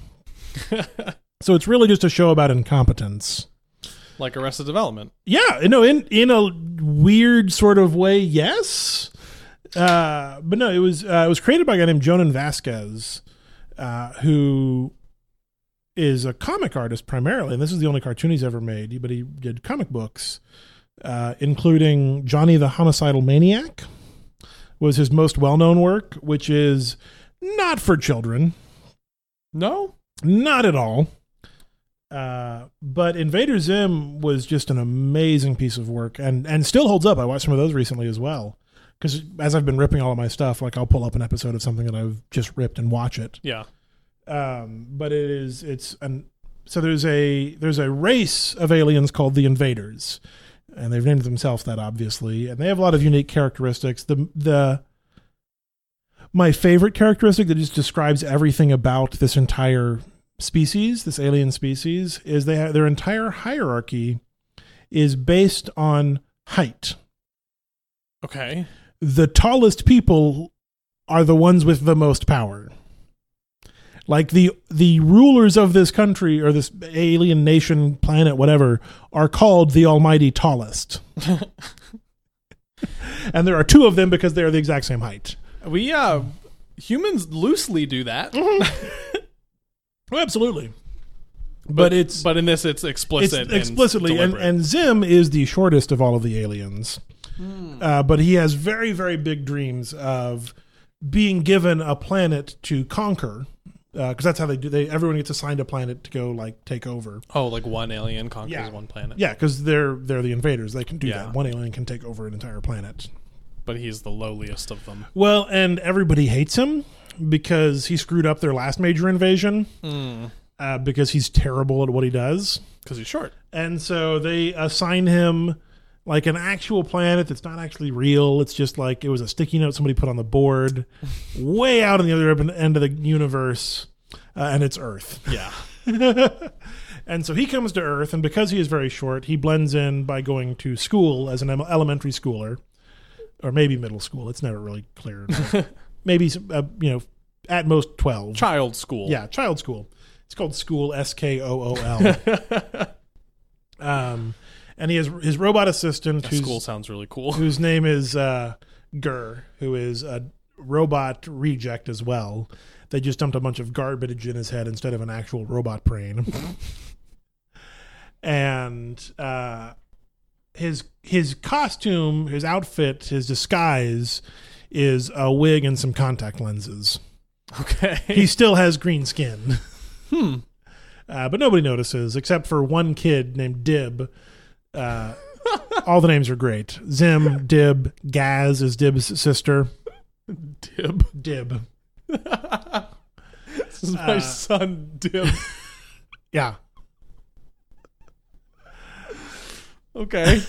Speaker 1: so it's really just a show about incompetence.
Speaker 2: *laughs* like Arrested Development.
Speaker 1: Yeah, no, in in a weird sort of way, yes. Uh, but no, it was uh, it was created by a guy named Jonan Vasquez, uh, who is a comic artist primarily, and this is the only cartoon he's ever made. But he did comic books, uh, including Johnny the Homicidal Maniac, was his most well known work, which is not for children.
Speaker 2: No,
Speaker 1: Not at all. Uh, but Invader Zim was just an amazing piece of work and, and still holds up. I watched some of those recently as well. Because as I've been ripping all of my stuff, like I'll pull up an episode of something that I've just ripped and watch it.
Speaker 2: yeah,
Speaker 1: Um, but it is it's an so there's a there's a race of aliens called the Invaders, and they've named themselves that obviously, and they have a lot of unique characteristics. The the my favorite characteristic that just describes everything about this entire species, this alien species, is they have, their entire hierarchy is based on height.
Speaker 2: okay,
Speaker 1: The tallest people are the ones with the most power. Like the the rulers of this country or this alien nation, planet, whatever, are called the Almighty Tallest. and there are two of them because they are the exact same height.
Speaker 2: we uh humans loosely
Speaker 1: *laughs*
Speaker 2: do that,
Speaker 1: Oh, absolutely. But, it's
Speaker 2: but in this it's
Speaker 1: it's
Speaker 2: explicit, and
Speaker 1: explicitly and,
Speaker 2: deliberate.
Speaker 1: and Zim is the shortest of all of the aliens, uh, but he has very very big dreams of being given a planet to conquer because that's how they do. They everyone gets assigned a planet to go like take over.
Speaker 2: oh, like one alien conquers
Speaker 1: Yeah.
Speaker 2: one planet,
Speaker 1: Yeah, because they're they're the invaders. They can do
Speaker 2: Yeah.
Speaker 1: that. One alien can take over an entire planet.
Speaker 2: but he's the lowliest of them.
Speaker 1: Well, and everybody hates him because he screwed up their last major invasion. Uh, because he's terrible at what he does.
Speaker 2: because he's short.
Speaker 1: And so they assign him like an actual planet that's not actually real. It's just like it was a sticky note somebody put on the board, way out on the other eb- end of the universe, uh, and it's Earth. *laughs*
Speaker 2: *laughs* Yeah,
Speaker 1: And so he comes to Earth, and because he is very short, he blends in by going to school as an em- elementary schooler, or maybe middle school. It's never really clear. maybe uh, you know, at most twelve.
Speaker 2: child school.
Speaker 1: Yeah, child school. It's called school S K O O L. Um, and he has his robot assistant, whose,
Speaker 2: school sounds really
Speaker 1: *laughs*
Speaker 2: cool. *laughs*
Speaker 1: whose name is uh, Gur, who is a robot reject as well. They just dumped a bunch of garbage in his head instead of an actual robot brain. *laughs* and uh, his his costume, his outfit, his disguise is a wig and some contact lenses
Speaker 2: Okay,
Speaker 1: he still has green skin. *laughs*
Speaker 2: Hmm.
Speaker 1: Uh, but nobody notices except for one kid named Dib. Uh, all the names are great. Zim, Dib, Gaz is Dib's sister.
Speaker 2: Dib.
Speaker 1: Dib.
Speaker 2: This is my
Speaker 1: Uh,
Speaker 2: son
Speaker 1: *laughs*
Speaker 2: Dib.
Speaker 1: Yeah.
Speaker 2: Okay,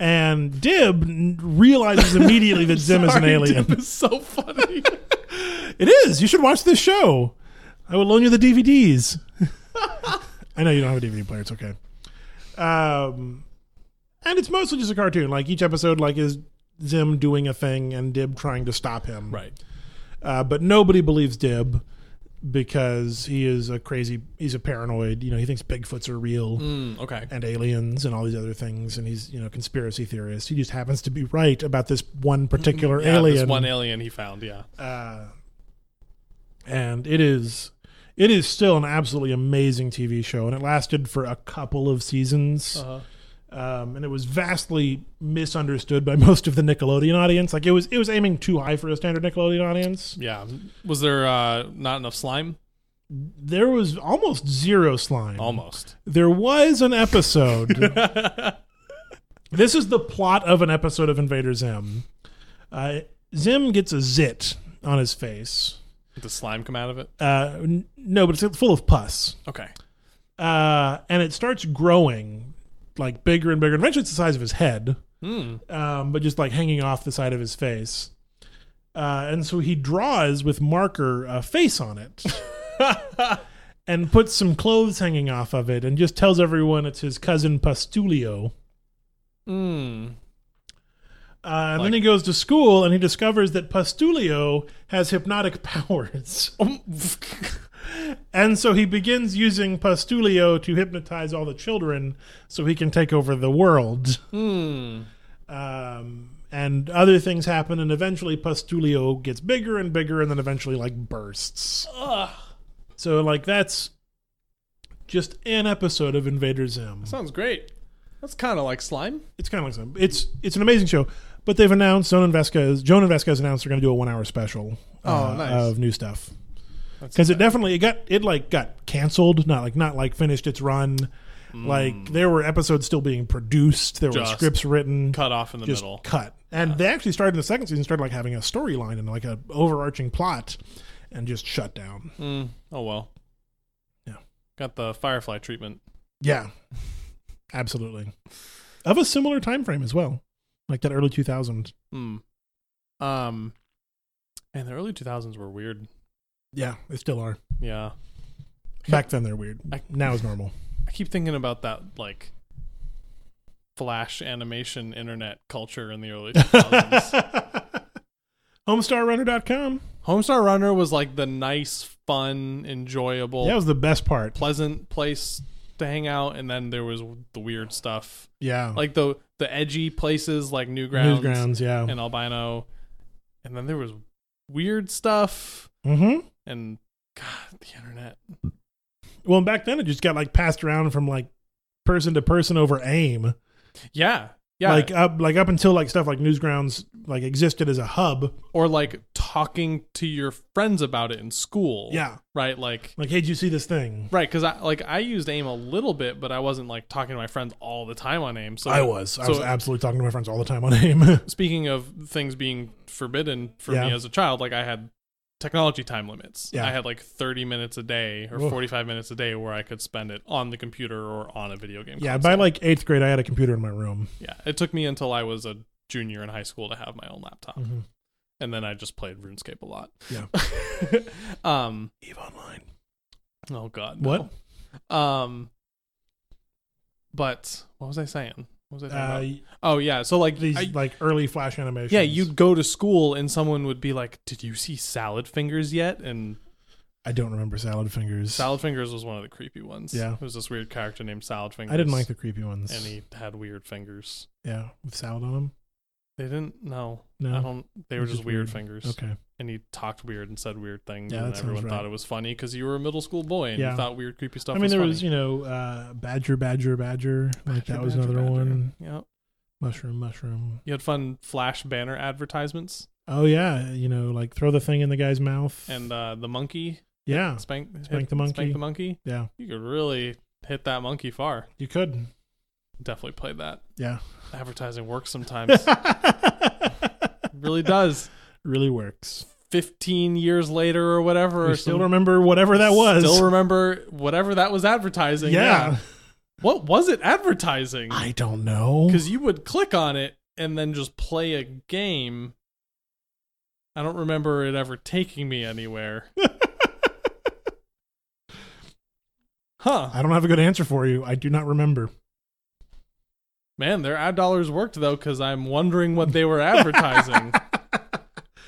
Speaker 1: And Dib n- realizes immediately that Zim is an
Speaker 2: *laughs* Sorry,
Speaker 1: alien.
Speaker 2: Dip is
Speaker 1: *laughs*
Speaker 2: so funny. *laughs*
Speaker 1: It is. You should watch this show. I will loan you the DVDs. *laughs* I know you don't have a DVD player. It's okay. Um, and it's mostly just a cartoon. Like each episode, like is Zim doing a thing and Dib trying to stop him.
Speaker 2: right.
Speaker 1: Uh, but nobody believes Dib because he is a crazy. He's a paranoid. You know, he thinks Bigfoots are real
Speaker 2: Mm, okay.
Speaker 1: and aliens and all these other things. And he's you know conspiracy theorist. He just happens to be right about this one particular
Speaker 2: Yeah,
Speaker 1: alien.
Speaker 2: This one alien he found. Yeah.
Speaker 1: Uh, and it is it is still an absolutely amazing TV show, and it lasted for a couple of seasons.
Speaker 2: Uh-huh.
Speaker 1: Um, and it was vastly misunderstood by *laughs* most of the Nickelodeon audience. Like it was, it was aiming too high for a standard Nickelodeon audience.
Speaker 2: Yeah. Was there uh, not enough slime?
Speaker 1: There was almost zero slime.
Speaker 2: Almost.
Speaker 1: There was an episode. this is the plot of an episode of Invader Zim. Uh, Zim gets a zit on his face.
Speaker 2: Did the slime come out of it?
Speaker 1: Uh, n- no, but it's full of pus.
Speaker 2: Okay.
Speaker 1: uh, and it starts growing like bigger and bigger. And eventually, it's the size of his head,
Speaker 2: Hmm.
Speaker 1: um, but just like hanging off the side of his face. Uh, and so he draws with marker a face on
Speaker 2: *laughs*
Speaker 1: it, and puts some clothes hanging off of it, and just tells everyone it's his cousin Pastulio.
Speaker 2: Mm.
Speaker 1: Uh, and
Speaker 2: Like-
Speaker 1: then he goes to school and he discovers that Pastulio has hypnotic *laughs* powers. and so he begins using Pastulio to hypnotize all the children so he can take over the world.
Speaker 2: Mm.
Speaker 1: Um, and other things happen, and eventually Pastulio gets bigger and bigger and then eventually, like, bursts.
Speaker 2: Ugh.
Speaker 1: So, like, that's just an episode of Invader Zim.
Speaker 2: *laughs* Sounds great. That's kind of like slime.
Speaker 1: It's kind of like some. It's it's an amazing show, but they've announced Joan and Vasquez. Joan and Vasquez announced they're going to do a one-hour special uh,
Speaker 2: Oh, nice.
Speaker 1: of new stuff
Speaker 2: That's
Speaker 1: because it definitely it got it like got canceled. Not like not like finished its
Speaker 2: Mm.
Speaker 1: run. Like there were episodes still being produced. There were
Speaker 2: Just
Speaker 1: scripts written.
Speaker 2: cut off in the
Speaker 1: just
Speaker 2: middle.
Speaker 1: cut. And they actually started in the second season. Started like having a storyline and like a overarching plot, and just shut down.
Speaker 2: Mm. Oh well.
Speaker 1: Yeah.
Speaker 2: Got the firefly treatment.
Speaker 1: Yeah, absolutely. Of a similar time frame as well, like that early two thousand.
Speaker 2: Hmm. Um. And the early 2000s were weird.
Speaker 1: Yeah, they still are.
Speaker 2: Yeah.
Speaker 1: Back then they're weird.
Speaker 2: I-
Speaker 1: now is normal.
Speaker 2: I keep thinking about that like flash animation internet culture in the early 2000s.
Speaker 1: *laughs* HomestarRunner.com.
Speaker 2: Homestar Runner was like the nice, fun, enjoyable,
Speaker 1: That was the best part.
Speaker 2: pleasant place to hang out, and then there was the weird stuff,
Speaker 1: Yeah.
Speaker 2: like the the edgy places like Newgrounds,
Speaker 1: Newsgrounds, yeah.
Speaker 2: and Albino, and then there was weird stuff
Speaker 1: Mm-hmm.
Speaker 2: and God, the internet.
Speaker 1: Well, and back then it just got like passed around from like person to person over AIM.
Speaker 2: Yeah, yeah,
Speaker 1: Like uh, up like up until like stuff like Newsgrounds like existed as a hub.
Speaker 2: or like talking to your friends about it in school.
Speaker 1: Yeah.
Speaker 2: right, like.
Speaker 1: Like, hey, did you see this thing?
Speaker 2: Right, because I like I used AIM a little bit, but I wasn't like talking to my friends all the time on AIM. So
Speaker 1: I was. I
Speaker 2: so
Speaker 1: was absolutely talking to my friends all the time on *laughs* AIM.
Speaker 2: speaking of things being forbidden for
Speaker 1: Yeah.
Speaker 2: me as a child, like I had technology time limits.
Speaker 1: Yeah.
Speaker 2: I had like 30 minutes a day or
Speaker 1: Oof.
Speaker 2: 45 minutes a day where I could spend it on the computer or on a video game.
Speaker 1: yeah,
Speaker 2: console.
Speaker 1: by like eighth grade I had a computer in my room.
Speaker 2: yeah. It took me until I was a junior in high school to have my own laptop.
Speaker 1: Mhm.
Speaker 2: And then I just played RuneScape a lot.
Speaker 1: Yeah.
Speaker 2: *laughs* um
Speaker 1: Eve Online.
Speaker 2: oh god.
Speaker 1: What?
Speaker 2: no. Um but what was I saying? What was I saying?
Speaker 1: Uh,
Speaker 2: about- oh yeah, so like
Speaker 1: these
Speaker 2: I-
Speaker 1: like early flash animations.
Speaker 2: Yeah, you'd go to school and someone would be like, "Did you see Salad Fingers yet?" And
Speaker 1: I don't remember salad fingers.
Speaker 2: Salad Fingers was one of the creepy ones.
Speaker 1: Yeah.
Speaker 2: it was this weird character named Salad Fingers.
Speaker 1: I didn't like the creepy ones.
Speaker 2: and he had weird fingers.
Speaker 1: yeah, with salad on them.
Speaker 2: They didn't. No,
Speaker 1: No?
Speaker 2: I don't. They were
Speaker 1: It's
Speaker 2: just,
Speaker 1: just
Speaker 2: weird,
Speaker 1: weird.
Speaker 2: fingers.
Speaker 1: Okay.
Speaker 2: And he talked weird and said weird things,
Speaker 1: Yeah,
Speaker 2: and
Speaker 1: that sounds
Speaker 2: everyone thought
Speaker 1: right.
Speaker 2: it was funny because you were a middle school boy and
Speaker 1: Yeah.
Speaker 2: you thought weird, creepy stuff.
Speaker 1: I mean,
Speaker 2: was
Speaker 1: there
Speaker 2: funny.
Speaker 1: was you know uh, badger, badger, badger. Like
Speaker 2: Badger,
Speaker 1: that was
Speaker 2: badger,
Speaker 1: another
Speaker 2: badger.
Speaker 1: one.
Speaker 2: Yeah,
Speaker 1: Mushroom, mushroom.
Speaker 2: you had fun flash banner advertisements
Speaker 1: Oh yeah, you know, like throw the thing in the guy's mouth.
Speaker 2: and uh, the monkey
Speaker 1: yeah,
Speaker 2: spank
Speaker 1: Spank the monkey.
Speaker 2: Spank the monkey.
Speaker 1: yeah,
Speaker 2: You could really hit that monkey far.
Speaker 1: you could.
Speaker 2: Definitely played that.
Speaker 1: Yeah,
Speaker 2: advertising works
Speaker 1: *laughs*
Speaker 2: sometimes. It really does.
Speaker 1: really works.
Speaker 2: 15 years later or whatever.
Speaker 1: You
Speaker 2: or
Speaker 1: still
Speaker 2: some-
Speaker 1: remember whatever that was?
Speaker 2: Still remember whatever that was
Speaker 1: *laughs*
Speaker 2: advertising.
Speaker 1: yeah.
Speaker 2: What was it advertising?
Speaker 1: I don't know.
Speaker 2: Because you would click on it and then just play a game. I don't remember it ever taking
Speaker 1: *laughs*
Speaker 2: me anywhere. huh.
Speaker 1: I don't have a good answer for you. I do not remember.
Speaker 2: Man, their ad dollars worked though, because I'm wondering what they were advertising.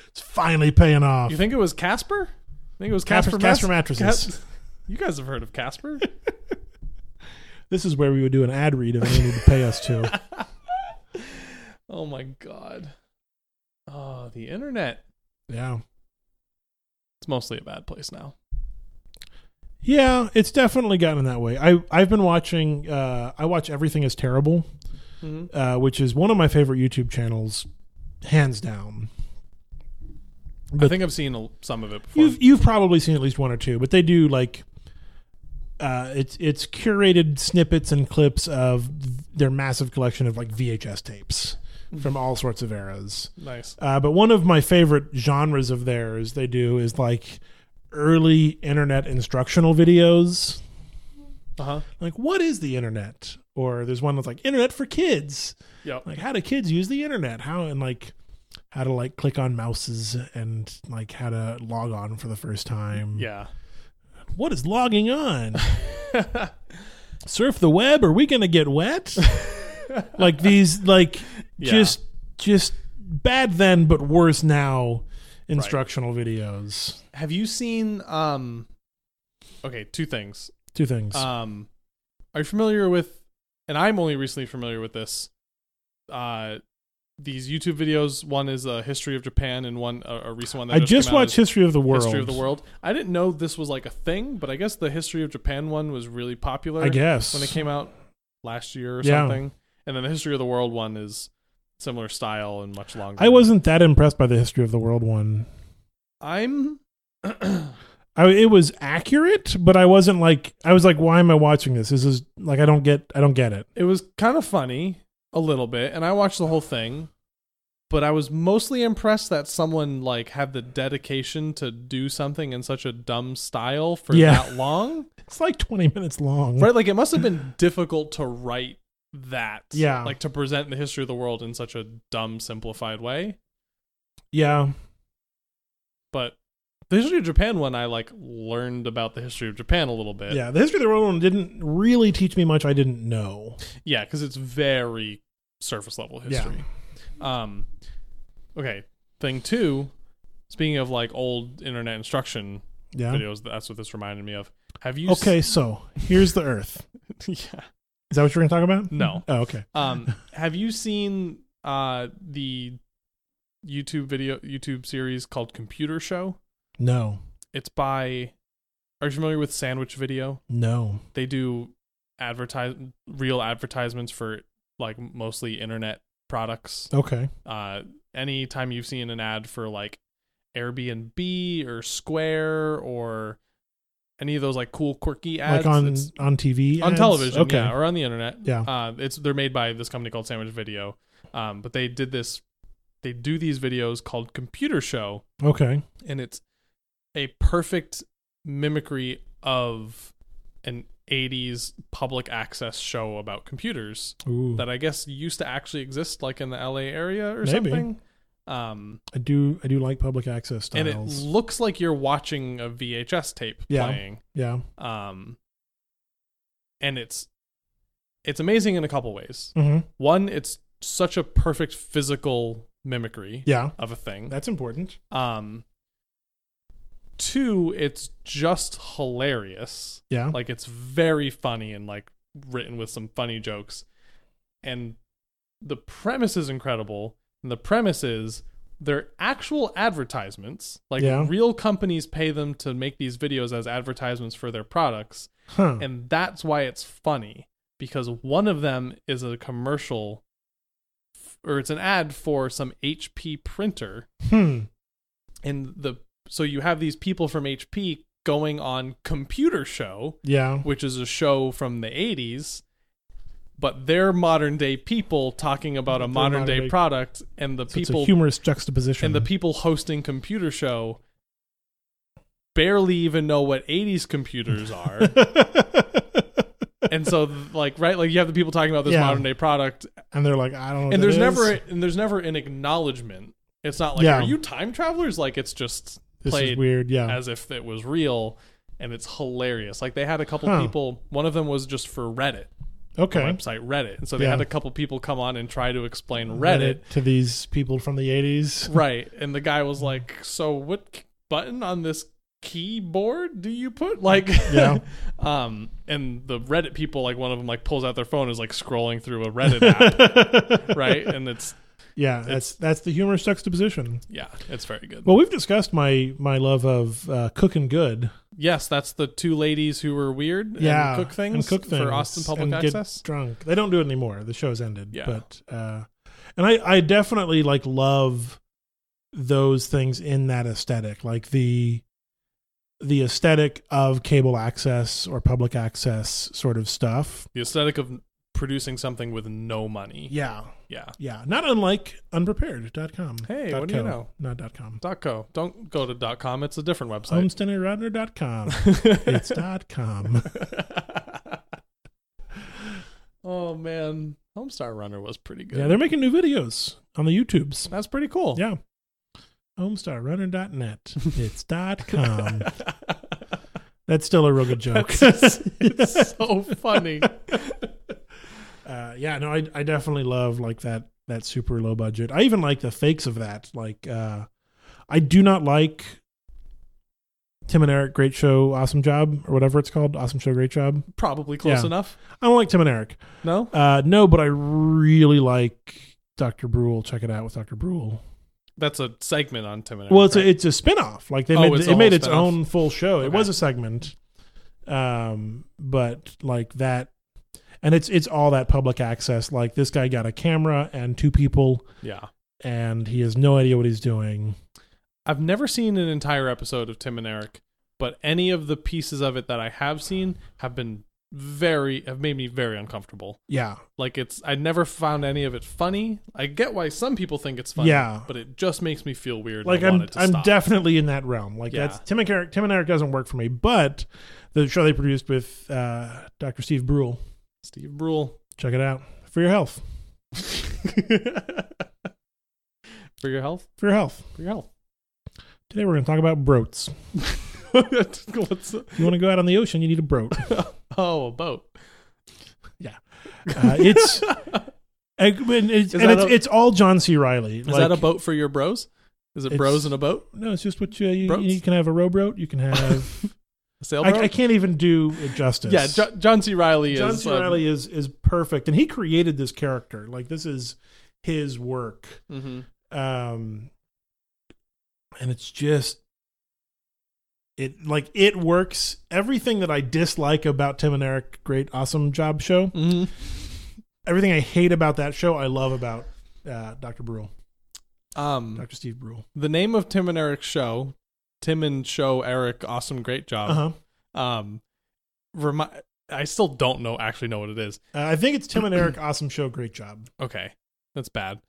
Speaker 1: It's finally paying off.
Speaker 2: you think it was Casper? I think it was
Speaker 1: Casper- Casper
Speaker 2: Casper. Mas-
Speaker 1: mattresses.
Speaker 2: Ca- *laughs* you guys have heard
Speaker 1: *laughs*
Speaker 2: of Casper?
Speaker 1: This is where we would do an ad read if they needed to pay us
Speaker 2: *laughs*
Speaker 1: to.
Speaker 2: oh my god. Oh, the internet.
Speaker 1: Yeah.
Speaker 2: It's mostly a bad place now.
Speaker 1: Yeah, it's definitely gotten that way. I I've been watching. Uh, I watch everything is terrible,
Speaker 2: Mhm.
Speaker 1: uh, which is one of my favorite YouTube channels, hands down.
Speaker 2: I
Speaker 1: But-
Speaker 2: think I've seen a, some of it before.
Speaker 1: You've you've probably seen at least one or two, but they do like. Uh, it's it's curated snippets and clips of their massive collection of like VHS tapes from all sorts of eras.
Speaker 2: nice.
Speaker 1: Uh, but one of my favorite genres of theirs they do is like early internet instructional videos.
Speaker 2: Uh huh.
Speaker 1: Like, what is the internet? Or there's one that's like internet for kids.
Speaker 2: Yep.
Speaker 1: Like, how do kids use the internet? How and like how to like click on mouses and like how to log on for the first time.
Speaker 2: Yeah. *laughs*
Speaker 1: What is logging on? Surf the web? Are we gonna get wet? like these like
Speaker 2: Yeah.
Speaker 1: just just bad then but worse now instructional videos.
Speaker 2: Have you seen um Okay, two things.
Speaker 1: Two things.
Speaker 2: Um are you familiar with and I'm only recently familiar with this uh these YouTube videos, one is a history of Japan and one a, a recent one that
Speaker 1: I just
Speaker 2: came out
Speaker 1: watched
Speaker 2: is
Speaker 1: History of the World.
Speaker 2: History of the World. I didn't know this was like a thing, but I guess the History of Japan one was really popular
Speaker 1: I guess.
Speaker 2: when it came out last year or
Speaker 1: Yeah.
Speaker 2: something. And then the History of the World one is similar style and much longer.
Speaker 1: I wasn't that impressed by the History of the World one.
Speaker 2: I'm *clears throat*
Speaker 1: I, it was accurate, but I wasn't like I was like, why am I watching this? This is like I don't get I don't get it.
Speaker 2: it was kind of funny a little bit and i watched the whole thing but i was mostly impressed that someone like had the dedication to do something in such a dumb style for
Speaker 1: Yeah.
Speaker 2: that long
Speaker 1: It's like twenty minutes long.
Speaker 2: right like it must have been difficult to write that
Speaker 1: Yeah.
Speaker 2: like to present the history of the world in such a dumb simplified way
Speaker 1: Yeah,
Speaker 2: but the history of japan one i like learned about the history of japan a little bit
Speaker 1: yeah. The History of the World one didn't really teach me much. I didn't know.
Speaker 2: Yeah, because it's very surface level history. Um, okay. Thing two, speaking of like old internet instruction
Speaker 1: Yeah.
Speaker 2: videos, that's what this reminded me of. Have you?
Speaker 1: *laughs*
Speaker 2: s-
Speaker 1: Okay, so here's the Earth.
Speaker 2: yeah.
Speaker 1: Is that what you're going to talk about?
Speaker 2: No.
Speaker 1: Oh, okay. *laughs*
Speaker 2: Um, have you seen uh the YouTube video YouTube series called Computer Show?
Speaker 1: No.
Speaker 2: It's by. Are you familiar with Sandwich Video?
Speaker 1: No.
Speaker 2: They do advertise real advertisements for like mostly internet products.
Speaker 1: Okay.
Speaker 2: uh, anytime you've seen an ad for like Airbnb or Square or any of those like cool quirky ads
Speaker 1: like on
Speaker 2: it's
Speaker 1: on TV.
Speaker 2: on
Speaker 1: ads?
Speaker 2: television,
Speaker 1: Okay.
Speaker 2: yeah, or on the internet.
Speaker 1: Yeah.
Speaker 2: Uh, it's they're made by this company called Sandwich Video, um, but they did this. They do these videos called Computer Show,
Speaker 1: Okay.
Speaker 2: and it's a perfect mimicry of an 80s public access show about computers
Speaker 1: Ooh.
Speaker 2: that I guess used to actually exist, like in the LA area or
Speaker 1: Maybe.
Speaker 2: something. Um,
Speaker 1: I do I do like public access
Speaker 2: and it
Speaker 1: styles.
Speaker 2: looks like you're watching a VHS tape
Speaker 1: Yeah.
Speaker 2: playing.
Speaker 1: yeah.
Speaker 2: Um, and it's it's amazing in a couple ways.
Speaker 1: hmm
Speaker 2: One, it's such a perfect physical mimicry
Speaker 1: Yeah.
Speaker 2: of a thing.
Speaker 1: That's important.
Speaker 2: Um, two, it's just hilarious
Speaker 1: Yeah.
Speaker 2: like it's very funny and like written with some funny jokes and the premise is incredible and the premise is they're actual advertisements like
Speaker 1: Yeah.
Speaker 2: real companies pay them to make these videos as advertisements for their products
Speaker 1: huh.
Speaker 2: and that's why it's funny because one of them is a commercial f- or it's an ad for some HP printer
Speaker 1: hmm.
Speaker 2: and the so you have these people from HP going on computer show
Speaker 1: Yeah.
Speaker 2: which is a show from the 80s but they're modern day people talking about a
Speaker 1: They're
Speaker 2: modern,
Speaker 1: modern
Speaker 2: day,
Speaker 1: day-
Speaker 2: product and the
Speaker 1: So it's a
Speaker 2: people
Speaker 1: humorous juxtaposition. *laughs*
Speaker 2: and the people hosting computer show
Speaker 1: *laughs*
Speaker 2: barely even know what 80s computers are and so like right like you have the people talking about this
Speaker 1: Yeah.
Speaker 2: modern day product
Speaker 1: and they're like, I don't know. What
Speaker 2: and
Speaker 1: that
Speaker 2: there's
Speaker 1: is.
Speaker 2: never and there's never an acknowledgement it's not like
Speaker 1: Yeah.
Speaker 2: are you time travelers like it's just
Speaker 1: this is
Speaker 2: played
Speaker 1: weird. Yeah,
Speaker 2: as if it was real and it's hilarious like they had a couple
Speaker 1: Huh.
Speaker 2: people one of them was just for reddit the
Speaker 1: okay.
Speaker 2: website reddit and so they
Speaker 1: Yeah.
Speaker 2: had a couple people come on and try to explain reddit
Speaker 1: to these people from the '80s.
Speaker 2: *laughs* right and the guy was like so what k- button on this keyboard do you put like
Speaker 1: *laughs* Yeah.
Speaker 2: *laughs* um and the reddit people like one of them like pulls out their phone and is like scrolling through a reddit
Speaker 1: *laughs*
Speaker 2: app right and it's
Speaker 1: Yeah, that's that's the humorous juxtaposition.
Speaker 2: yeah it's very good
Speaker 1: Well, we've discussed my my love of uh, cooking good.
Speaker 2: yes that's the two ladies who were weird
Speaker 1: yeah,
Speaker 2: and cook things
Speaker 1: and cook things
Speaker 2: for austin public
Speaker 1: and
Speaker 2: access
Speaker 1: Get drunk. They don't do it anymore. The show's ended.
Speaker 2: Yeah.
Speaker 1: but uh, and I I definitely like love those things in that aesthetic, like the the aesthetic of cable access or public access sort of stuff.
Speaker 2: the aesthetic of producing something with no money
Speaker 1: Yeah,
Speaker 2: yeah
Speaker 1: yeah. Not unlike unprepared.com.
Speaker 2: Hey,
Speaker 1: Dot
Speaker 2: what do you
Speaker 1: co.
Speaker 2: know?
Speaker 1: Not dot .com.
Speaker 2: dot co don't go to dot com it's a different website *laughs*
Speaker 1: Homesteaderradner.com. it's dot .com.
Speaker 2: *laughs* oh man, Homestar Runner was pretty good.
Speaker 1: Yeah, they're making new videos on the YouTubes.
Speaker 2: that's pretty cool.
Speaker 1: Yeah. Homestarrunner.net. It's dot com. That's still a real good joke.
Speaker 2: That's- it's *laughs* so funny.
Speaker 1: *laughs* uh, yeah, no, I, I definitely love like that that super low budget. I even like the fakes of that. Like uh, I do not like Tim and Eric Great Show Awesome Job or whatever it's called. Awesome Show Great Job.
Speaker 2: Probably close
Speaker 1: Yeah.
Speaker 2: enough.
Speaker 1: I don't like Tim and Eric.
Speaker 2: No,
Speaker 1: Uh, no, but I really like Dr. Brule. Check it out with Dr. Brule.
Speaker 2: that's a segment on Tim and Eric.
Speaker 1: Well, it's
Speaker 2: right?
Speaker 1: a, it's a spin-off. Like they
Speaker 2: Oh,
Speaker 1: made
Speaker 2: it's a
Speaker 1: it made
Speaker 2: whole
Speaker 1: its
Speaker 2: spin-off.
Speaker 1: own full show. It
Speaker 2: Okay.
Speaker 1: was a segment. Um but like that and it's it's all that public access like this guy got a camera and two people
Speaker 2: yeah.
Speaker 1: and he has no idea what he's doing.
Speaker 2: I've never seen an entire episode of Tim and Eric, but any of the pieces of it that I have seen have been very have made me very uncomfortable.
Speaker 1: Yeah.
Speaker 2: Like it's I never found any of it funny. I get why some people think it's funny.
Speaker 1: Yeah.
Speaker 2: But it just makes me feel weird.
Speaker 1: Like
Speaker 2: I want
Speaker 1: I'm
Speaker 2: it to
Speaker 1: I'm
Speaker 2: stop.
Speaker 1: definitely in that realm. Like
Speaker 2: Yeah.
Speaker 1: that's Tim and Eric Tim and Eric doesn't work for me, but the show they produced with uh, Dr. Steve Brule.
Speaker 2: Steve Brule.
Speaker 1: Check it out. For your health.
Speaker 2: *laughs* for your health.
Speaker 1: For your health.
Speaker 2: For your health.
Speaker 1: Today we're going to talk about broats.
Speaker 2: *laughs* What's
Speaker 1: You want to go out on the ocean, you need a broat.
Speaker 2: oh a boat?
Speaker 1: Uh, it's *laughs* and, and it's,
Speaker 2: Is
Speaker 1: and
Speaker 2: that
Speaker 1: it's,
Speaker 2: a-
Speaker 1: it's all John C. Riley.
Speaker 2: Is that a boat for your bros? Is it bros
Speaker 1: It's-
Speaker 2: in a boat?
Speaker 1: No, it's just what you you,
Speaker 2: Broats?
Speaker 1: you can have a rowboat. You can
Speaker 2: *laughs*
Speaker 1: have.
Speaker 2: A
Speaker 1: I,
Speaker 2: sailboat?
Speaker 1: I can't even do it justice.
Speaker 2: yeah, jo- John C. Riley
Speaker 1: John
Speaker 2: is
Speaker 1: C.
Speaker 2: um,
Speaker 1: Riley is is perfect, and he created this character. Like this is his work,
Speaker 2: mhm.
Speaker 1: um, and it's just. It like it works. Everything that I dislike about Tim and Eric, great, awesome job show.
Speaker 2: Mhm.
Speaker 1: Everything I hate about that show, I love about uh, Dr. Brule,
Speaker 2: Um,
Speaker 1: Dr. Steve Brule.
Speaker 2: the name of Tim and Eric's show, Tim and Show Eric, awesome, great job.
Speaker 1: Uh huh.
Speaker 2: Um, remi- I still don't know actually know what it is.
Speaker 1: Uh, I think it's Tim and Eric. Awesome show. Great job.
Speaker 2: Okay, that's bad.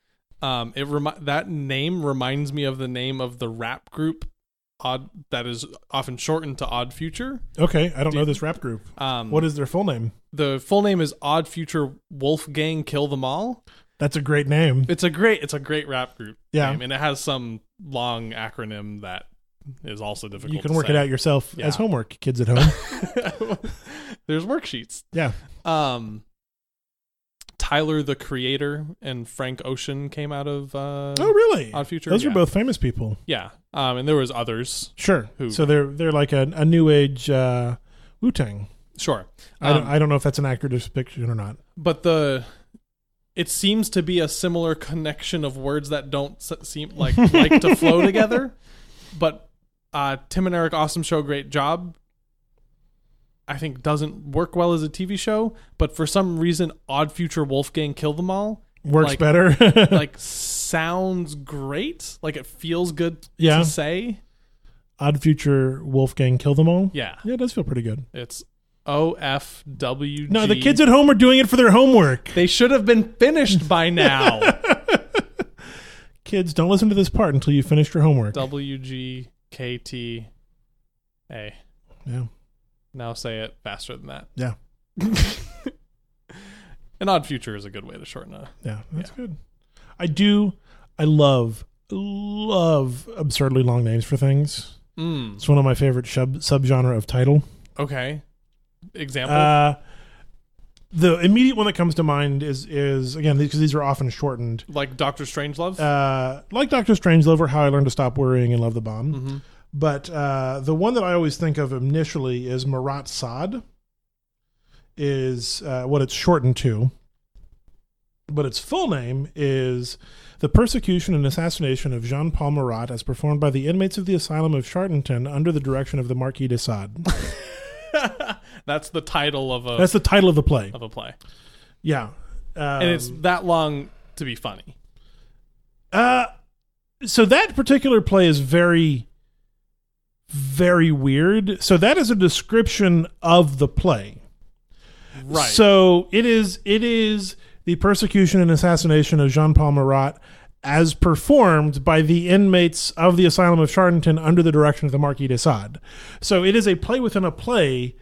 Speaker 2: Um, it remi- that name reminds me of the name of the rap group, Odd that is often shortened to Odd Future.
Speaker 1: Okay, I don't
Speaker 2: Do-
Speaker 1: know this rap group.
Speaker 2: Um,
Speaker 1: What is their full name?
Speaker 2: the full name is Odd Future Wolfgang Kill Them All.
Speaker 1: That's a great name.
Speaker 2: It's a great it's a great rap group.
Speaker 1: Yeah.
Speaker 2: name, and it has some long acronym that is also difficult.
Speaker 1: You can
Speaker 2: to
Speaker 1: work
Speaker 2: say.
Speaker 1: it out yourself
Speaker 2: Yeah.
Speaker 1: as homework, kids at
Speaker 2: *laughs*
Speaker 1: home.
Speaker 2: There's worksheets.
Speaker 1: yeah.
Speaker 2: Um, Tyler the Creator and Frank Ocean came out of uh,
Speaker 1: Oh, really?
Speaker 2: Odd Future.
Speaker 1: Those
Speaker 2: yeah.
Speaker 1: are both famous people.
Speaker 2: Yeah, um, and there was others.
Speaker 1: Sure.
Speaker 2: Who-
Speaker 1: So they're they're like a, a new age uh, Wu Tang.
Speaker 2: Sure,
Speaker 1: I don't
Speaker 2: Um,
Speaker 1: I don't know if that's an accurate description or not.
Speaker 2: but the it seems to be a similar connection of words that don't s- seem
Speaker 1: *laughs*
Speaker 2: like like to flow together. But uh, Tim and Eric, awesome show, great job. I think doesn't work well as a TV show, but for some reason, Odd Future Wolfgang Kill Them
Speaker 1: *laughs*
Speaker 2: All
Speaker 1: Works
Speaker 2: like-
Speaker 1: better. *laughs*
Speaker 2: *laughs* like sounds great. Like it feels good
Speaker 1: Yeah.
Speaker 2: to say.
Speaker 1: Odd Future Wolfgang Kill Them All.
Speaker 2: Yeah.
Speaker 1: Yeah, it does feel pretty good.
Speaker 2: It's O F W.
Speaker 1: No, the kids at home are doing it for their homework.
Speaker 2: They should have been finished *laughs* by now.
Speaker 1: Kids, don't listen to this part until you finish your homework.
Speaker 2: W G K T A.
Speaker 1: Yeah.
Speaker 2: Now say it faster than that.
Speaker 1: Yeah.
Speaker 2: *laughs* An odd future is a good way to shorten a.
Speaker 1: Yeah, that's good. I do. I love love absurdly long names for things.
Speaker 2: Mm,
Speaker 1: It's one of my favorite sub subgenre of title.
Speaker 2: okay. Example.
Speaker 1: Uh, the immediate one that comes to mind is is again because these are often shortened.
Speaker 2: like Doctor Strangelove.
Speaker 1: Uh, like Doctor Strangelove or How I Learned to Stop Worrying and Love the Bomb.
Speaker 2: Mhm.
Speaker 1: But uh, the one that I always think of initially is Marat Sad, is uh, what it's shortened to. But its full name is The Persecution and Assassination of Jean Paul Marat as performed by the inmates of the Asylum of Chartenton under the direction of the Marquis de Sade.
Speaker 2: *laughs* That's the title of a
Speaker 1: uh, That's the title of the play.
Speaker 2: of a play,
Speaker 1: Yeah. Um,
Speaker 2: Oh. and it's that long to be funny.
Speaker 1: Uh, so that particular play is very, very weird. So that is a description of the play.
Speaker 2: Right.
Speaker 1: So it is it is the persecution and assassination of Jean Paul Marat as performed by the inmates of the asylum of Charenton under the direction of the Marquis de Sade. So it is a play within a play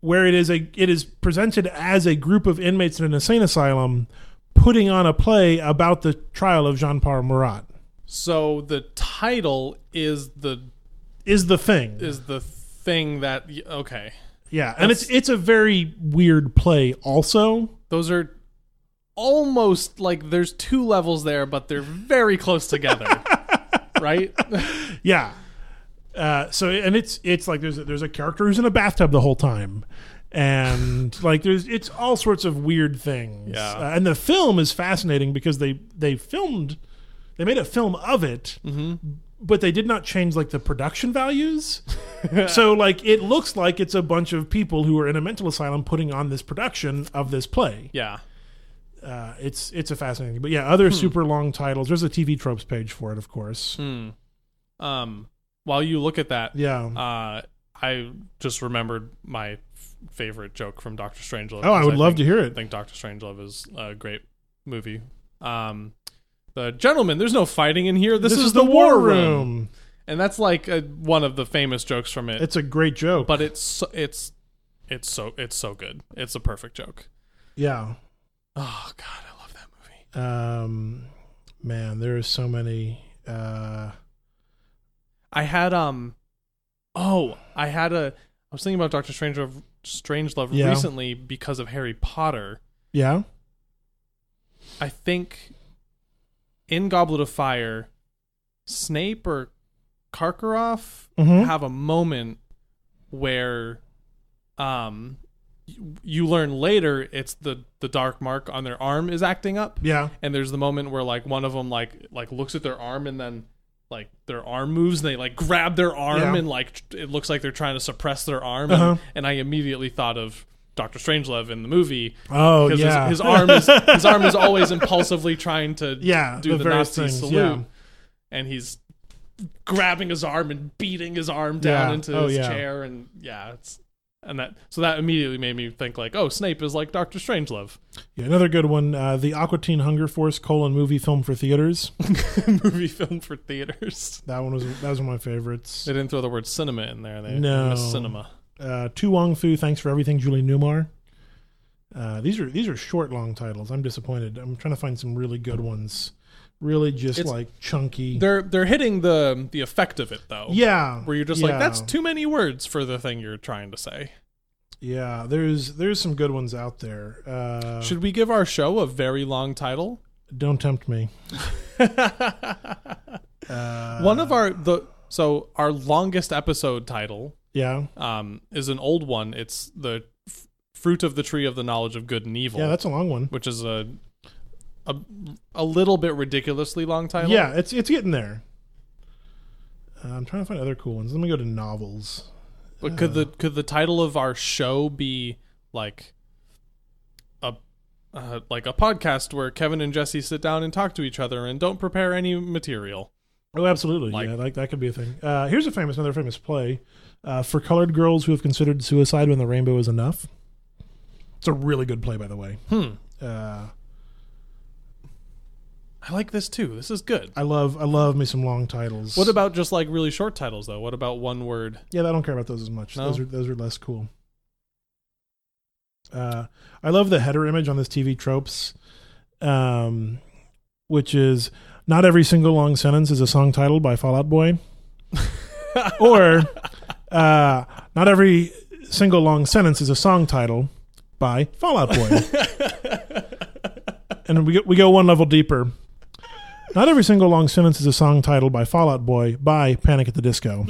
Speaker 1: where it is a it is presented as a group of inmates in an insane asylum putting on a play about the trial of Jean Paul Marat.
Speaker 2: so the title is the
Speaker 1: Is the thing.
Speaker 2: is the thing that okay.
Speaker 1: yeah. And it's it's a very weird play also.
Speaker 2: Those are almost like there's two levels there, but they're very
Speaker 1: *laughs*
Speaker 2: close together. right?
Speaker 1: Yeah. Uh, so and it's it's like there's a, there's a character who's in a bathtub the whole time, and *laughs* like there's it's all sorts of weird things.
Speaker 2: Yeah.
Speaker 1: Uh, and the film is fascinating because they they filmed they made a film of it,
Speaker 2: Mm-hmm.
Speaker 1: but they did not change like the production values. *laughs* so like it looks like it's a bunch of people who are in a mental asylum putting on this production of this play.
Speaker 2: Yeah.
Speaker 1: Uh, it's it's a fascinating. But yeah, other super long titles. There's a TV tropes page for it, of course.
Speaker 2: Hmm. Um. While you look at that,
Speaker 1: Yeah.
Speaker 2: uh, I just remembered my f- favorite joke from Doctor Strangelove.
Speaker 1: Oh, I would love
Speaker 2: think,
Speaker 1: to hear
Speaker 2: I
Speaker 1: it.
Speaker 2: think Doctor Strangelove is a great movie. Um, the gentlemen, there's no fighting in here. This, is, the, war room. and that's like uh one of the famous jokes from it.
Speaker 1: It's a great joke.
Speaker 2: but it's so, it's it's so it's so good. It's a perfect joke.
Speaker 1: yeah.
Speaker 2: Oh God, I love that movie.
Speaker 1: Um, man, there is so many. Uh,
Speaker 2: I had um, oh, I had a. I was thinking about Doctor Strangelove, Strangelove
Speaker 1: Yeah.
Speaker 2: recently because of Harry Potter.
Speaker 1: yeah.
Speaker 2: I think in Goblet of Fire, Snape or Karkaroff
Speaker 1: Mhm.
Speaker 2: have a moment where um you, you learn later it's the the dark mark on their arm is acting up
Speaker 1: Yeah.
Speaker 2: and there's the moment where like one of them like like looks at their arm and then like their arm moves and they like grab their arm
Speaker 1: Yeah.
Speaker 2: and like tr- it looks like they're trying to suppress their arm
Speaker 1: Uh-huh.
Speaker 2: and, and I immediately thought of Doctor Strangelove in the movie
Speaker 1: Oh,
Speaker 2: because
Speaker 1: yeah. *laughs*
Speaker 2: his, his arm is his arm is always impulsively trying to
Speaker 1: Yeah,
Speaker 2: do
Speaker 1: the
Speaker 2: the,
Speaker 1: various
Speaker 2: Nazi
Speaker 1: things,
Speaker 2: salute,
Speaker 1: yeah.
Speaker 2: and he's grabbing his arm and beating his arm down
Speaker 1: Yeah,
Speaker 2: into
Speaker 1: oh,
Speaker 2: his
Speaker 1: yeah.
Speaker 2: chair, and yeah, it's and that so that immediately made me think like, oh, Snape is like Doctor Strangelove *laughs*
Speaker 1: yeah, another good one. Uh, the Aqua Teen Hunger Force colon movie film for theaters.
Speaker 2: movie film for theaters.
Speaker 1: That one was that was one of my favorites.
Speaker 2: They didn't throw the word cinema in there. They
Speaker 1: No.
Speaker 2: missed cinema.
Speaker 1: Uh, Tu Wong Fu, thanks for everything, Julie Newmar. Uh, these are these are short, long titles. I'm disappointed. I'm trying to find some really good ones, really just
Speaker 2: It's-
Speaker 1: like chunky.
Speaker 2: They're they're hitting the the effect of it though.
Speaker 1: Yeah,
Speaker 2: Where you're just like,
Speaker 1: yeah.
Speaker 2: that's too many words for the thing you're trying to say.
Speaker 1: Yeah, there's there's some good ones out there. Uh,
Speaker 2: Should we give our show a very long *laughs* title?
Speaker 1: don't tempt me.
Speaker 2: one of our the so our longest episode title
Speaker 1: Yeah,
Speaker 2: um is an old one it's the f- fruit of the tree of the knowledge of good and evil
Speaker 1: yeah, that's a long one.
Speaker 2: which is a, a a little bit ridiculously long title
Speaker 1: Yeah, it's it's getting there. Uh, I'm trying to find other cool ones. Let me go to novels.
Speaker 2: but could the could the title of our show be like a uh, like a podcast where Kevin and Jesse sit down and talk to each other and don't prepare any material.
Speaker 1: Oh, absolutely.
Speaker 2: Like-
Speaker 1: yeah, like that could be a thing. Uh, here's a famous another famous play uh, for colored girls who have considered suicide when the rainbow is enough. It's a really good play, by the way.
Speaker 2: Hmm.
Speaker 1: Uh,
Speaker 2: I like this too. This is good.
Speaker 1: I love I love me some long titles.
Speaker 2: What about just like really short titles though? What about one word?
Speaker 1: Yeah, I don't care about those as much.
Speaker 2: No?
Speaker 1: Those are those are less cool. Uh, I love the header image on this TV tropes, um, which is not every single long sentence is a song title by Fallout Boy, or uh, not every single long sentence is a song title by Fallout Boy. and we go, we go one level deeper. Not every single long sentence is a song title by Fallout Boy by Panic at the Disco.